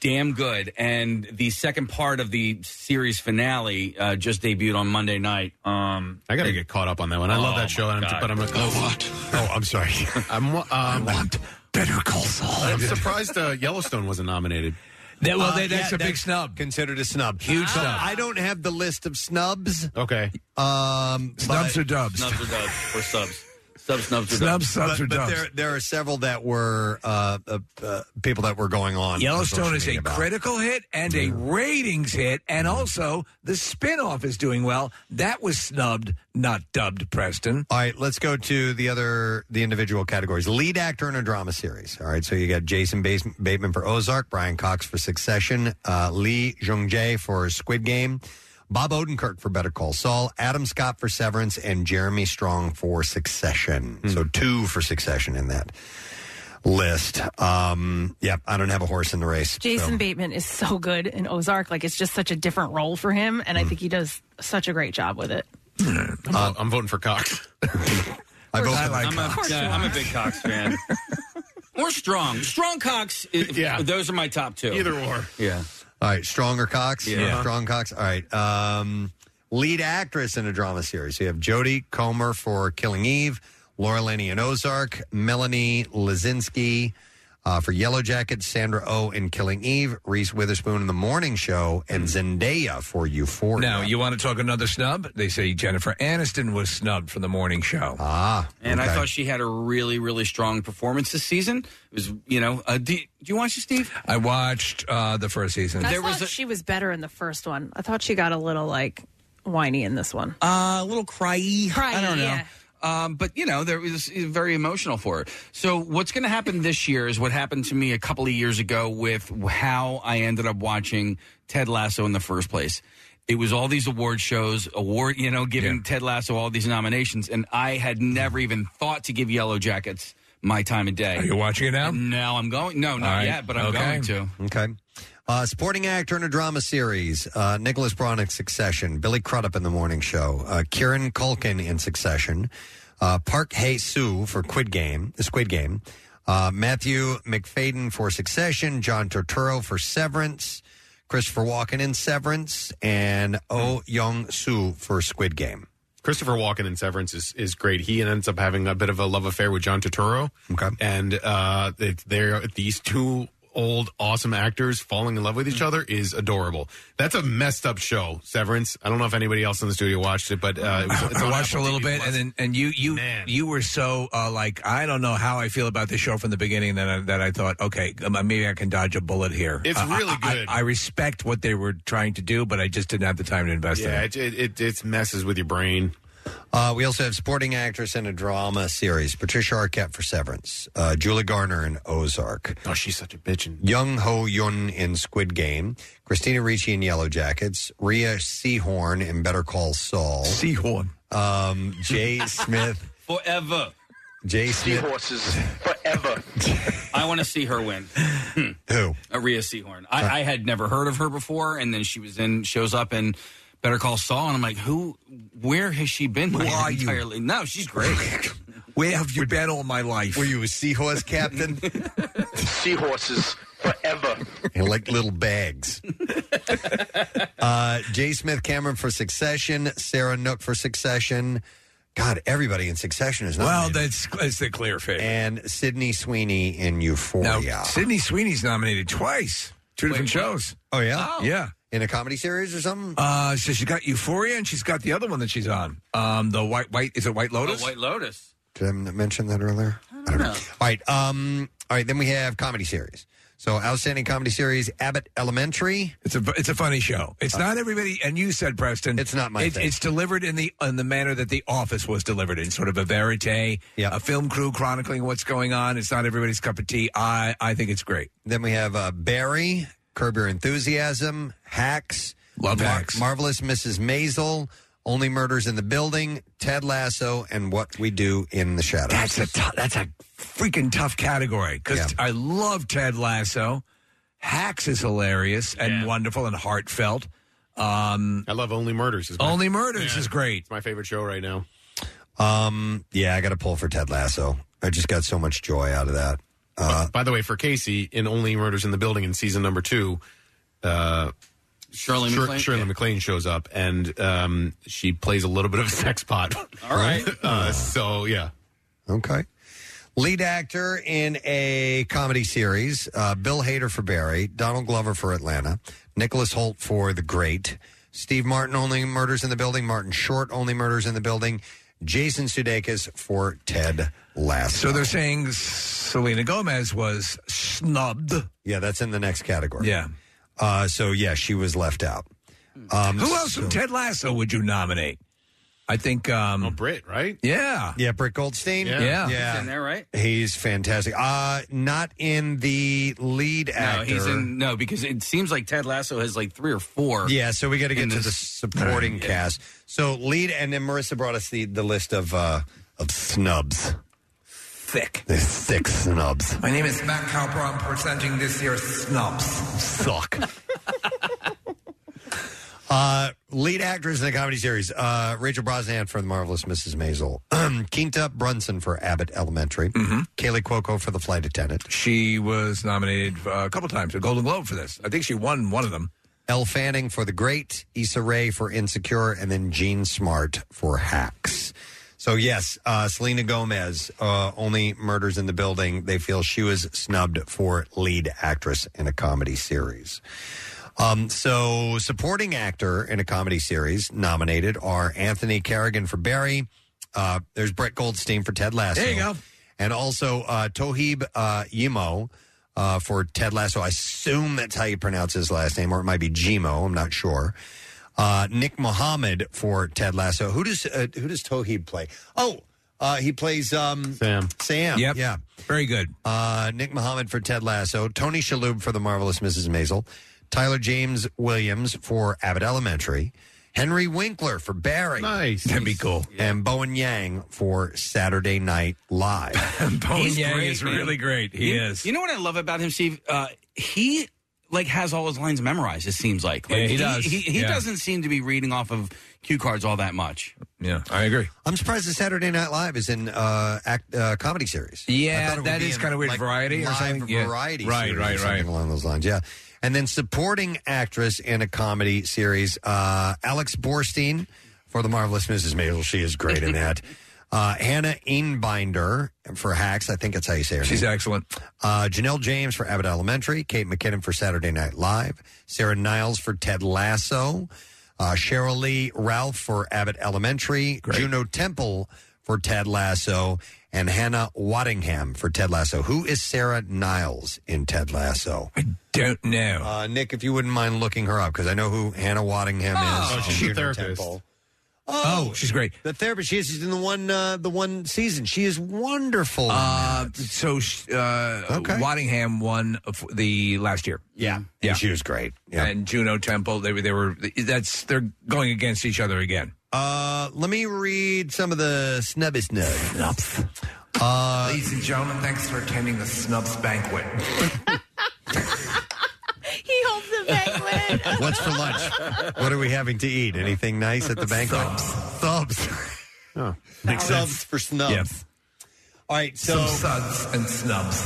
damn good. And the second part of the series finale uh, just debuted on Monday night. Um, I gotta get caught up on that one. I love that show, and I'm, but I'm not. Oh, I'm sorry. I'm. wa- Um, I want Better Call Saul. I'm surprised uh, Yellowstone wasn't nominated. That- well, that- that's a big snub. Considered a snub. Huge Uh, snub. I don't have the list of snubs. Okay. Um, Snubs but- or dubs? Snubs or dubs or subs? Subs, snubs or Snubs, dubs? subs, but, or but dubs. There, there are several that were uh, uh, uh, people that were going on. Yellowstone social is a media about. Mm-hmm. critical hit and a ratings hit, and also the spin-off is doing well. That was snubbed, not dubbed, Preston. All right, let's go to the other the individual categories. Lead actor in a drama series. All right, so you got Jason Bas- Bateman for Ozark, Brian Cox for Succession, uh, Lee Jung Jae for Squid Game, Bob Odenkirk for Better Call Saul, Adam Scott for Severance, and Jeremy Strong for Succession. Hmm. So two for Succession in that list. Um, yep, I don't have a horse in the race. Jason so- Bateman is so good in Ozark. Like it's just such a different role for him, and I think he does such a great job with it. I'm, I'm voting for Cox. I vote I for like I'm, Cox. A, yeah, I'm a big Cox fan. or Strong. Strong Cox. Is, yeah. Those are my top two. Either or. Yeah. All right, Stronger Cox. Yeah. Uh-huh. Strong Cox. All right. Um, lead actress in a drama series. You have Jodie Comer for Killing Eve, Laura Linney in Ozark, Melanie Lazinski uh, for Yellow Jackets, Sandra O oh in Killing Eve, Reese Witherspoon in The Morning Show, Hmm. and Zendaya for Euphoria. Now, you want to talk another snub? They say Jennifer Aniston was snubbed from the morning show. Ah, And I thought she had a really, really strong performance this season. It was, you know, uh, do, do you watch it, Steve? I watched uh, the first season. I thought she was better in the first one. I thought she got a little like whiny in this one. Uh, a little cryy. Cryy, I don't know. yeah. Um, but you know, there was it was very emotional for her. So what's going to happen this year is what happened to me a couple of years ago with how I ended up watching Ted Lasso in the first place. It was all these award shows, award, you know, giving Ted Lasso all these nominations, and I had never even thought to give Yellow Jackets my time of day. Are you watching it now? No, I'm going. No, Oh, not yet, but I'm going to. Okay. Uh, supporting actor in a drama series: uh, Nicholas Braun in Succession, Billy Crudup in The Morning Show, uh, Kieran Culkin in Succession, uh, Park Hae Soo for Quid Game, Squid Game, uh, Matthew McFadden for Succession, John Turturro for Severance, Christopher Walken in Severance, and Oh Young Soo for Squid Game. Christopher Walken in Severance is, is great. He ends up having a bit of a love affair with John Turturro. Okay. And uh, it, they're these two old awesome actors falling in love with each other is adorable. That's a messed up show, Severance. I don't know if anybody else in the studio watched it, but uh, it was, it's I on watched a Apple little TV+. bit, and then and you you you were so uh, like I don't know how I feel about the show from the beginning that I, that I thought okay um, maybe I can dodge a bullet here. Uh, It's I- I- really I- good. I, respect what they were trying to do, but I just didn't have the time to invest yeah, in it. it, it, it, it messes with your brain. Uh, we also have supporting actress in a drama series: Patricia Arquette for Severance, uh, Julie Garner in Ozark. Oh, she's such a bitch. And- Young Ho Yun in Squid Game, Christina Ricci in Yellow Jackets, Rhea Seahorn in Better Call Saul, Seahorn, um, Jay Smith, Forever. Jay Smith, Seahorses forever. I want to see her win. Hmm. Who? Aria Seahorn. I, I had never heard of her before, and then she was in, shows up in Better Call Saul, and I'm like, who? Where has she been? Who my are you? entire li- No, she's great. Where have you been all my life? Were you a seahorse captain? Seahorses. and like little bags. uh, Jay Smith Cameron for Succession, Sarah Nook for Succession. God, everybody in Succession is not. Well, that's that's the clear fit. and Sydney Sweeney in Now, Euphoria. Sydney Sweeney's nominated twice, two different shows. Oh yeah, yeah. In a comedy series or something? Uh, so she's got Euphoria, and she's got the other one that she's on. Um, the white, white is it White Lotus? White Lotus. Did I mention that earlier? I don't know. All right. Um, all right. Then we have comedy series. So outstanding comedy series Abbott Elementary. Uh, It's a it's a funny show. It's not everybody, and you said Preston. It's not my it, thing. It's delivered in the in the manner that The Office was delivered in, sort of a verite, a film crew chronicling what's going on. It's not everybody's cup of tea. I I think it's great. Then we have uh, Barry, Curb Your Enthusiasm, Hacks, Love Mar- Hacks. Marvelous Mrs. Maisel, Only Murders in the Building, Ted Lasso, and What We Do in the Shadows. That's a tou- that's a freaking tough category because I love Ted Lasso. Hacks is hilarious and wonderful and heartfelt. Um, I love Only Murders. Is Only Murders is great. It's my favorite show right now. Um, yeah, I got to pull for Ted Lasso. I just got so much joy out of that. Uh, By the way, for Casey in Only Murders in the Building in season number two, uh, Shirley Shir- MacLaine? Shirley Yeah. MacLaine shows up and um, she plays a little bit of a sex pot. All right. uh, so yeah, Okay. Lead actor in a comedy series uh, Bill Hader for Barry, Donald Glover for Atlanta, Nicholas Holt for The Great, Steve Martin only murders in the building, Martin Short only murders in the building, Jason Sudeikis for Ted Lasso. So they're saying Selena Gomez was snubbed. Yeah, that's in the next category. Yeah. Uh, so, yeah, she was left out. Um, Who else from Ted Lasso would you nominate? I think. Um, oh, Britt, right? Yeah. Yeah, Britt Goldstein. Yeah. yeah. He's in there, right? He's fantastic. Uh, not in the lead actor. No, he's in. No, because it seems like Ted Lasso has like three or four. Yeah, so we got to get in to the this- supporting Yeah. cast. So lead, and then Marissa brought us the, the list of uh, of snubs. Thick. There's six snubs. My name is Matt Cowper. I'm presenting this year's snubs. Suck. Uh, lead actors in the comedy series: uh, Rachel Brosnahan for *The Marvelous Mrs. Maisel*, Quinta Brunson for *Abbott Elementary*, Kaylee Cuoco for *The Flight Attendant*, Mm-hmm. She was nominated uh, a couple times, a Golden Globe for this. I think she won one of them. Elle Fanning for *The Great*, Issa Rae for *Insecure*, and then Gene Smart for *Hacks*. So yes, uh, Selena Gomez, uh, only Murders in the Building. They feel she was snubbed for lead actress in a comedy series. Um, so supporting actor in a comedy series nominated are Anthony Carrigan for Barry. Uh, there's Brett Goldstein for Ted Lasso. There you go. And also uh, Tohib uh, Yimo uh, for Ted Lasso. I assume that's how you pronounce his last name, or it might be Gimo. I'm not sure. Uh, Nick Mohammed for Ted Lasso. Who does uh, who does Tohib play? Oh, uh, he plays um, Sam. Sam. Yep. Yeah. Very good. Uh, Nick Mohammed for Ted Lasso. Tony Shalhoub for The Marvelous Mrs. Maisel. Tyler James Williams for Abbott Elementary. Henry Winkler for Barry. Nice. That'd be cool. And Bowen Yang for Saturday Night Live. Bowen Yang Oh, is really great. He you, is. You know what I love about him, Steve? Uh, he like has all his lines memorized. It seems like, Yeah, Like, he does. He, he Yeah. doesn't seem to be reading off of cue cards all that much. Yeah, I agree. I'm surprised that Saturday Night Live is in uh, act, uh, comedy series. Yeah, I thought it would that be is in, kinda weird. Variety or live something? Yeah. Variety, Right, series or right, something right. along those lines. Yeah, and then supporting actress in a comedy series, uh, Alex Borstein for the marvelous Mrs. Maisel. She is great in that. Uh, Hannah Einbinder for Hacks. I think that's how you say her She's name. excellent. Uh, Janelle James for Abbott Elementary, Kate McKinnon for Saturday Night Live, Sarah Niles for Ted Lasso, uh, Cheryl Lee Ralph for Abbott Elementary, Juno Temple for Ted Lasso, and Hannah Waddingham for Ted Lasso. Who is Sarah Niles in Ted Lasso? I don't know. Uh, Nick, if you wouldn't mind looking her up, because I know who Hannah Waddingham Oh, is. she's a Juno therapist. Temple. Oh, she's great. The therapist. She is she's in the one uh, the one season. She is wonderful. in Uh, so sh- uh, Waddingham won f- the last year. Yeah, yeah, she was great. And Juno Temple, they were they were that's they're going against each other again. Uh, let me read some of the snubby snubs. Uh, Ladies and gentlemen, thanks for attending the Snubs Banquet. he holds the banquet. what's for lunch? What are we having to eat? Anything nice at the banquet? Subs. Makes subs sense. for snubs. All right, so Some suds and snubs.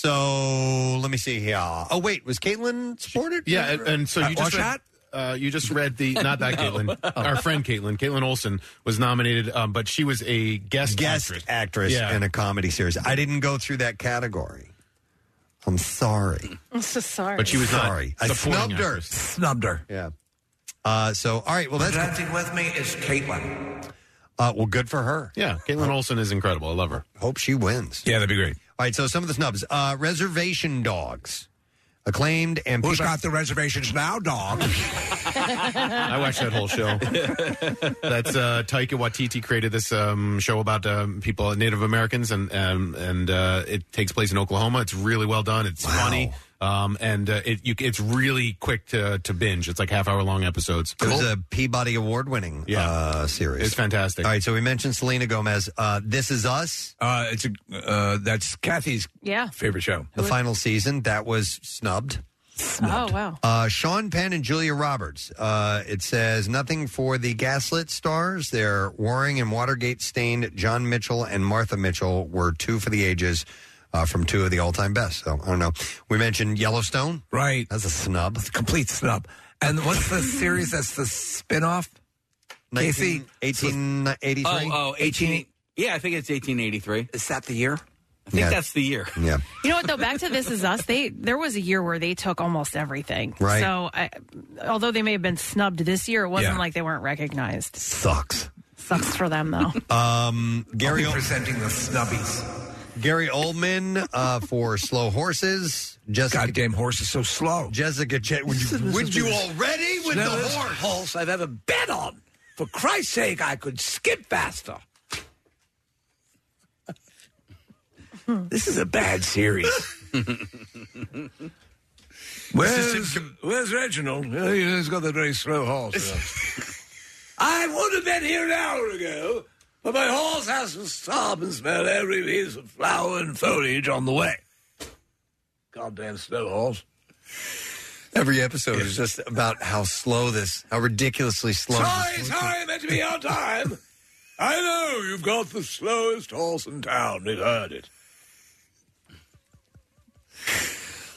so let me see here. Oh wait, was Caitlin supported? Yeah, and, and so you Uh, just read, Washot? uh, you just read the not that No. Caitlin, Oh. our friend Caitlin, Caitlin Olsen was nominated, um, but she was a guest guest actress, Yeah. in a comedy series. I didn't go through that category. I'm sorry. I'm so sorry. But she was not sorry. I supporting snubbed her. actress. Snubbed her. Yeah. Uh, so all right. Well, that's Presenting with me is Caitlin. uh, well good for her. Yeah, Caitlin Olsen is incredible. I love her. Hope she wins. Yeah, that'd be great. All right, so some of the snubs. Uh, reservation dogs. Acclaimed and Who's Peacock- got the reservations now, dog? I watched that whole show. That's uh, Taika Waititi created this um, show about um, people, Native Americans, and um, and uh, it takes place in Oklahoma. It's really well done. It's funny. Um, and uh, it, you, it's really quick to, to binge. It's like half hour long episodes. It was a Peabody Award winning uh, series. It's fantastic. All right, so we mentioned Selena Gomez. Uh, this is Us. Uh, it's a, uh, that's Kathy's Yeah. favorite show. The final season that was snubbed. Oh wow. Uh, Sean Penn and Julia Roberts. Uh, it says nothing for the Gaslit stars. Their Waring and Watergate stained John Mitchell and Martha Mitchell were two for the ages uh, from two of the all time best. So I don't know. We mentioned Yellowstone. Right. That's a snub. That's a complete snub. And what's the series that's the spinoff? Casey? 1883. Oh, oh, 18 Yeah, I think it's 1883. Is that the year? I think Yeah. that's the year. Yeah. You know what though? Back to This Is Us. They there was a year where they took almost everything. Right. So I, although they may have been snubbed this year, it wasn't Yeah. like they weren't recognized. Sucks. Sucks for them though. Um, Gary Ol- presenting the snubbies. Gary Oldman uh, for Slow Horses. Jessica, Goddamn horse is so slow. Jessica, Ch- would you, would you already with the Slowest horse? horse I've ever bet on. For Christ's sake, I could skip faster. Hmm. this is a bad series. Where's, where's Reginald? Oh, he's got that very slow horse. I would have been here an hour ago, but my horse has to stop and smell every piece of flower and foliage on the way. Goddamn slow horse. Every episode is just about how slow this, how ridiculously slow. Sorry, sorry, I meant to be on time. I know you've got the slowest horse in town. It heard it.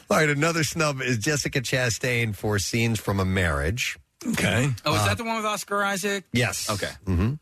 All right, another snub is Jessica Chastain for scenes from a marriage. Okay. Oh, is that the one with Oscar Isaac? Uh, Yes. Okay. hmm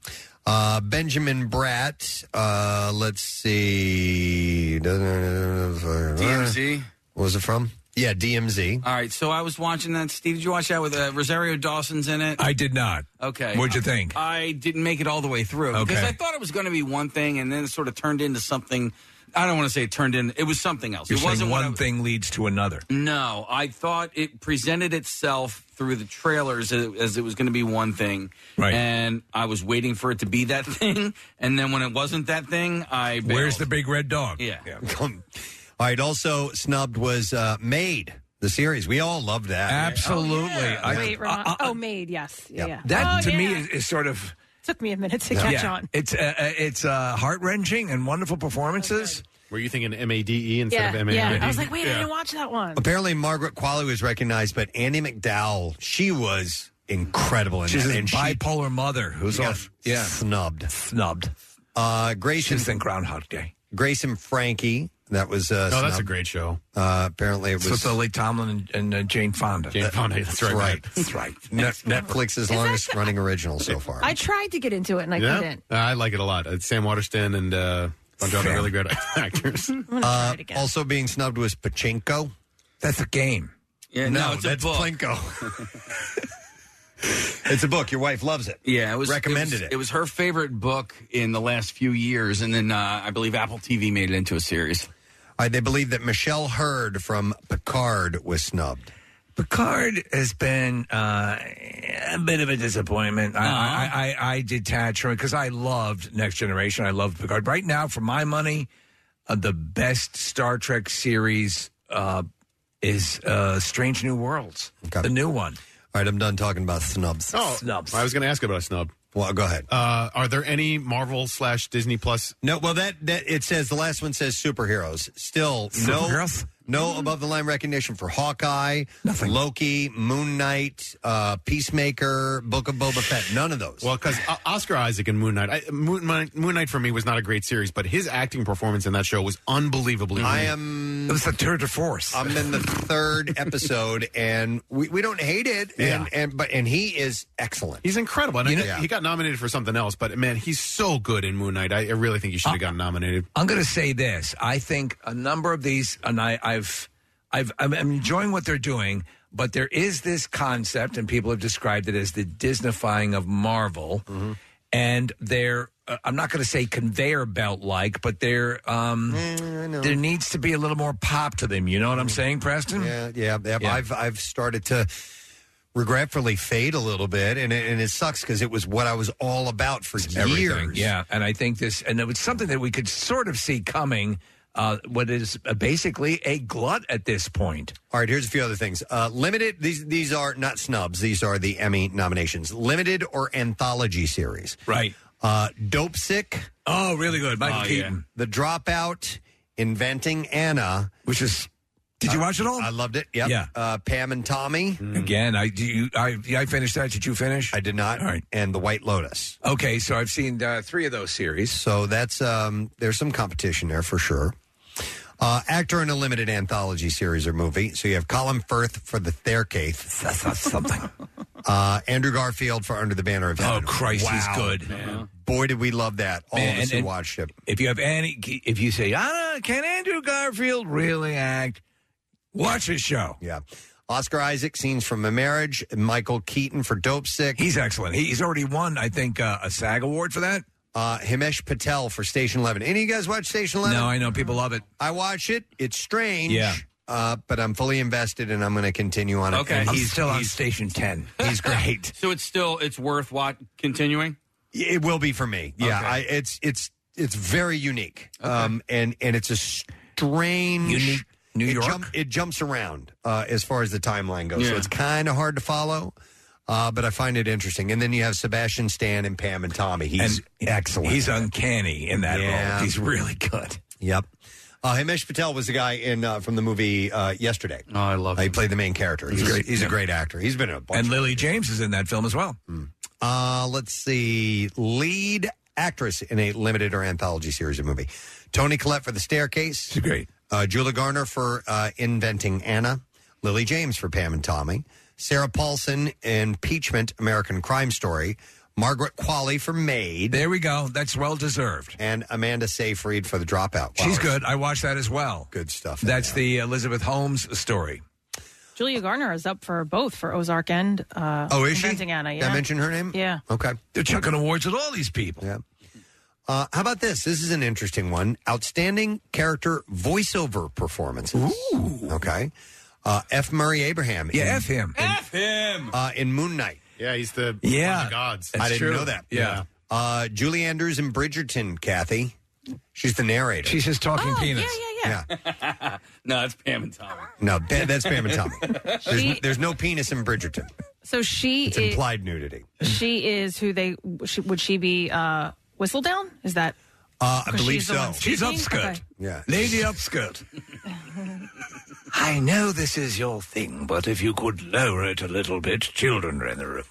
Uh, Benjamin Bratt. Uh, let's see. DMZ. What was it from? Yeah, DMZ. All right, so I was watching that. Steve, did you watch that with uh, Rosario Dawson's in it? I did not. Okay. What'd you think? I didn't make it all the way through because Okay. I thought it was going to be one thing, and then it sort of turned into something. I don't want to say it turned in. It was something else. You're it saying wasn't what I one thing leads to another. No, I thought it presented itself through the trailers as, as it was going to be one thing, right? And I was waiting for it to be that thing, and then when it wasn't that thing, I bailed. Where's the big red dog? yeah. All right, also snubbed was uh, Made, the series. We all loved that. Oh, Absolutely. Wait, Ramon. oh, made. Yes. Yeah. yeah. That Oh, to me yeah. is, is sort of took me a minute to catch on. It's uh, uh, it's uh, heart wrenching and wonderful performances. Were you thinking M A D E yeah, yeah. I was like, wait, I didn't watch that one. Apparently, Margaret Qualley was recognized, but Andy McDowell, she was incredible in She's that. his And she bipolar mother who's got off. Yeah. snubbed. Snubbed. Uh, Grayson. She's in Groundhog Day. Grayson Frankie. That was. Uh, Oh, that's snubbed. a great show. Uh, apparently, it So was. it's uh, Lee Tomlin and, and uh, Jane Fonda. Jane Fonda, that's right. That's right. Net- Netflix's longest running original so far. I tried to get into it and I yeah, couldn't. I like it a lot. It's Sam Waterston and uh, a bunch of other really great actors. Uh, also being snubbed was Pachinko. That's a game. Yeah, no, no, it's a that's book. Plinko. it's a book. Your wife loves it. Yeah, it was recommended It was, it was her favorite book in the last few years, and then uh, I believe Apple TV made it into a series. Uh, they believe that Michelle Hurd from Picard was snubbed. Picard has been uh, a bit of a disappointment. I, I, I, I detach from it because I loved Next Generation. I loved Picard. Right now, for my money, uh, the best Star Trek series uh, is uh, Strange New Worlds, the new one. All right, I'm done talking about snubs. Oh, I was going to ask about a snub. Well, go ahead. Uh, are there any Marvel slash Disney Plus? No, well that that it says the last one says superheroes. Still no Superheroes? no above the line recognition for Hawkeye, Loki, Moon Knight, uh, Peacemaker, Book of Boba Fett. None of those. Well, because Oscar Isaac and Moon Knight, I, Moon, Knight- Moon Knight for me was not a great series, but his acting performance in that show was unbelievably. I good. am. It was the tour de force. I'm in the third episode, and we, we don't hate it, and, and but and he is excellent. He's incredible. And You I- know- He got nominated for something else, but man, he's so good in Moon Knight. I, I really think he should Uh, have gotten nominated. I'm going to say this. I think a number of these, and I, I've, I've, I'm enjoying what they're doing, but there is this concept, and people have described it as the Disneyfying of Marvel, Mm-hmm. and they're. uh, I'm not going to say conveyor belt like, but there um, there needs to be a little more pop to them. You know what I'm saying, Preston? Yeah, yeah, yeah. I've I've started to regretfully fade a little bit, and it, and it sucks because it was what I was all about for Everything. years. Yeah, and I think this, and it was something that we could sort of see coming. uh, what is basically a glut at this point. All right, here's a few other things. Uh, limited. These these are not snubs. These are the Emmy nominations. Limited or anthology series. Right. Uh, Dope Sick. Oh, really good. Michael Oh, Keaton. The Dropout. Inventing Anna, Uh, which is. Did you watch it all? I loved it. Yep. Yeah. Mm. Uh, Pam and Tommy. Again, I do. You, I I finished that. Did you finish? I did not. All right. And the White Lotus. Okay, so I've seen uh, three of those series. So that's um, there's some competition there for sure. Uh, actor in a limited anthology series or movie. So you have Colin Firth for The Staircase. That's not something. Uh, Andrew Garfield for Under the Banner of Heaven. Oh, Christ, he's Wow. good. Boy, did we love that. All Uh-huh. of Man, us and- who and watched it. If you have any, if you say, ah, can Andrew Garfield really act? Watch his show. Yeah. Oscar Isaac, scenes from a marriage. Michael Keaton for Dope Sick. He's excellent. He- He's already won, I think, uh, a SAG award for that. Uh, Himesh Patel for Station Eleven. Any of you guys watch Station Eleven? No, I know people love it. I watch it. It's strange. Yeah. Uh, but I'm fully invested, and I'm going to continue on it. Okay. And I'm still on Station Ten. He's great. So it's still it's worth what continuing. It will be for me. Oh, Yeah, I, it's it's it's very unique. Um, and and it's a strange Unique New it York? it jumps around uh, as far as the timeline goes, so Yeah. it's kind of hard to follow. Uh, but I find it interesting. And then you have Sebastian Stan and Pam and Tommy. He's And excellent. He's uncanny in that Yeah. role. He's really good. Yep. Uh, Himesh Patel was the guy in uh, from the movie uh, yesterday. Oh, I love. He played the main character. He's, He's great. He's Yeah. a great actor. He's been in a bunch. And Lily James is in that film as well. Uh, let's see. Lead actress in a limited or anthology series or movie. Tony Collette for The Staircase. She's great. Uh, Julia Garner for uh, Inventing Anna. Lily James for Pam and Tommy. Sarah Paulson in Impeachment, American Crime Story. Margaret Qualley for Maid. There we go. That's well deserved. And Amanda Seyfried for The Dropout. Wow, She's good. I watched that as well. Good stuff. That's the Elizabeth Holmes story. Julia Garner is up for both for Ozark and uh, Oh, is she? Inventing Anna. Did I Yeah. mention her name? Yeah. Okay. They're chucking awards at all these people. Yeah. Uh, how about this? This is an interesting one. Outstanding character voiceover performances. Okay. Uh, F. Murray Abraham. Yeah, in- F him. F him. Uh, in Moon Knight. Yeah, he's the Yeah. one of the gods. I didn't know that. Uh, Julie Andrews in Bridgerton, Kathy. She's the narrator. She's his talking penis. Oh, yeah. no, it's Pam and Tommy. No, that, that's Pam and Tommy. There's, She- there's no penis in Bridgerton. So she It's is, implied nudity. she is who they she, would she be uh, Whistledown? Is that Uh, I 'Cause believe she's the so. one She's speaking? upskirt. Okay. Yeah. Lady Upskirt. I know this is your thing, but if you could lower it a little bit, children are in the room.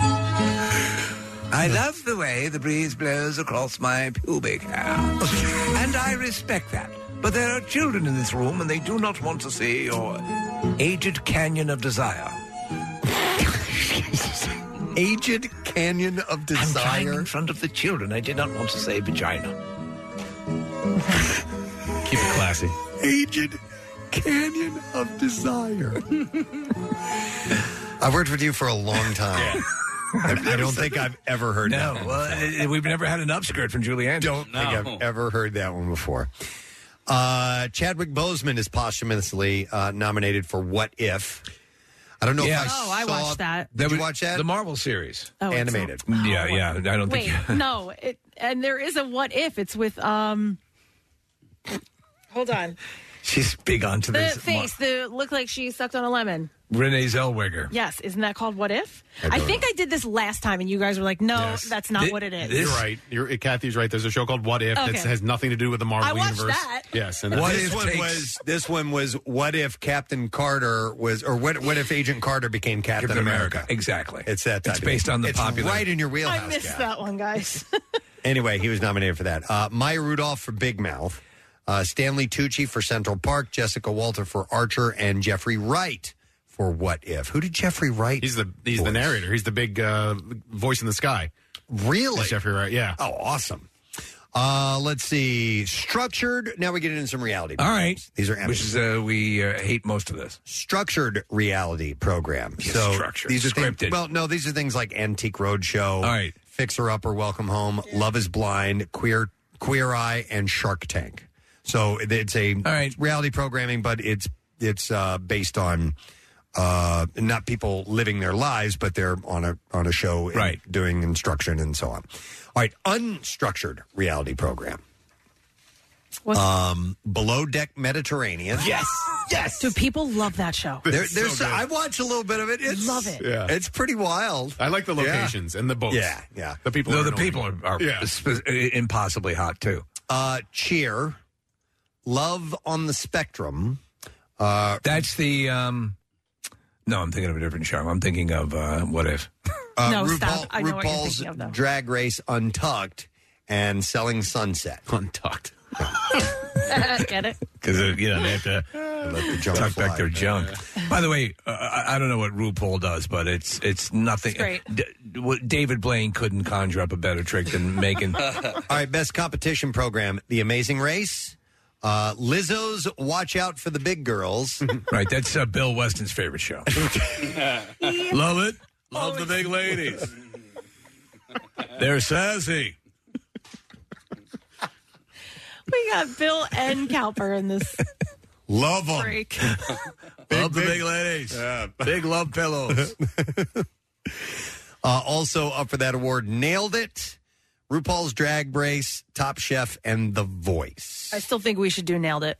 I love the way the breeze blows across my pubic hair. and I respect that. But there are children in this room, and they do not want to see your aged canyon of desire. aged canyon of desire? I'm trying in front of the children. I did not want to say vagina. Keep it classy. Aged Canyon of Desire. I've worked with you for a long time. I, I don't think I've ever heard No, that. well, uh, we've never had an upskirt from Julianne. Don't think I've ever heard that one before. Uh, Chadwick Boseman is posthumously uh, nominated for What If. I don't know Yeah. if I Oh, I saw- watched that. Did you watch that? The Marvel series. Oh, it's Animated. yeah, yeah. I don't Wait, think. no. It, and there is a what if. It's with um. Hold on. She's big onto The this. face, the look like she sucked on a lemon. Mar- Renee Zellweger. Yes, isn't that called what if? I, think I did this last time, and you guys were like, "No, that's not what it is." You're right. You're, Kathy's right. There's a show called What If that Okay. has nothing to do with the Marvel I watched universe. that. Yes, and What this if one one was this one was what if Captain Carter was or what what if Agent Carter became Captain, Captain America? America. Exactly. It's that. Type It's of based thing. on the It's popular- Right in your wheelhouse. I missed Kat. that one, guys. Anyway, he was nominated for that. Uh, Maya Rudolph for Big Mouth, uh, Stanley Tucci for Central Park, Jessica Walter for Archer, and Jeffrey Wright for What If. Who did Jeffrey Wright? He's the he's the narrator. He's the big uh, voice in the sky. Really, That's Jeffrey Wright? Yeah. Oh, awesome. Uh, let's see. Structured. Now we get into some reality. All right. These are Emmys. Which is, uh, we uh, hate most of this. structured reality program. Yes, so structured, these are Things, scripted. well, no, these are things like Antique Roadshow, All right. Fixer Upper, Welcome Home, Love Is Blind, Queer Queer Eye, and Shark Tank. So it's a reality programming, but it's it's uh, based on uh, not people living their lives, but they're on a on a show, and Right. Doing instruction and so on. All right, unstructured reality program. um, Below Deck Mediterranean. yes. Do people love that show? There, there's I watch a little bit of it. It's, love it. Yeah. It's pretty wild. I like the locations and the boats. Yeah, yeah. The people. No, are the annoying. people are, are Yeah. sp- impossibly hot too. Uh, cheer. Love on the Spectrum. Uh, That's the. Um, no, I'm thinking of a different show. I'm thinking of uh, what if. Uh, No, RuPaul, stop. I know what you're RuPaul's thinking of, though. Drag Race Untucked and Selling Sunset. Untucked. Get it? because uh, you know they have to tuck back their junk. By the way, uh, I I don't know what RuPaul does, but it's it's nothing. It's great. D- what- David Blaine couldn't conjure up a better trick than making. All right, best competition program: The Amazing Race, uh, Lizzo's Watch Out for the Big Girls. right, that's uh, Bill Weston's favorite show. Love it. Love the big ladies. They're sassy. We got Bill and Cowper in this Love 'em. break. love the big ladies. Big love pillows. Uh, also up for that award: Nailed It, RuPaul's Drag Race, Top Chef, and The Voice. I still think we should do nailed it.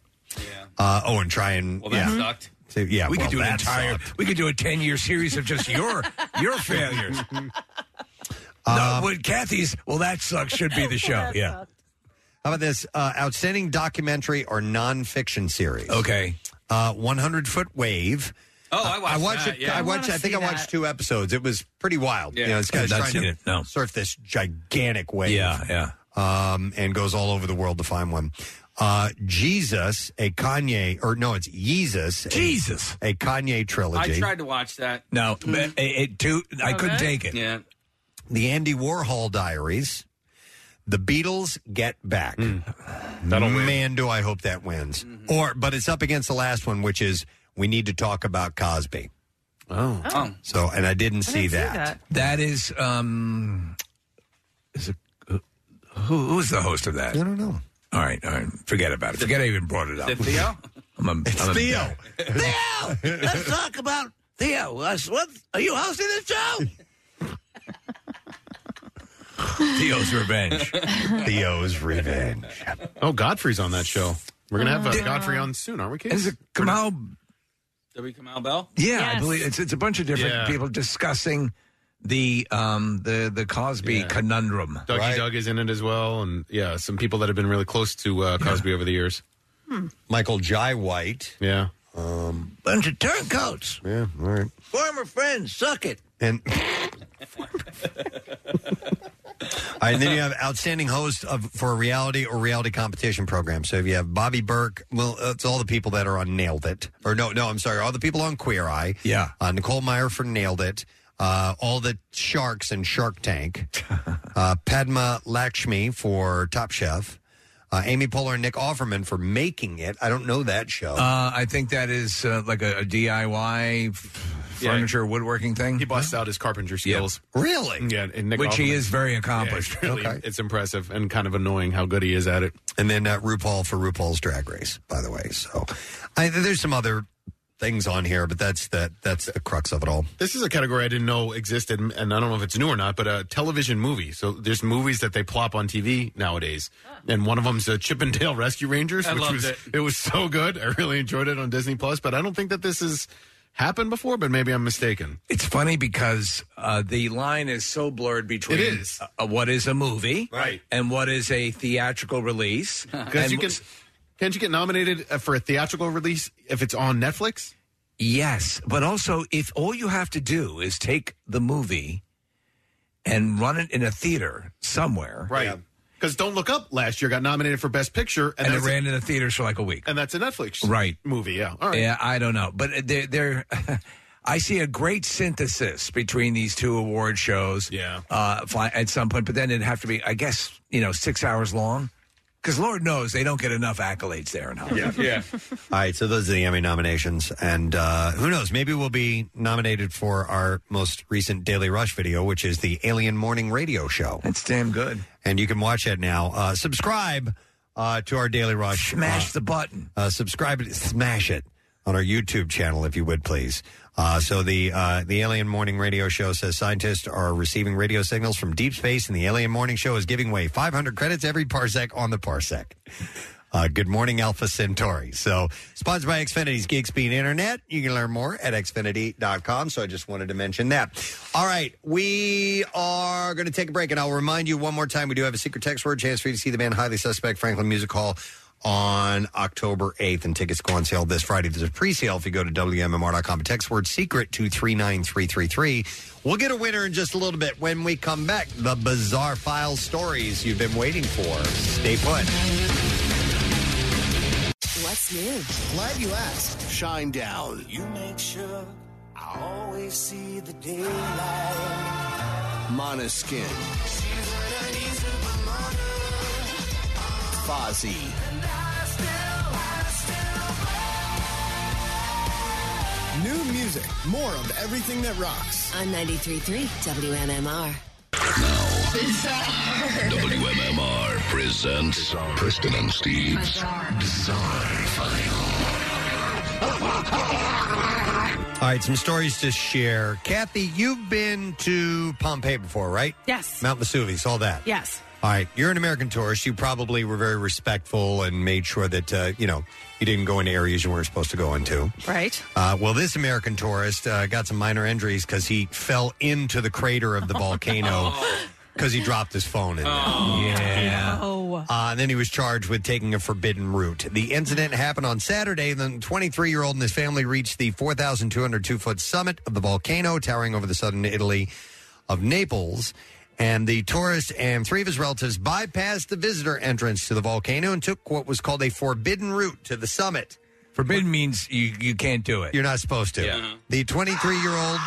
Uh, oh, and try and Well, that yeah. sucked. So, yeah, we well, could do an that entire. sucked. We could do a ten year series of just your your failures. no, Um, what Kathy's? Well, that sucks. Should be the show. yeah. How about this? Uh, outstanding documentary or nonfiction series. Okay. Uh, 100 Foot Wave. Oh, I watched I watched that, it. yeah. I I watched. wanna I think I see watched that. two episodes. It was pretty wild. Yeah. You know, this guy's I've not trying seen to it, surf this gigantic wave. Yeah, yeah. Um, and goes all over the world to find one. Uh, Jesus, a Kanye, or no, it's Jesus. Jesus, a, Kanye trilogy. I tried to watch that. No, Mm-hmm. Hmm. but it, it too. Oh, I Okay. couldn't take it. Yeah. The Andy Warhol Diaries. The Beatles Get Back. That'll win. Man, do I hope that wins. Or, but it's up against the last one, which is we need to talk about Cosby. Oh, Oh. so and I didn't, see, that. That is um, is it who who's the host of that? I don't know. All right, all right. Forget about it. Forget I even brought it up. Is it Theo? I'm a, it's I'm a- Theo. Theo, let's talk about Theo. What are you hosting this show? Theo's revenge. Theo's revenge. Oh, Godfrey's on that show. We're gonna have uh, Uh, Godfrey on soon, aren't we? Case? Is it Kamal W. Kamau Bell. Yeah, I believe it's it's a bunch of different Yeah. people discussing the um the the Cosby Yeah. conundrum. Dougie Doug is in it as well, and yeah, some people that have been really close to uh, Cosby over the years. Michael Jai White. Yeah. Um, Bunch of turncoats, yeah, all right. former friends, suck it. And All right, and then you have outstanding host of for a reality or reality competition program. So if you have Bobby Burke, well, it's all the people that are on Nailed It, or no, no, I'm sorry, all the people on Queer Eye. Yeah. uh, Nicole Meyer for Nailed It. Uh, all the sharks in Shark Tank. uh, Padma Lakshmi for Top Chef. Uh, Amy Poehler and Nick Offerman for Making It. I don't know that show. Uh, I think that is uh, like a, a DIY f- Yeah. furniture woodworking thing. He busts out his carpenter skills. Really? Yeah, and Nick Which he Offerman. is very Yeah, accomplished. it's really- Okay. It's impressive and kind of annoying how good he is at it. and then uh, RuPaul for RuPaul's Drag Race, by the way. So I, there's some other things on here, but that's the that's the crux of it all. This is a category I didn't know existed, and I don't know if it's new or not, but a television movie. So there's movies that they plop on TV nowadays, and one of them's uh, Chip and Dale Rescue Rangers, I which loved was it. was so good. I really enjoyed it on Disney Plus, but I don't think that this has happened before. But maybe I'm mistaken. It's funny because uh, the line is so blurred between It is. uh, what is a movie Right. and what is a theatrical release. Because And- you can, can't you get nominated uh, for a theatrical release if it's on Netflix? Yes, but also if all you have to do is take the movie and run it in a theater somewhere, Right. Because Don't Look Up last year got nominated for Best Picture, and, And, it that's a- ran in the theaters for like a week, and that's a Netflix right? movie. Yeah. All right. Yeah, I don't know, but uh, they're, they're I see a great synthesis between these two award shows. Yeah, uh, fi- at some point, but then it'd have to be, I guess, you know, six hours long, because Lord knows they don't get enough accolades there in Hollywood. yeah. All right, so those are the Emmy nominations, and uh, who knows? Maybe we'll be nominated for our most recent Daily Rush video, which is the Alien Morning Radio Show. That's damn good, and you can watch that now. Uh, subscribe uh, to our Daily Rush. Smash the button. Uh, subscribe, smash it on our YouTube channel if you would please. Uh, so the uh, the Alien Morning Radio Show says scientists are receiving radio signals from deep space, and the Alien Morning Show is giving away 500 credits every parsec on the parsec. Uh, good morning, Alpha Centauri. So, sponsored by Xfinity's Geek Speed Internet. You can learn more at xfinity.com. So, I just wanted to mention that. All right, we are going to take a break, and I'll remind you one more time we do have a secret text word chance for you to see the band Highly Suspect Franklin Music Hall on October 8th, and tickets go on sale this Friday. There's a pre sale if you go to WMMR.com. Text word secret to 39333. We'll get a winner in just a little bit when we come back. The bizarre file stories you've been waiting for. Stay put. What's new? Glad you asked. Shine down. You make sure I always see the daylight. Monoskin. Fozzy. New music, more of everything that rocks. On 93.3 WMMR. WMMR presents Preston and Steve's Bizarre, File. All right, some stories to share. Kathy, you've been to Pompeii before, right? Yes. Mount Vesuvius, all that. Yes. All right, you're an American tourist. You probably were very respectful and made sure that, uh, you know, you didn't go into areas you weren't supposed to go into. Right. Uh, well, this American tourist uh, got some minor injuries because he fell into the crater of the volcano because he dropped his phone in there. yeah. Oh. Uh, and then he was charged with taking a forbidden route. The incident happened on Saturday. The 23 year old and his family reached the 4,202 foot summit of the volcano towering over the southern Italy of Naples. And the tourist and three of his relatives bypassed the visitor entrance to the volcano and took what was called a forbidden route to the summit. Forbidden means you, you can't do it. You're not supposed to. Yeah. The 23 year old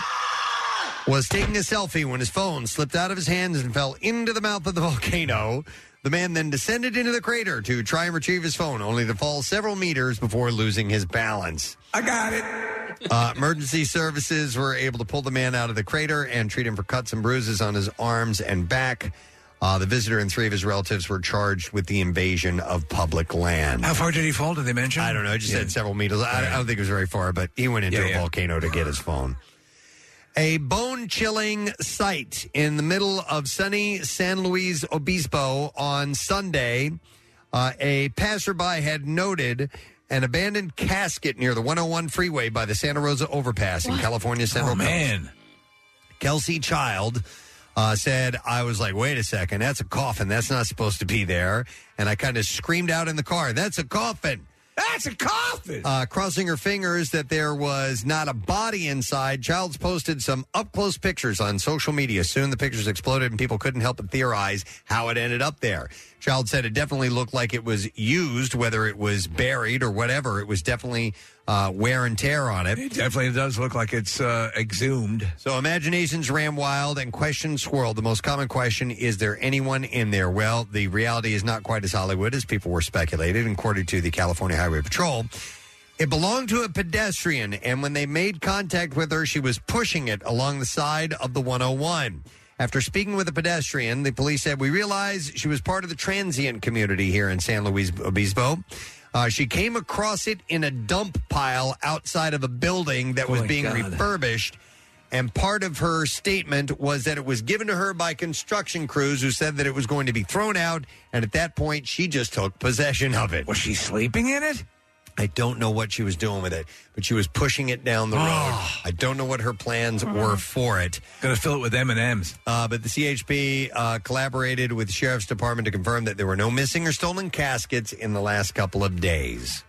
was taking a selfie when his phone slipped out of his hands and fell into the mouth of the volcano. The man then descended into the crater to try and retrieve his phone, only to fall several meters before losing his balance. I got it. Uh, emergency services were able to pull the man out of the crater and treat him for cuts and bruises on his arms and back. Uh, the visitor and three of his relatives were charged with the invasion of public land. How far did he fall? Did they mention? I don't know. I just Yeah. said several meters. I, I don't think it was very far, but he went into Yeah, a yeah. volcano to get his phone. A bone chilling sight in the middle of sunny San Luis Obispo on Sunday. Uh, a passerby had noted an abandoned casket near the 101 freeway by the Santa Rosa overpass in California Oh, Central Coast. Kelsey Child uh, said, I was like, wait a second, that's a coffin. That's not supposed to be there. And I kind of screamed out in the car, that's a coffin. That's a coffin. Uh, crossing her fingers that there was not a body inside. Childs posted some up close pictures on social media. Soon the pictures exploded and people couldn't help but theorize how it ended up there. Child said it definitely looked like it was used, whether it was buried or whatever. It was definitely uh, wear and tear on it. It definitely does look like it's uh, exhumed. So imaginations ran wild and questions swirled. The most common question is there anyone in there? Well, the reality is not quite as Hollywood as people were speculated, according to the California Highway Patrol. It belonged to a pedestrian, and when they made contact with her, she was pushing it along the side of the 101. After speaking with a pedestrian, the police said, We realize she was part of the transient community here in San Luis Obispo. Uh, she came across it in a dump pile outside of a building that was my being God. refurbished. And part of her statement was that it was given to her by construction crews who said that it was going to be thrown out. And at that point, she just took possession of it. Was she sleeping in it? I don't know what she was doing with it, but she was pushing it down the road. I don't know what her plans were for it. Going to Oh. fill it with M and M's. Uh, but the CHP uh, collaborated with the sheriff's department to confirm that there were no missing or stolen caskets in the last couple of days.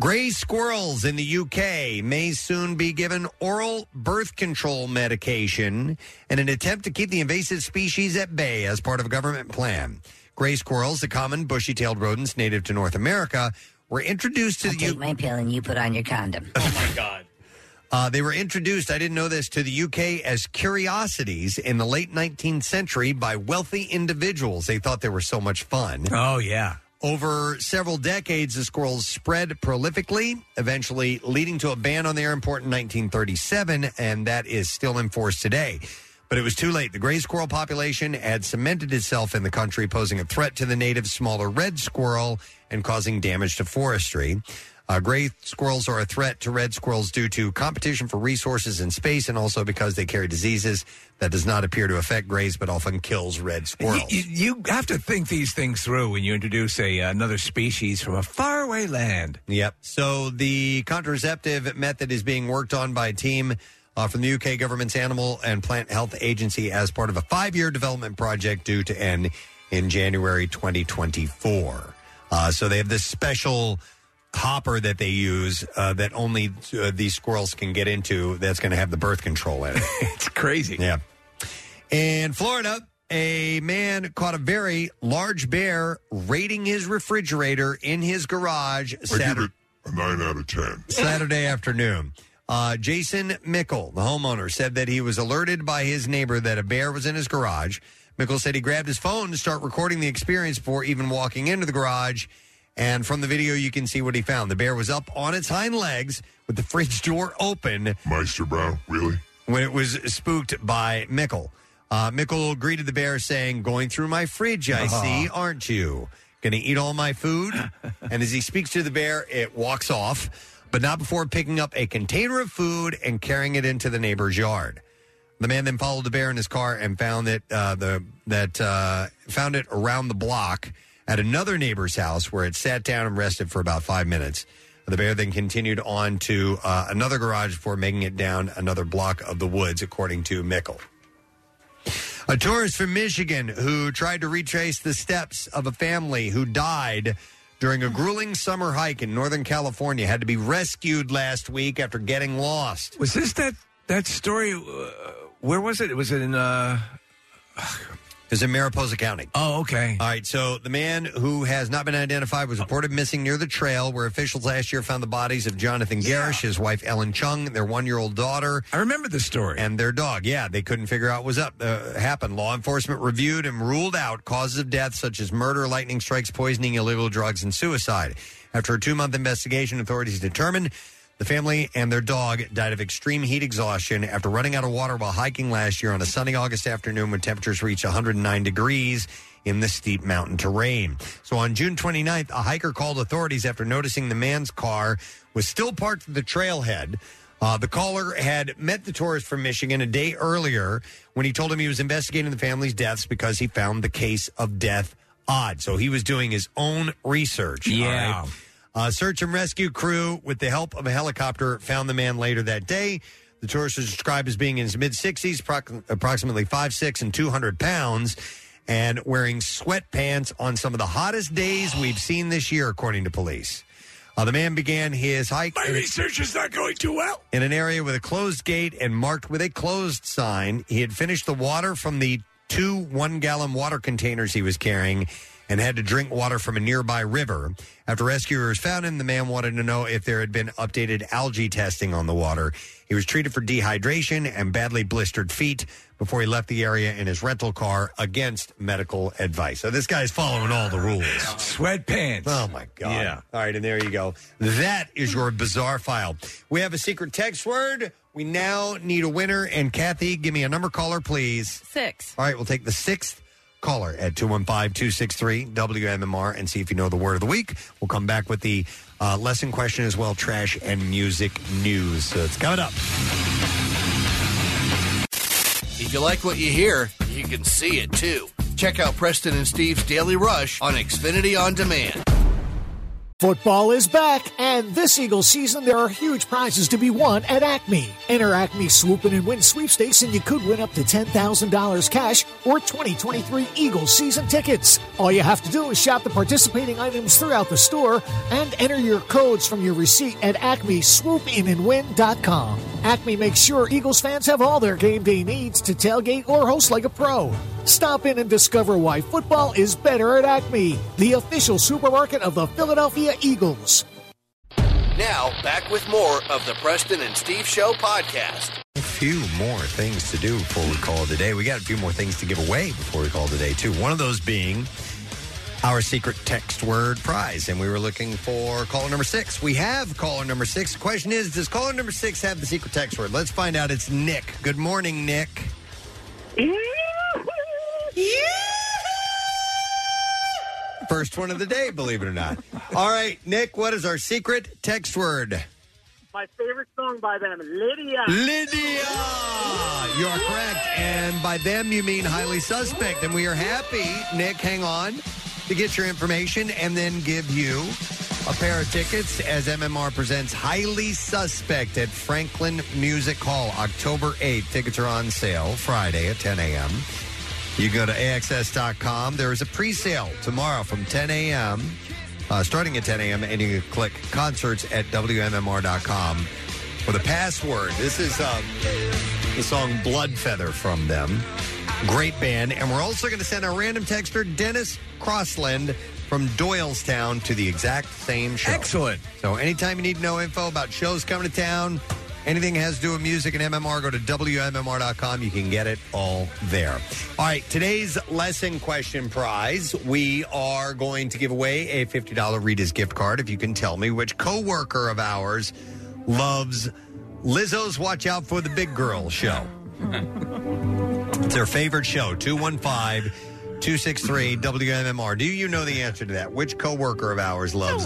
Gray squirrels in the UK may soon be given oral birth control medication in an attempt to keep the invasive species at bay as part of a government plan. Gray squirrels, the common bushy tailed rodents native to North America, were introduced to the UK. my pill and you put on your condom. Uh, they were introduced, I didn't know this, to the UK as curiosities in the late 19th century by wealthy individuals. They thought they were so much fun. Oh, yeah. Over several decades, the squirrels spread prolifically, eventually leading to a ban on their import in 1937, and that is still in force today. But it was too late. The gray squirrel population had cemented itself in the country, posing a threat to the native smaller red squirrel and causing damage to forestry. Uh, Uh, gray squirrels are a threat to red squirrels due to competition for resources in space and also because they carry diseases that does not appear to affect grays but often kills red squirrels. You, you have to think these things through when you introduce a uh, another species from a faraway land. Yep. So the contraceptive method is being worked on by a team uh, from the UK government's Animal and Plant Health Agency as part of a five year development project due to end in January 2024. Uh, so they have this special hopper that they use uh, that only uh, these squirrels can get into that's going to have the birth control in it. it's crazy. Yeah. In Florida, a man caught a very large bear raiding his refrigerator in his garage Saturday, A 9 out of 10. Saturday afternoon. Uh, Jason Mickle, the homeowner, said that he was alerted by his neighbor that a bear was in his garage. Mickle said he grabbed his phone to start recording the experience before even walking into the garage. And from the video, you can see what he found. The bear was up on its hind legs with the fridge door open. Meister Brow, really? when it was spooked by Mickle. Uh, Mickle greeted the bear, saying, Going through my fridge, I Uh-huh. Aw. see, aren't you? Gonna eat all my food? and as he speaks to the bear, it walks off, but not before picking up a container of food and carrying it into the neighbor's yard. The man then followed the bear in his car and found it uh, the that uh, found it around the block at another neighbor's house where it sat down and rested for about five minutes. The bear then continued on to uh, another garage before making it down another block of the woods, according to Mickle. A tourist from Michigan who tried to retrace the steps of a family who died during a Hmm. grueling summer hike in Northern California had to be rescued last week after getting lost. Was this that that story? Uh, where was it? Was it in? Uh... It was in Mariposa County. Oh, okay. All right. So the man who has not been identified was reported missing near the trail where officials last year found the bodies of Jonathan Garish, his wife Ellen Chung, their one-year-old daughter. I remember this story. And their dog. Yeah, they couldn't figure out what was up. Uh, happened. Law enforcement reviewed and ruled out causes of death such as murder, lightning strikes, poisoning, illegal drugs, and suicide. After a two-month investigation, authorities determined the family and their dog died of extreme heat exhaustion after running out of water while hiking last year on a sunny August afternoon when temperatures reached 109 degrees in the steep mountain terrain. So on June 29th, a hiker called authorities after noticing the man's car was still parked at the trailhead. Uh, the caller had met the tourist from Michigan a day earlier when he told him he was investigating the family's deaths because he found the case of death odd. So he was doing his own research. all Yeah. right? Uh, search and rescue crew, with the help of a helicopter, found the man later that day. The tourist was described as being in his mid 60s, proc- approximately 5'6 and 200 pounds, and wearing sweatpants on some of the hottest days we've seen this year, according to police. Uh, the man began his hike. My in- research is not going too well. in an area with a closed gate and marked with a closed sign. He had finished the water from the two one gallon water containers he was carrying and had to drink water from a nearby river. After rescuers found him, the man wanted to know if there had been updated algae testing on the water. He was treated for dehydration and badly blistered feet before he left the area in his rental car against medical advice. So this guy's following all the rules. Sweatpants. Oh my god. Yeah. All right, and there you go. That is your bizarre file. We have a secret text word. We now need a winner. And Kathy, give me a number caller, please. Six. All right, we'll take the sixth caller at 215 263 WMMR and see if you know the word of the week. We'll come back with the uh, lesson question as well, trash and music news. So it's coming up. If you like what you hear, you can see it too. Check out Preston and Steve's Daily Rush on Xfinity On Demand. Football is back, and this Eagles season, there are huge prizes to be won at Acme. Enter Acme Swoop In and Win sweepstakes, and you could win up to $10,000 cash or 2023 Eagles season tickets. All you have to do is shop the participating items throughout the store and enter your codes from your receipt at acmeswoopinandwin.com. Acme makes sure Eagles fans have all their game day needs to tailgate or host like a pro. Stop in and discover why football is better at Acme, the official supermarket of the Philadelphia Eagles. Now, back with more of the Preston and Steve Show podcast. A few more things to do before we call it a day. We got a few more things to give away before we call it a day, too. One of those being our secret text word prize. And we were looking for caller number six. We have caller number six. The question is Does caller number six have the secret text word? Let's find out. It's Nick. Good morning, Nick. First one of the day, believe it or not. All right, Nick, what is our secret text word? My favorite song by them, Lydia. Lydia! Uh, You are correct. And by them, you mean highly suspect. And we are happy, Nick, hang on, to get your information and then give you a pair of tickets as MMR presents Highly Suspect at Franklin Music Hall, October 8th. Tickets are on sale Friday at 10 a.m. You go to AXS.com. There is a pre sale tomorrow from 10 a.m. Uh, starting at 10 a.m., and you can click concerts at WMMR.com for the password. This is um, the song Blood Feather from them. Great band. And we're also going to send our random texter, Dennis Crossland, from Doylestown to the exact same show. Excellent. So anytime you need to know info about shows coming to town, anything that has to do with music and MMR, go to WMMR.com. You can get it all there. All right, today's lesson question prize. We are going to give away a $50 Rita's gift card if you can tell me which coworker of ours loves Lizzo's Watch Out for the Big Girl show. it's their favorite show, 215 263 WMMR. Do you know the answer to that? Which coworker of ours loves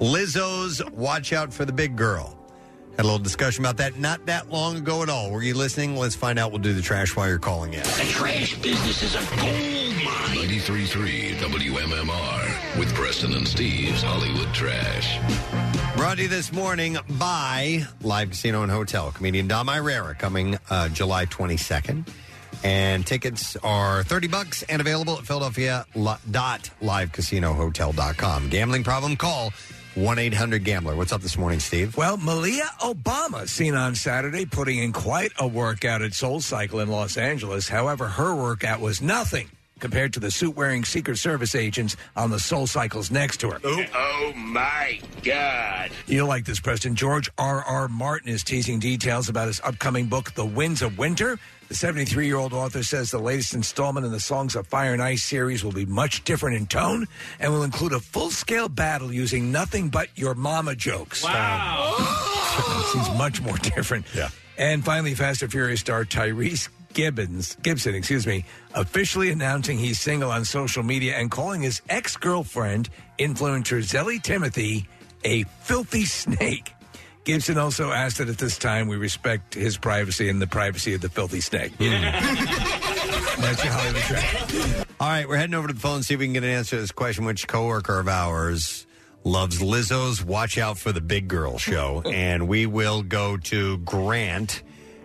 Lizzo's Watch Out for the Big Girl? Had a little discussion about that not that long ago at all. Were you listening? Let's find out. We'll do the trash while you're calling in. The trash business is a gold mine. 93.3 WMMR with Preston and Steve's Hollywood Trash. Brought to you this morning by Live Casino and Hotel. Comedian Dom Irera coming uh, July 22nd. And tickets are 30 bucks and available at philadelphia.livecasinohotel.com. Gambling problem? Call 1-800-GAMBLER. What's up this morning, Steve? Well, Malia Obama seen on Saturday putting in quite a workout at Soul Cycle in Los Angeles. However, her workout was nothing compared to the suit-wearing Secret Service agents on the Soul Cycles next to her. Oh my God. You'll like this, Preston. George R. R. Martin is teasing details about his upcoming book, The Winds of Winter. The 73 year old author says the latest installment in the Songs of Fire and Ice series will be much different in tone and will include a full scale battle using nothing but your mama jokes. Wow. seems much more different. Yeah. And finally, Fast and Furious star Tyrese Gibbons, Gibson, excuse me, officially announcing he's single on social media and calling his ex girlfriend, influencer Zelly Timothy, a filthy snake. Gibson also asked that at this time we respect his privacy and the privacy of the filthy snake. That's your Hollywood track. All right, we're heading over to the phone and see if we can get an answer to this question. Which coworker of ours loves Lizzo's Watch Out for the Big Girl show? and we will go to Grant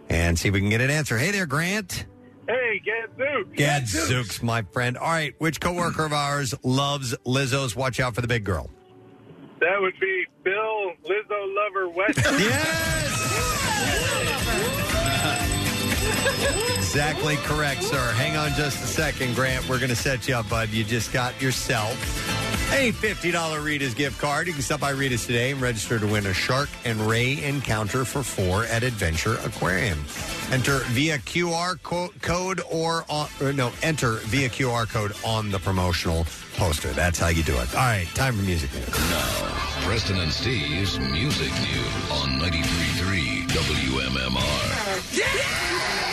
and see if we can get an answer. Hey there, Grant. Hey, Gadzooks. Gadzooks, my friend. All right, which coworker of ours loves Lizzo's Watch Out for the Big Girl? That would be Bill Lizzo Lover West. yes! Exactly correct, sir. Hang on just a second, Grant. We're going to set you up, bud. You just got yourself a $50 Rita's gift card. You can stop by Rita's today and register to win a shark and ray encounter for four at Adventure Aquarium. Enter via QR co- code or, on, or no, enter via QR code on the promotional poster. That's how you do it. All right, time for music news. Preston and Steve's Music News on 93.3 WMMR.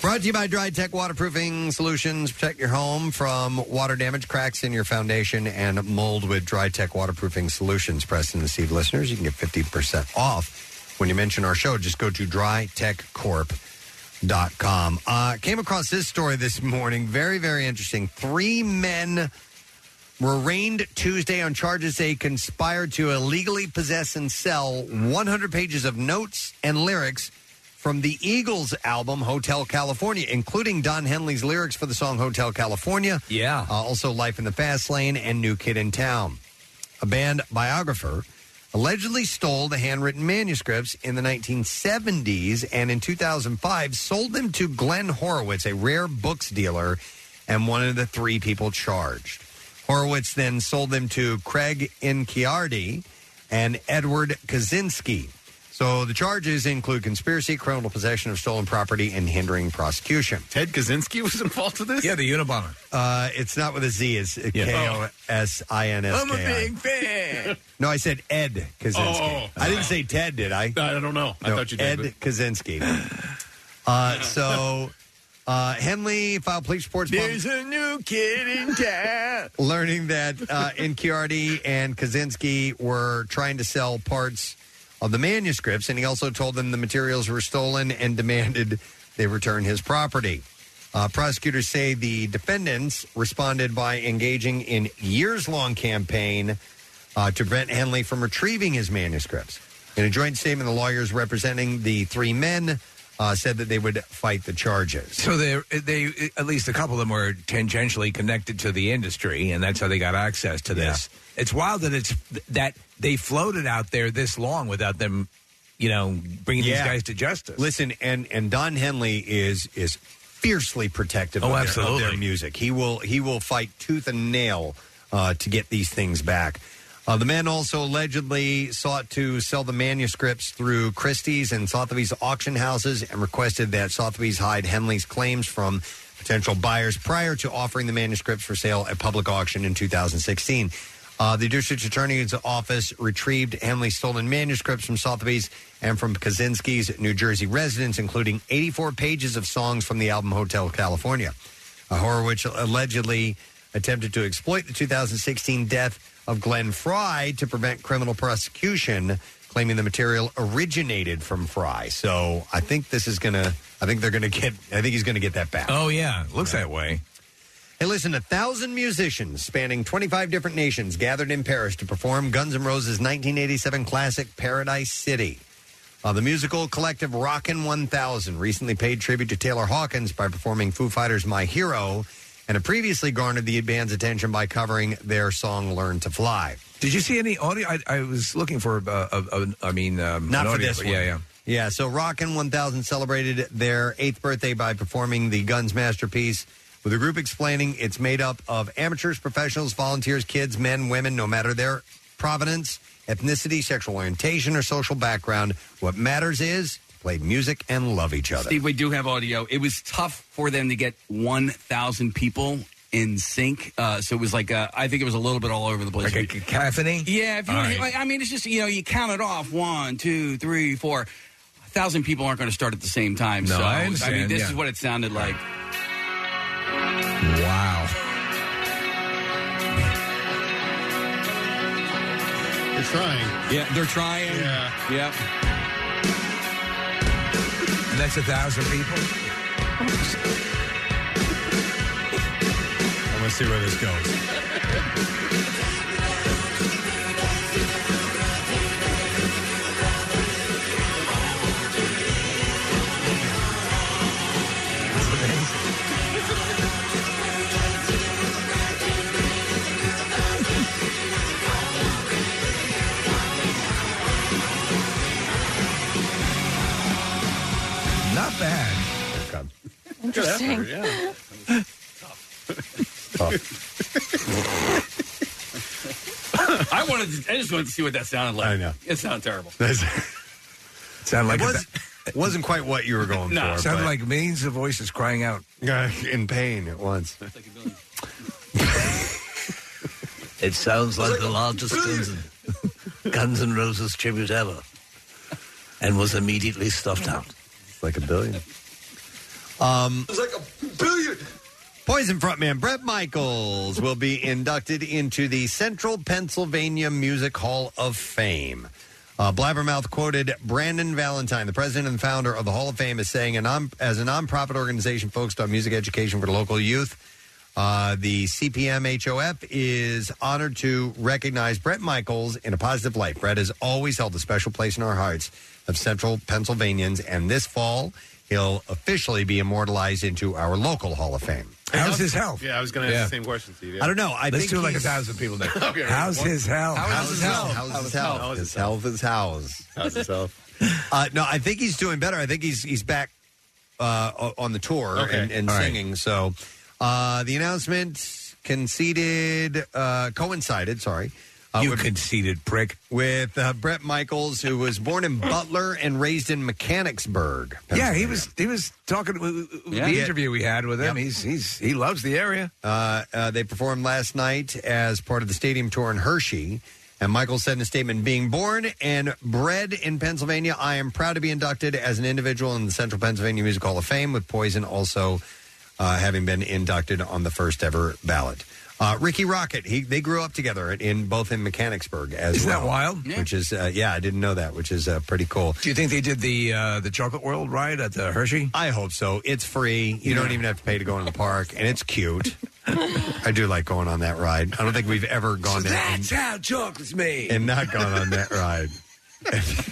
Brought to you by Dry Tech Waterproofing Solutions. Protect your home from water damage, cracks in your foundation, and mold with Dry Tech Waterproofing Solutions. Preston and Steve listeners, you can get 50% off when you mention our show. Just go to drytechcorp.com. Uh, came across this story this morning. Very, very interesting. Three men were arraigned Tuesday on charges they conspired to illegally possess and sell 100 pages of notes and lyrics from the Eagles album Hotel California, including Don Henley's lyrics for the song Hotel California. Yeah. Uh, also, Life in the Fast Lane and New Kid in Town. A band biographer allegedly stole the handwritten manuscripts in the 1970s and in 2005 sold them to Glenn Horowitz, a rare books dealer, and one of the three people charged. Horowitz then sold them to Craig Inchiardi and Edward Kaczynski. So the charges include conspiracy, criminal possession of stolen property, and hindering prosecution. Ted Kaczynski was involved with this? Yeah, the Unabomber. Uh, it's not with a Z. It's Yeah. K O S I N S I'm K a I. big fan. No, I said Ed Kaczynski. Oh. I didn't say Ted, did I? I don't know. I No, thought you did, Ed Kaczynski. Uh, so Uh, Henley filed police reports. upon- a new kid in town. learning that uh, Inchiardi and Kaczynski were trying to sell parts of the manuscripts, and he also told them the materials were stolen and demanded they return his property. Uh, prosecutors say the defendants responded by engaging in years long campaign uh, to prevent Henley from retrieving his manuscripts. In a joint statement, the lawyers representing the three men uh, said that they would fight the charges. So they they at least a couple of them were tangentially connected to the industry, and that's how they got access to this. It's wild that it's that they floated out there this long without them, you know, bringing these Yeah. guys to justice. Listen, and and Don Henley is is fiercely protective Oh, of, their, of absolutely. their music. He will he will fight tooth and nail uh, to get these things back. Uh, the men also allegedly sought to sell the manuscripts through Christie's and Sotheby's auction houses and requested that Sotheby's hide Henley's claims from potential buyers prior to offering the manuscripts for sale at public auction in 2016. Uh, the district attorney's office retrieved Henley's stolen manuscripts from Sotheby's and from Kaczynski's New Jersey residence, including 84 pages of songs from the album Hotel California. Uh, Horowitz allegedly attempted to exploit the 2016 death of Glenn Fry to prevent criminal prosecution, claiming the material originated from Fry. So I think this is going to, I think they're going to get, I think he's going to get that back. Oh yeah, looks that way. Hey, listen, a thousand musicians spanning 25 different nations gathered in Paris to perform Guns N' Roses' 1987 classic Paradise City. Uh, the musical collective Rockin' 1000 recently paid tribute to Taylor Hawkins by performing Foo Fighters' My Hero and had previously garnered the band's attention by covering their song Learn to Fly. Did you see any audio? I, I was looking for. Uh, a, a, I mean, um, Not an for audio, this but one. Yeah, yeah. Yeah, so Rockin' 1000 celebrated their eighth birthday by performing the Guns masterpiece with a group explaining it's made up of amateurs, professionals, volunteers, kids, men, women, no matter their provenance, ethnicity, sexual orientation, or social background. What matters is to play music and love each other. Steve, we do have audio. It was tough for them to get 1,000 people in sync. Uh, so it was like, uh, I think it was a little bit all over the place. Like a cacophony? Yeah. If you All wanna- right. like, I mean, it's just, you know, you count it off one, two, three, four. A thousand people aren't going to start at the same time. No, so, I mean, understand, this yeah. is what it sounded like. Wow. They're trying. Yeah, they're trying. Yeah. Yep. And that's a thousand people. I'm going to see where this goes. Not bad. Interesting. Oh. I wanted. To, I just wanted to see what that sounded like. I know. It sounded terrible. Sound like it was, wasn't quite what you were going No, for. sounded but- like millions of voices crying out in pain at once. It sounds like the largest Guns, Guns N' Roses tribute ever, and was immediately stuffed out. Like a billion. Um, It's like a billion. Poison frontman Brett Michaels will be inducted into the Central Pennsylvania Music Hall of Fame. Uh, Blabbermouth quoted Brandon Valentine, the president and founder of the Hall of Fame, as saying, a non- as a nonprofit organization focused on music education for local youth, uh, the CPM HOF is honored to recognize Brett Michaels in a positive light. Brett has always held a special place in our hearts of central Pennsylvanians, and this fall, he'll officially be immortalized into our local Hall of Fame. How's his health? Yeah, I was going to Yeah. ask the same question, Steve. I don't know. I Let's think do like a he's- thousand people next. Okay, right. How's One- his health? How's his health? How's his health? His health is housed. How's his health? Uh, no, I think he's doing better. I think he's he's back uh, o- on the tour Okay. and, and All right. singing. So uh, the announcement conceded uh, coincided. Sorry. Uh, You with, conceited prick. With uh, Brett Michaels, who was born in Butler and raised in Mechanicsburg. Yeah, he was. He was talking. Yeah. The interview we had with him. He's he's he loves the area. Uh, uh, they performed last night as part of the stadium tour in Hershey. And Michael said in a statement, being born and bred in Pennsylvania, I am proud to be inducted as an individual in the Central Pennsylvania Music Hall of Fame, with Poison also uh, having been inducted on the first ever ballot. Uh, Ricky Rocket, he, they grew up together in both in Mechanicsburg as Isn't well. that wild? Which is, uh, yeah, I didn't know that, which is uh, pretty cool. Do you think they did the uh, the Chocolate World ride at the Hershey? I hope so. It's free. You don't even have to pay to go in the park, and it's cute. I do like going on that ride. I don't think we've ever gone there and, That's how chocolate's made. and not gone on that ride.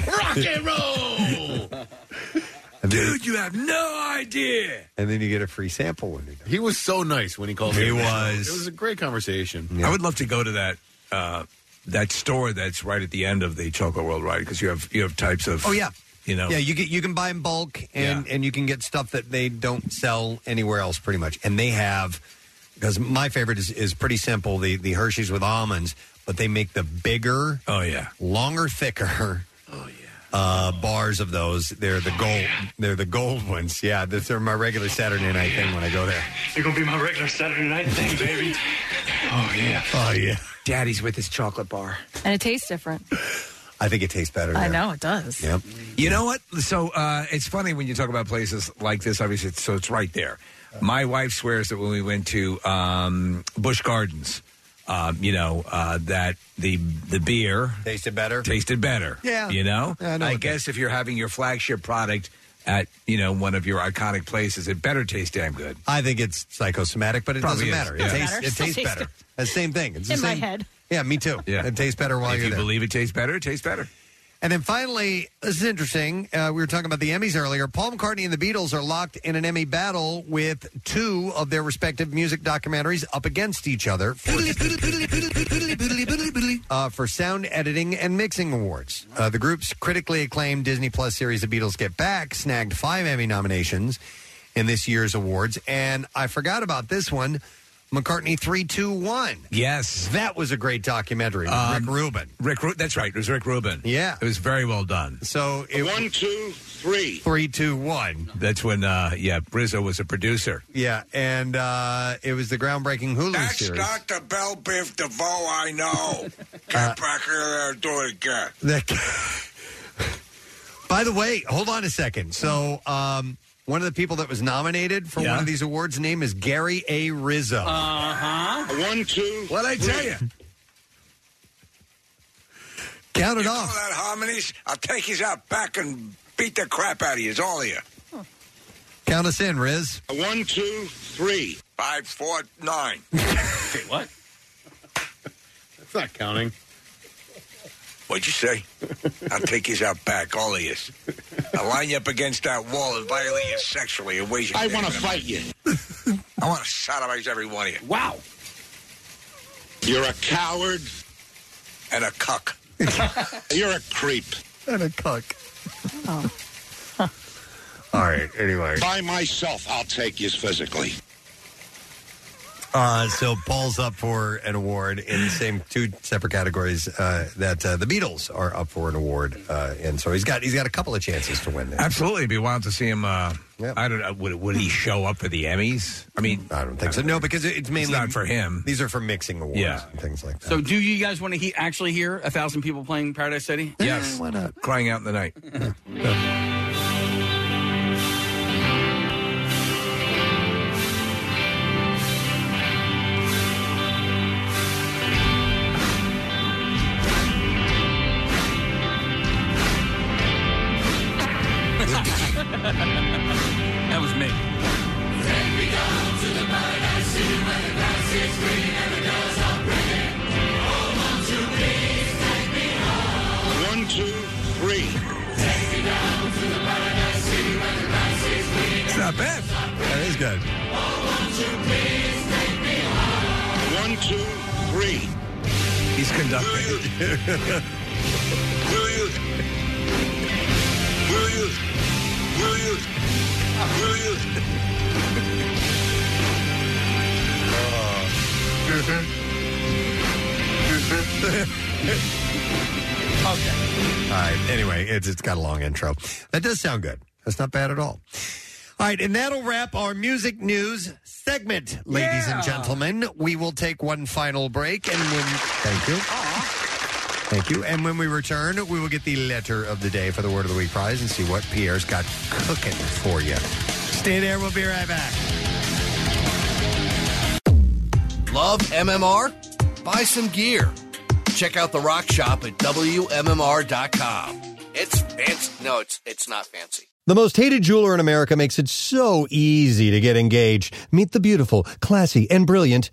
Rock and roll, dude. You have no idea. And then you get a free sample when you He was so nice when he called me. He was. It was a great conversation. I would love to go to that uh, that store that's right at the end of the Chocolate World ride because you have you have types of Oh, yeah. you know Yeah, you get, you can buy in bulk, and and you can get stuff that they don't sell anywhere else, pretty much. And they have because my favorite is, is pretty simple the the Hershey's with almonds, but they make the bigger, oh yeah, Oh, longer, thicker. Uh, bars of those. They're the gold. They're the gold ones. Yeah, this- they're my regular Saturday night thing when I go there. You're gonna be my regular Saturday night thing, baby. Oh yeah. Oh yeah. Daddy's with his chocolate bar. And it tastes different. I think it tastes better. I there. know it does. Yep. You know what? So uh, it's funny when you talk about places like this. Obviously, it's, so it's right there. My wife swears that when we went to um, Bush Gardens, um, you know uh, that the the beer tasted better. Tasted better. Yeah. You know. Yeah, I know it guess if you're having your flagship product at you know one of your iconic places, it better taste damn good. I think it's psychosomatic, but it Probably is. doesn't matter. It Doesn't tastes, matter. It tastes better. That's the same thing. It's the In my same- head. Yeah, me too. Yeah. It tastes better while if you're you there. believe it tastes better, it tastes better. And then finally, this is interesting. Uh, we were talking about the Emmys earlier. Paul McCartney and the Beatles are locked in an Emmy battle with two of their respective music documentaries up against each other for, uh, for sound editing and mixing awards. Uh, the group's critically acclaimed Disney Plus series, The Beatles Get Back, snagged five Emmy nominations in this year's awards. And I forgot about this one McCartney 321. Yes. That was a great documentary. with Um, uh, Rick Rubin. Rick, Ru- that's right. It was Rick Rubin. Yeah. It was very well done. So it, one, two, three. Three, two, one. That's when, uh, yeah, Brizzo was a producer. Yeah, and uh, it was the groundbreaking Hulu series. the Bell Biv DeVoe I know. Uh. Get back here there do it again. That- By the way, hold on a second. So, um, one of the people that was nominated for Yeah. one of these awards' name is Gary A. Rizzo. Uh-huh. huh. One, two. What I tell you? Count it you off. All that harmonies. I'll take you out back and beat the crap out of you. It's all of you. Count us in, Riz. One, two, three, five, four, nine. Wait, what? That's not counting. What'd you say? I'll take you out back, all of you. I'll line you up against that wall and violate you sexually and waste your I days wanna in a fight minute. I want to sodomize every one of you. Wow. You're a coward. And a cuck. You're a creep. And a cuck. Oh. All right, anyway. By myself, I'll take you physically. Uh, so Paul's up for an award in the same two separate categories uh, that uh, the Beatles are up for an award, uh, and so he's got he's got a couple of chances to win there. Absolutely. It'd be wild to see him. Uh, I don't know. Would, would he show up for the Emmys? I mean, I don't think so. No, because it's mainly not for him. These are for mixing awards Yeah. and things like that. So, do you guys want to he- actually hear a thousand people playing Paradise City? Yes. Why not? Crying out in the night. that was me. One, two, three. It's not bad. That is good. One, two, three. He's conducting. Will you? Will you? Will you? Will you? All right. Anyway, it's it's got a long intro. That does sound good. That's not bad at all. All right, and that'll wrap our music news segment, ladies and gentlemen. We will take one final break, and when thank you. Thank you. And when we return, we will get the letter of the day for the Word of the Week prize and see what Pierre's got cooking for you. Stay there. We'll be right back. Love MMR? Buy some gear. Check out the rock shop at WMMR.com. It's fancy. No, it's it's not fancy. The most hated jeweler in America makes it so easy to get engaged. Meet the beautiful, classy, and brilliant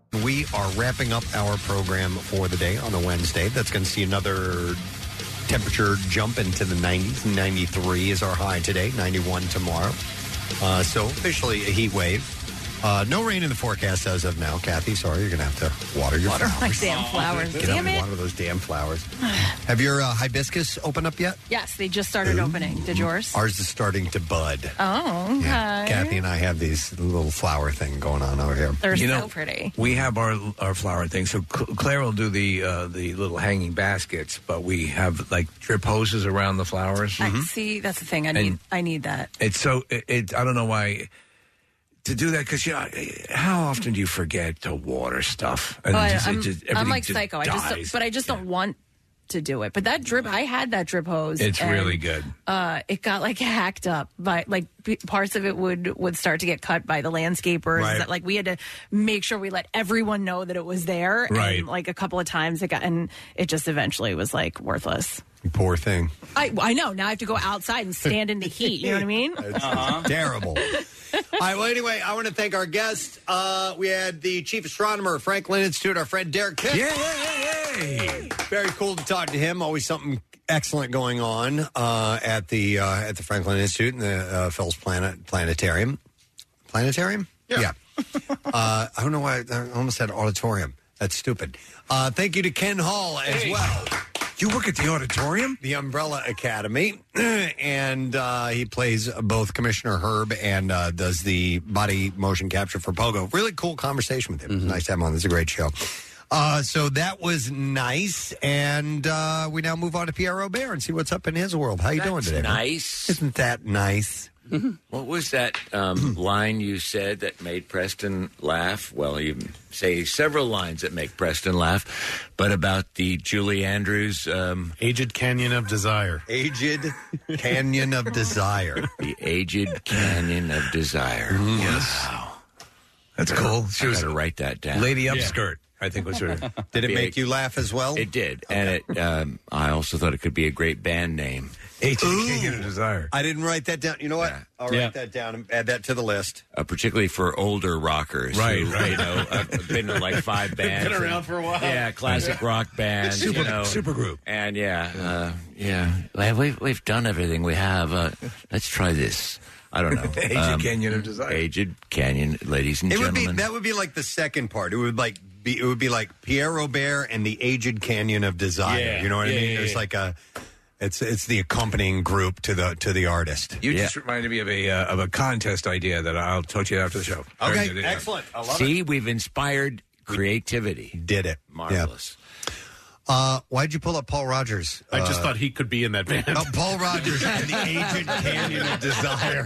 We are wrapping up our program for the day on a Wednesday. That's going to see another temperature jump into the 90s. 93 is our high today, 91 tomorrow. Uh, so, officially a heat wave. Uh, no rain in the forecast as of now, Kathy. Sorry, you're going to have to water your Water my flowers. damn flowers. Get Damn out and it. water those damn flowers. have your uh, hibiscus opened up yet? Yes, they just started Ooh. opening. Did yours? Ours is starting to bud. Oh, okay. Kathy and I have these little flower thing going on over here. They're You know, so pretty. We have our our flower thing. So Cl- Claire will do the uh, the little hanging baskets, but we have like drip hoses around the flowers. Mm-hmm. I, see, that's the thing. I need. mm-hmm. And- I need that. It's so it, it. I don't know why to do that because you know, how often do you forget to water stuff? Oh, I, just- it am just- I'm everything like just psycho. I just, dies. don't- but I just don't want to do it. But that drip, I had that drip hose. it's and, really good. Uh, it got like hacked up by like p- parts of it would would start to get cut by the landscapers. Right. That like we had to make sure we let everyone know that it was there. Right. And like a couple of times it got and it just eventually was like worthless. Poor thing. I I know. Now I have to go outside and stand in the heat. You know what I mean? It's terrible. All right. Well, anyway, I want to thank our guests. Uh, we had the chief astronomer of Franklin Institute, our friend Derek Kitt. Yeah, Very cool to talk to him. Always something excellent going on uh, at the uh, at the Franklin Institute and the uh, Fells Planet Planetarium. Planetarium? Yeah. uh, I don't know why I almost said auditorium. That's stupid. Uh, thank you to Ken Hall as well. You work at the auditorium? The Umbrella Academy. and uh, he plays both Commissioner Herb and uh, does the body motion capture for Pogo. Really cool conversation with him. Nice to have him on. This is a great show. Uh, so that was nice. And uh, we now move on to Pierre Robert and see what's up in his world. How you doing That's today? man? nice. Isn't that nice? What was that um, line you said that made Preston laugh? Well, you say several lines that make Preston laugh, but about the Julie Andrews um, aged canyon of desire. Aged canyon of desire. The aged canyon of desire. Mm. Yes. Wow. That's cool. She was to write that down. Lady upskirt, I think was her. Did it make you laugh as well? It did, and it. Um, I also thought it could be a great band name. Aged Canyon of Desire. I didn't write that down. You know what? I'll write Yeah. that down and add that to the list. uh, particularly for older rockers, Right, Who, right. You know, uh, have been in like five bands, been around and- for a while. Yeah, classic Yeah. rock bands, Super- you know, super group. and yeah, uh, yeah. Well, We've we've done everything we have. Uh, let's try this. I don't know. Aged Canyon of Desire. Aged Canyon, ladies and It would gentlemen. be that would be like the second part. It would like be it would be like Pierre Robert and the Aged Canyon of Desire. Yeah, You know what I yeah, mean? yeah, There's yeah. like a it's it's the accompanying group to the to the artist. You just reminded me of a uh, of a contest idea that I'll talk to you after the show. Very good idea. See, we've inspired creativity. Did it marvelous? Uh, why'd you pull up Paul Rogers? I just Uh, thought he could be in that band. Oh, Paul Rogers and the Aged Canyon of Desire.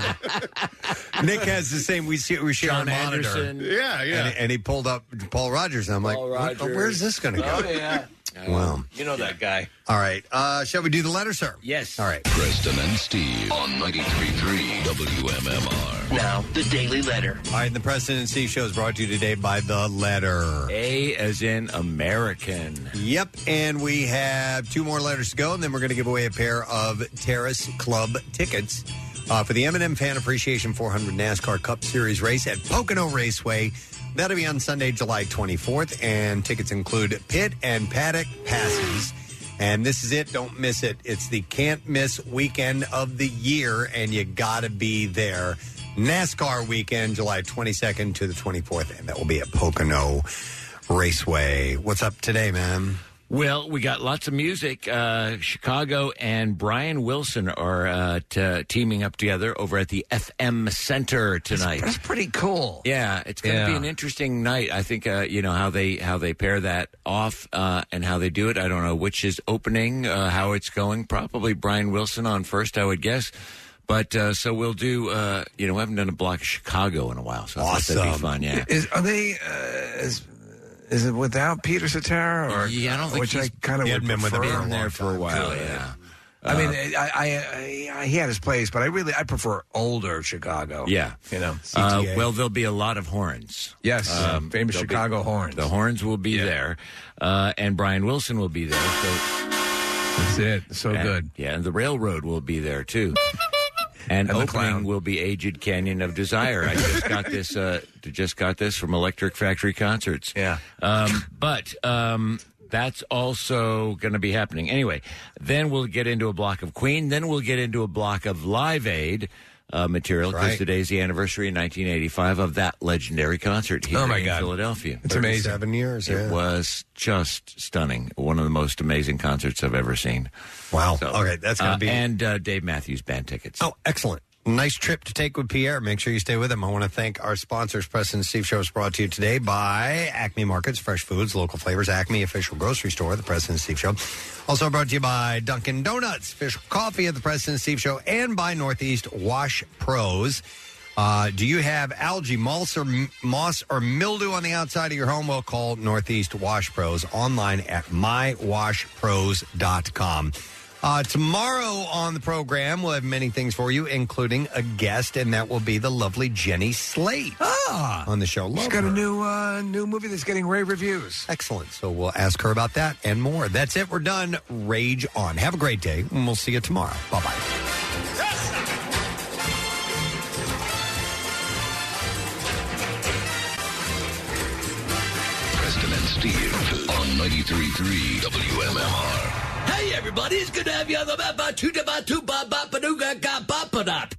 Nick has the same. We see we share John a monitor. Anderson. Yeah, yeah. And, and he pulled up Paul Rogers, and I'm like, Paul what- Rodgers. where's this going to go? Oh, yeah. Wow. You know that guy. All right. Uh, shall we do the letter, sir? Yes. All right. Preston and Steve on 93.3 WMMR. Now, the Daily Letter. All right, the President and Steve show is brought to you today by The Letter. A as in American. Yep, and we have two more letters to go, and then we're going to give away a pair of Terrace Club tickets uh, for the Eminem Fan Appreciation 400 NASCAR Cup Series race at Pocono Raceway. That'll be on Sunday, July 24th, and tickets include pit and paddock passes. And this is it. Don't miss it. It's the can't miss weekend of the year, and you got to be there. NASCAR weekend, July 22nd to the 24th, and that will be at Pocono Raceway. What's up today, man? Well, we got lots of music. Uh, Chicago and Brian Wilson are uh, t- teaming up together over at the FM Center tonight. That's pretty cool. Yeah, it's going to be Yeah. an interesting night. I think uh, you know how they how they pair that off uh, and how they do it. I don't know which is opening, uh, how it's going. Probably Brian Wilson on first, I would guess. But uh, so we'll do. Uh, you know, we haven't done a block of Chicago in a while, so I thought that'd be fun. Yeah. Is, are they? Uh, is, is it without Peter Cetera? Or Yeah, I don't think which I he's- kind of He would hadn't been with prefer. them for a long time. Oh, yeah. I mean, I, I, I, I, he had his place, but I really I prefer older Chicago. Yeah, you know. Uh, well, there'll be a lot of horns. Um, Yes, famous there'll Chicago horns. The horns will be there, uh, and Brian Wilson will be there. So that's it. So good. Yeah, and the railroad will be there too. And, opening will be Aged Canyon of Desire. I just got this. Uh, just got this from Electric Factory Concerts. Yeah. Um, but um, that's also going to be happening anyway. Then we'll get into a block of Queen. Then we'll get into a block of Live Aid uh, material because right. today's the anniversary in 1985 of that legendary concert here Oh, my in God. Philadelphia. It's amazing. 37 years, yeah. It was just stunning. One of the most amazing concerts I've ever seen. Wow. Okay, that's gonna uh, be- and uh, Dave Matthews Band tickets. Oh, excellent. Nice trip to take with Pierre. Make sure you stay with him. I want to thank our sponsors. Preston and Steve Show is brought to you today by Acme Markets, Fresh Foods, Local Flavors, Acme Official Grocery Store, The Preston and Steve Show. Also brought to you by Dunkin' Donuts, Fish Coffee at The Preston and Steve Show, and by Northeast Wash Pros. Uh, do you have algae, moss, or moss or mildew on the outside of your home? Well, call Northeast Wash Pros online at mywashpros.com. Uh, tomorrow on the program, we'll have many things for you, including a guest, and that will be the lovely Jenny Slate on the show. She's Love got her. a new uh, new movie that's getting rave reviews. Excellent. So we'll ask her about that and more. That's it. We're done. Rage on. Have a great day, and we'll see you tomorrow. Bye bye. Preston and Steve on 93.3 WMMR. Hey, everybody, it's good to have you on the map. Ba- Two da- ba- two ba- ba- ba- doo- ga- ga- ba- ba- dop.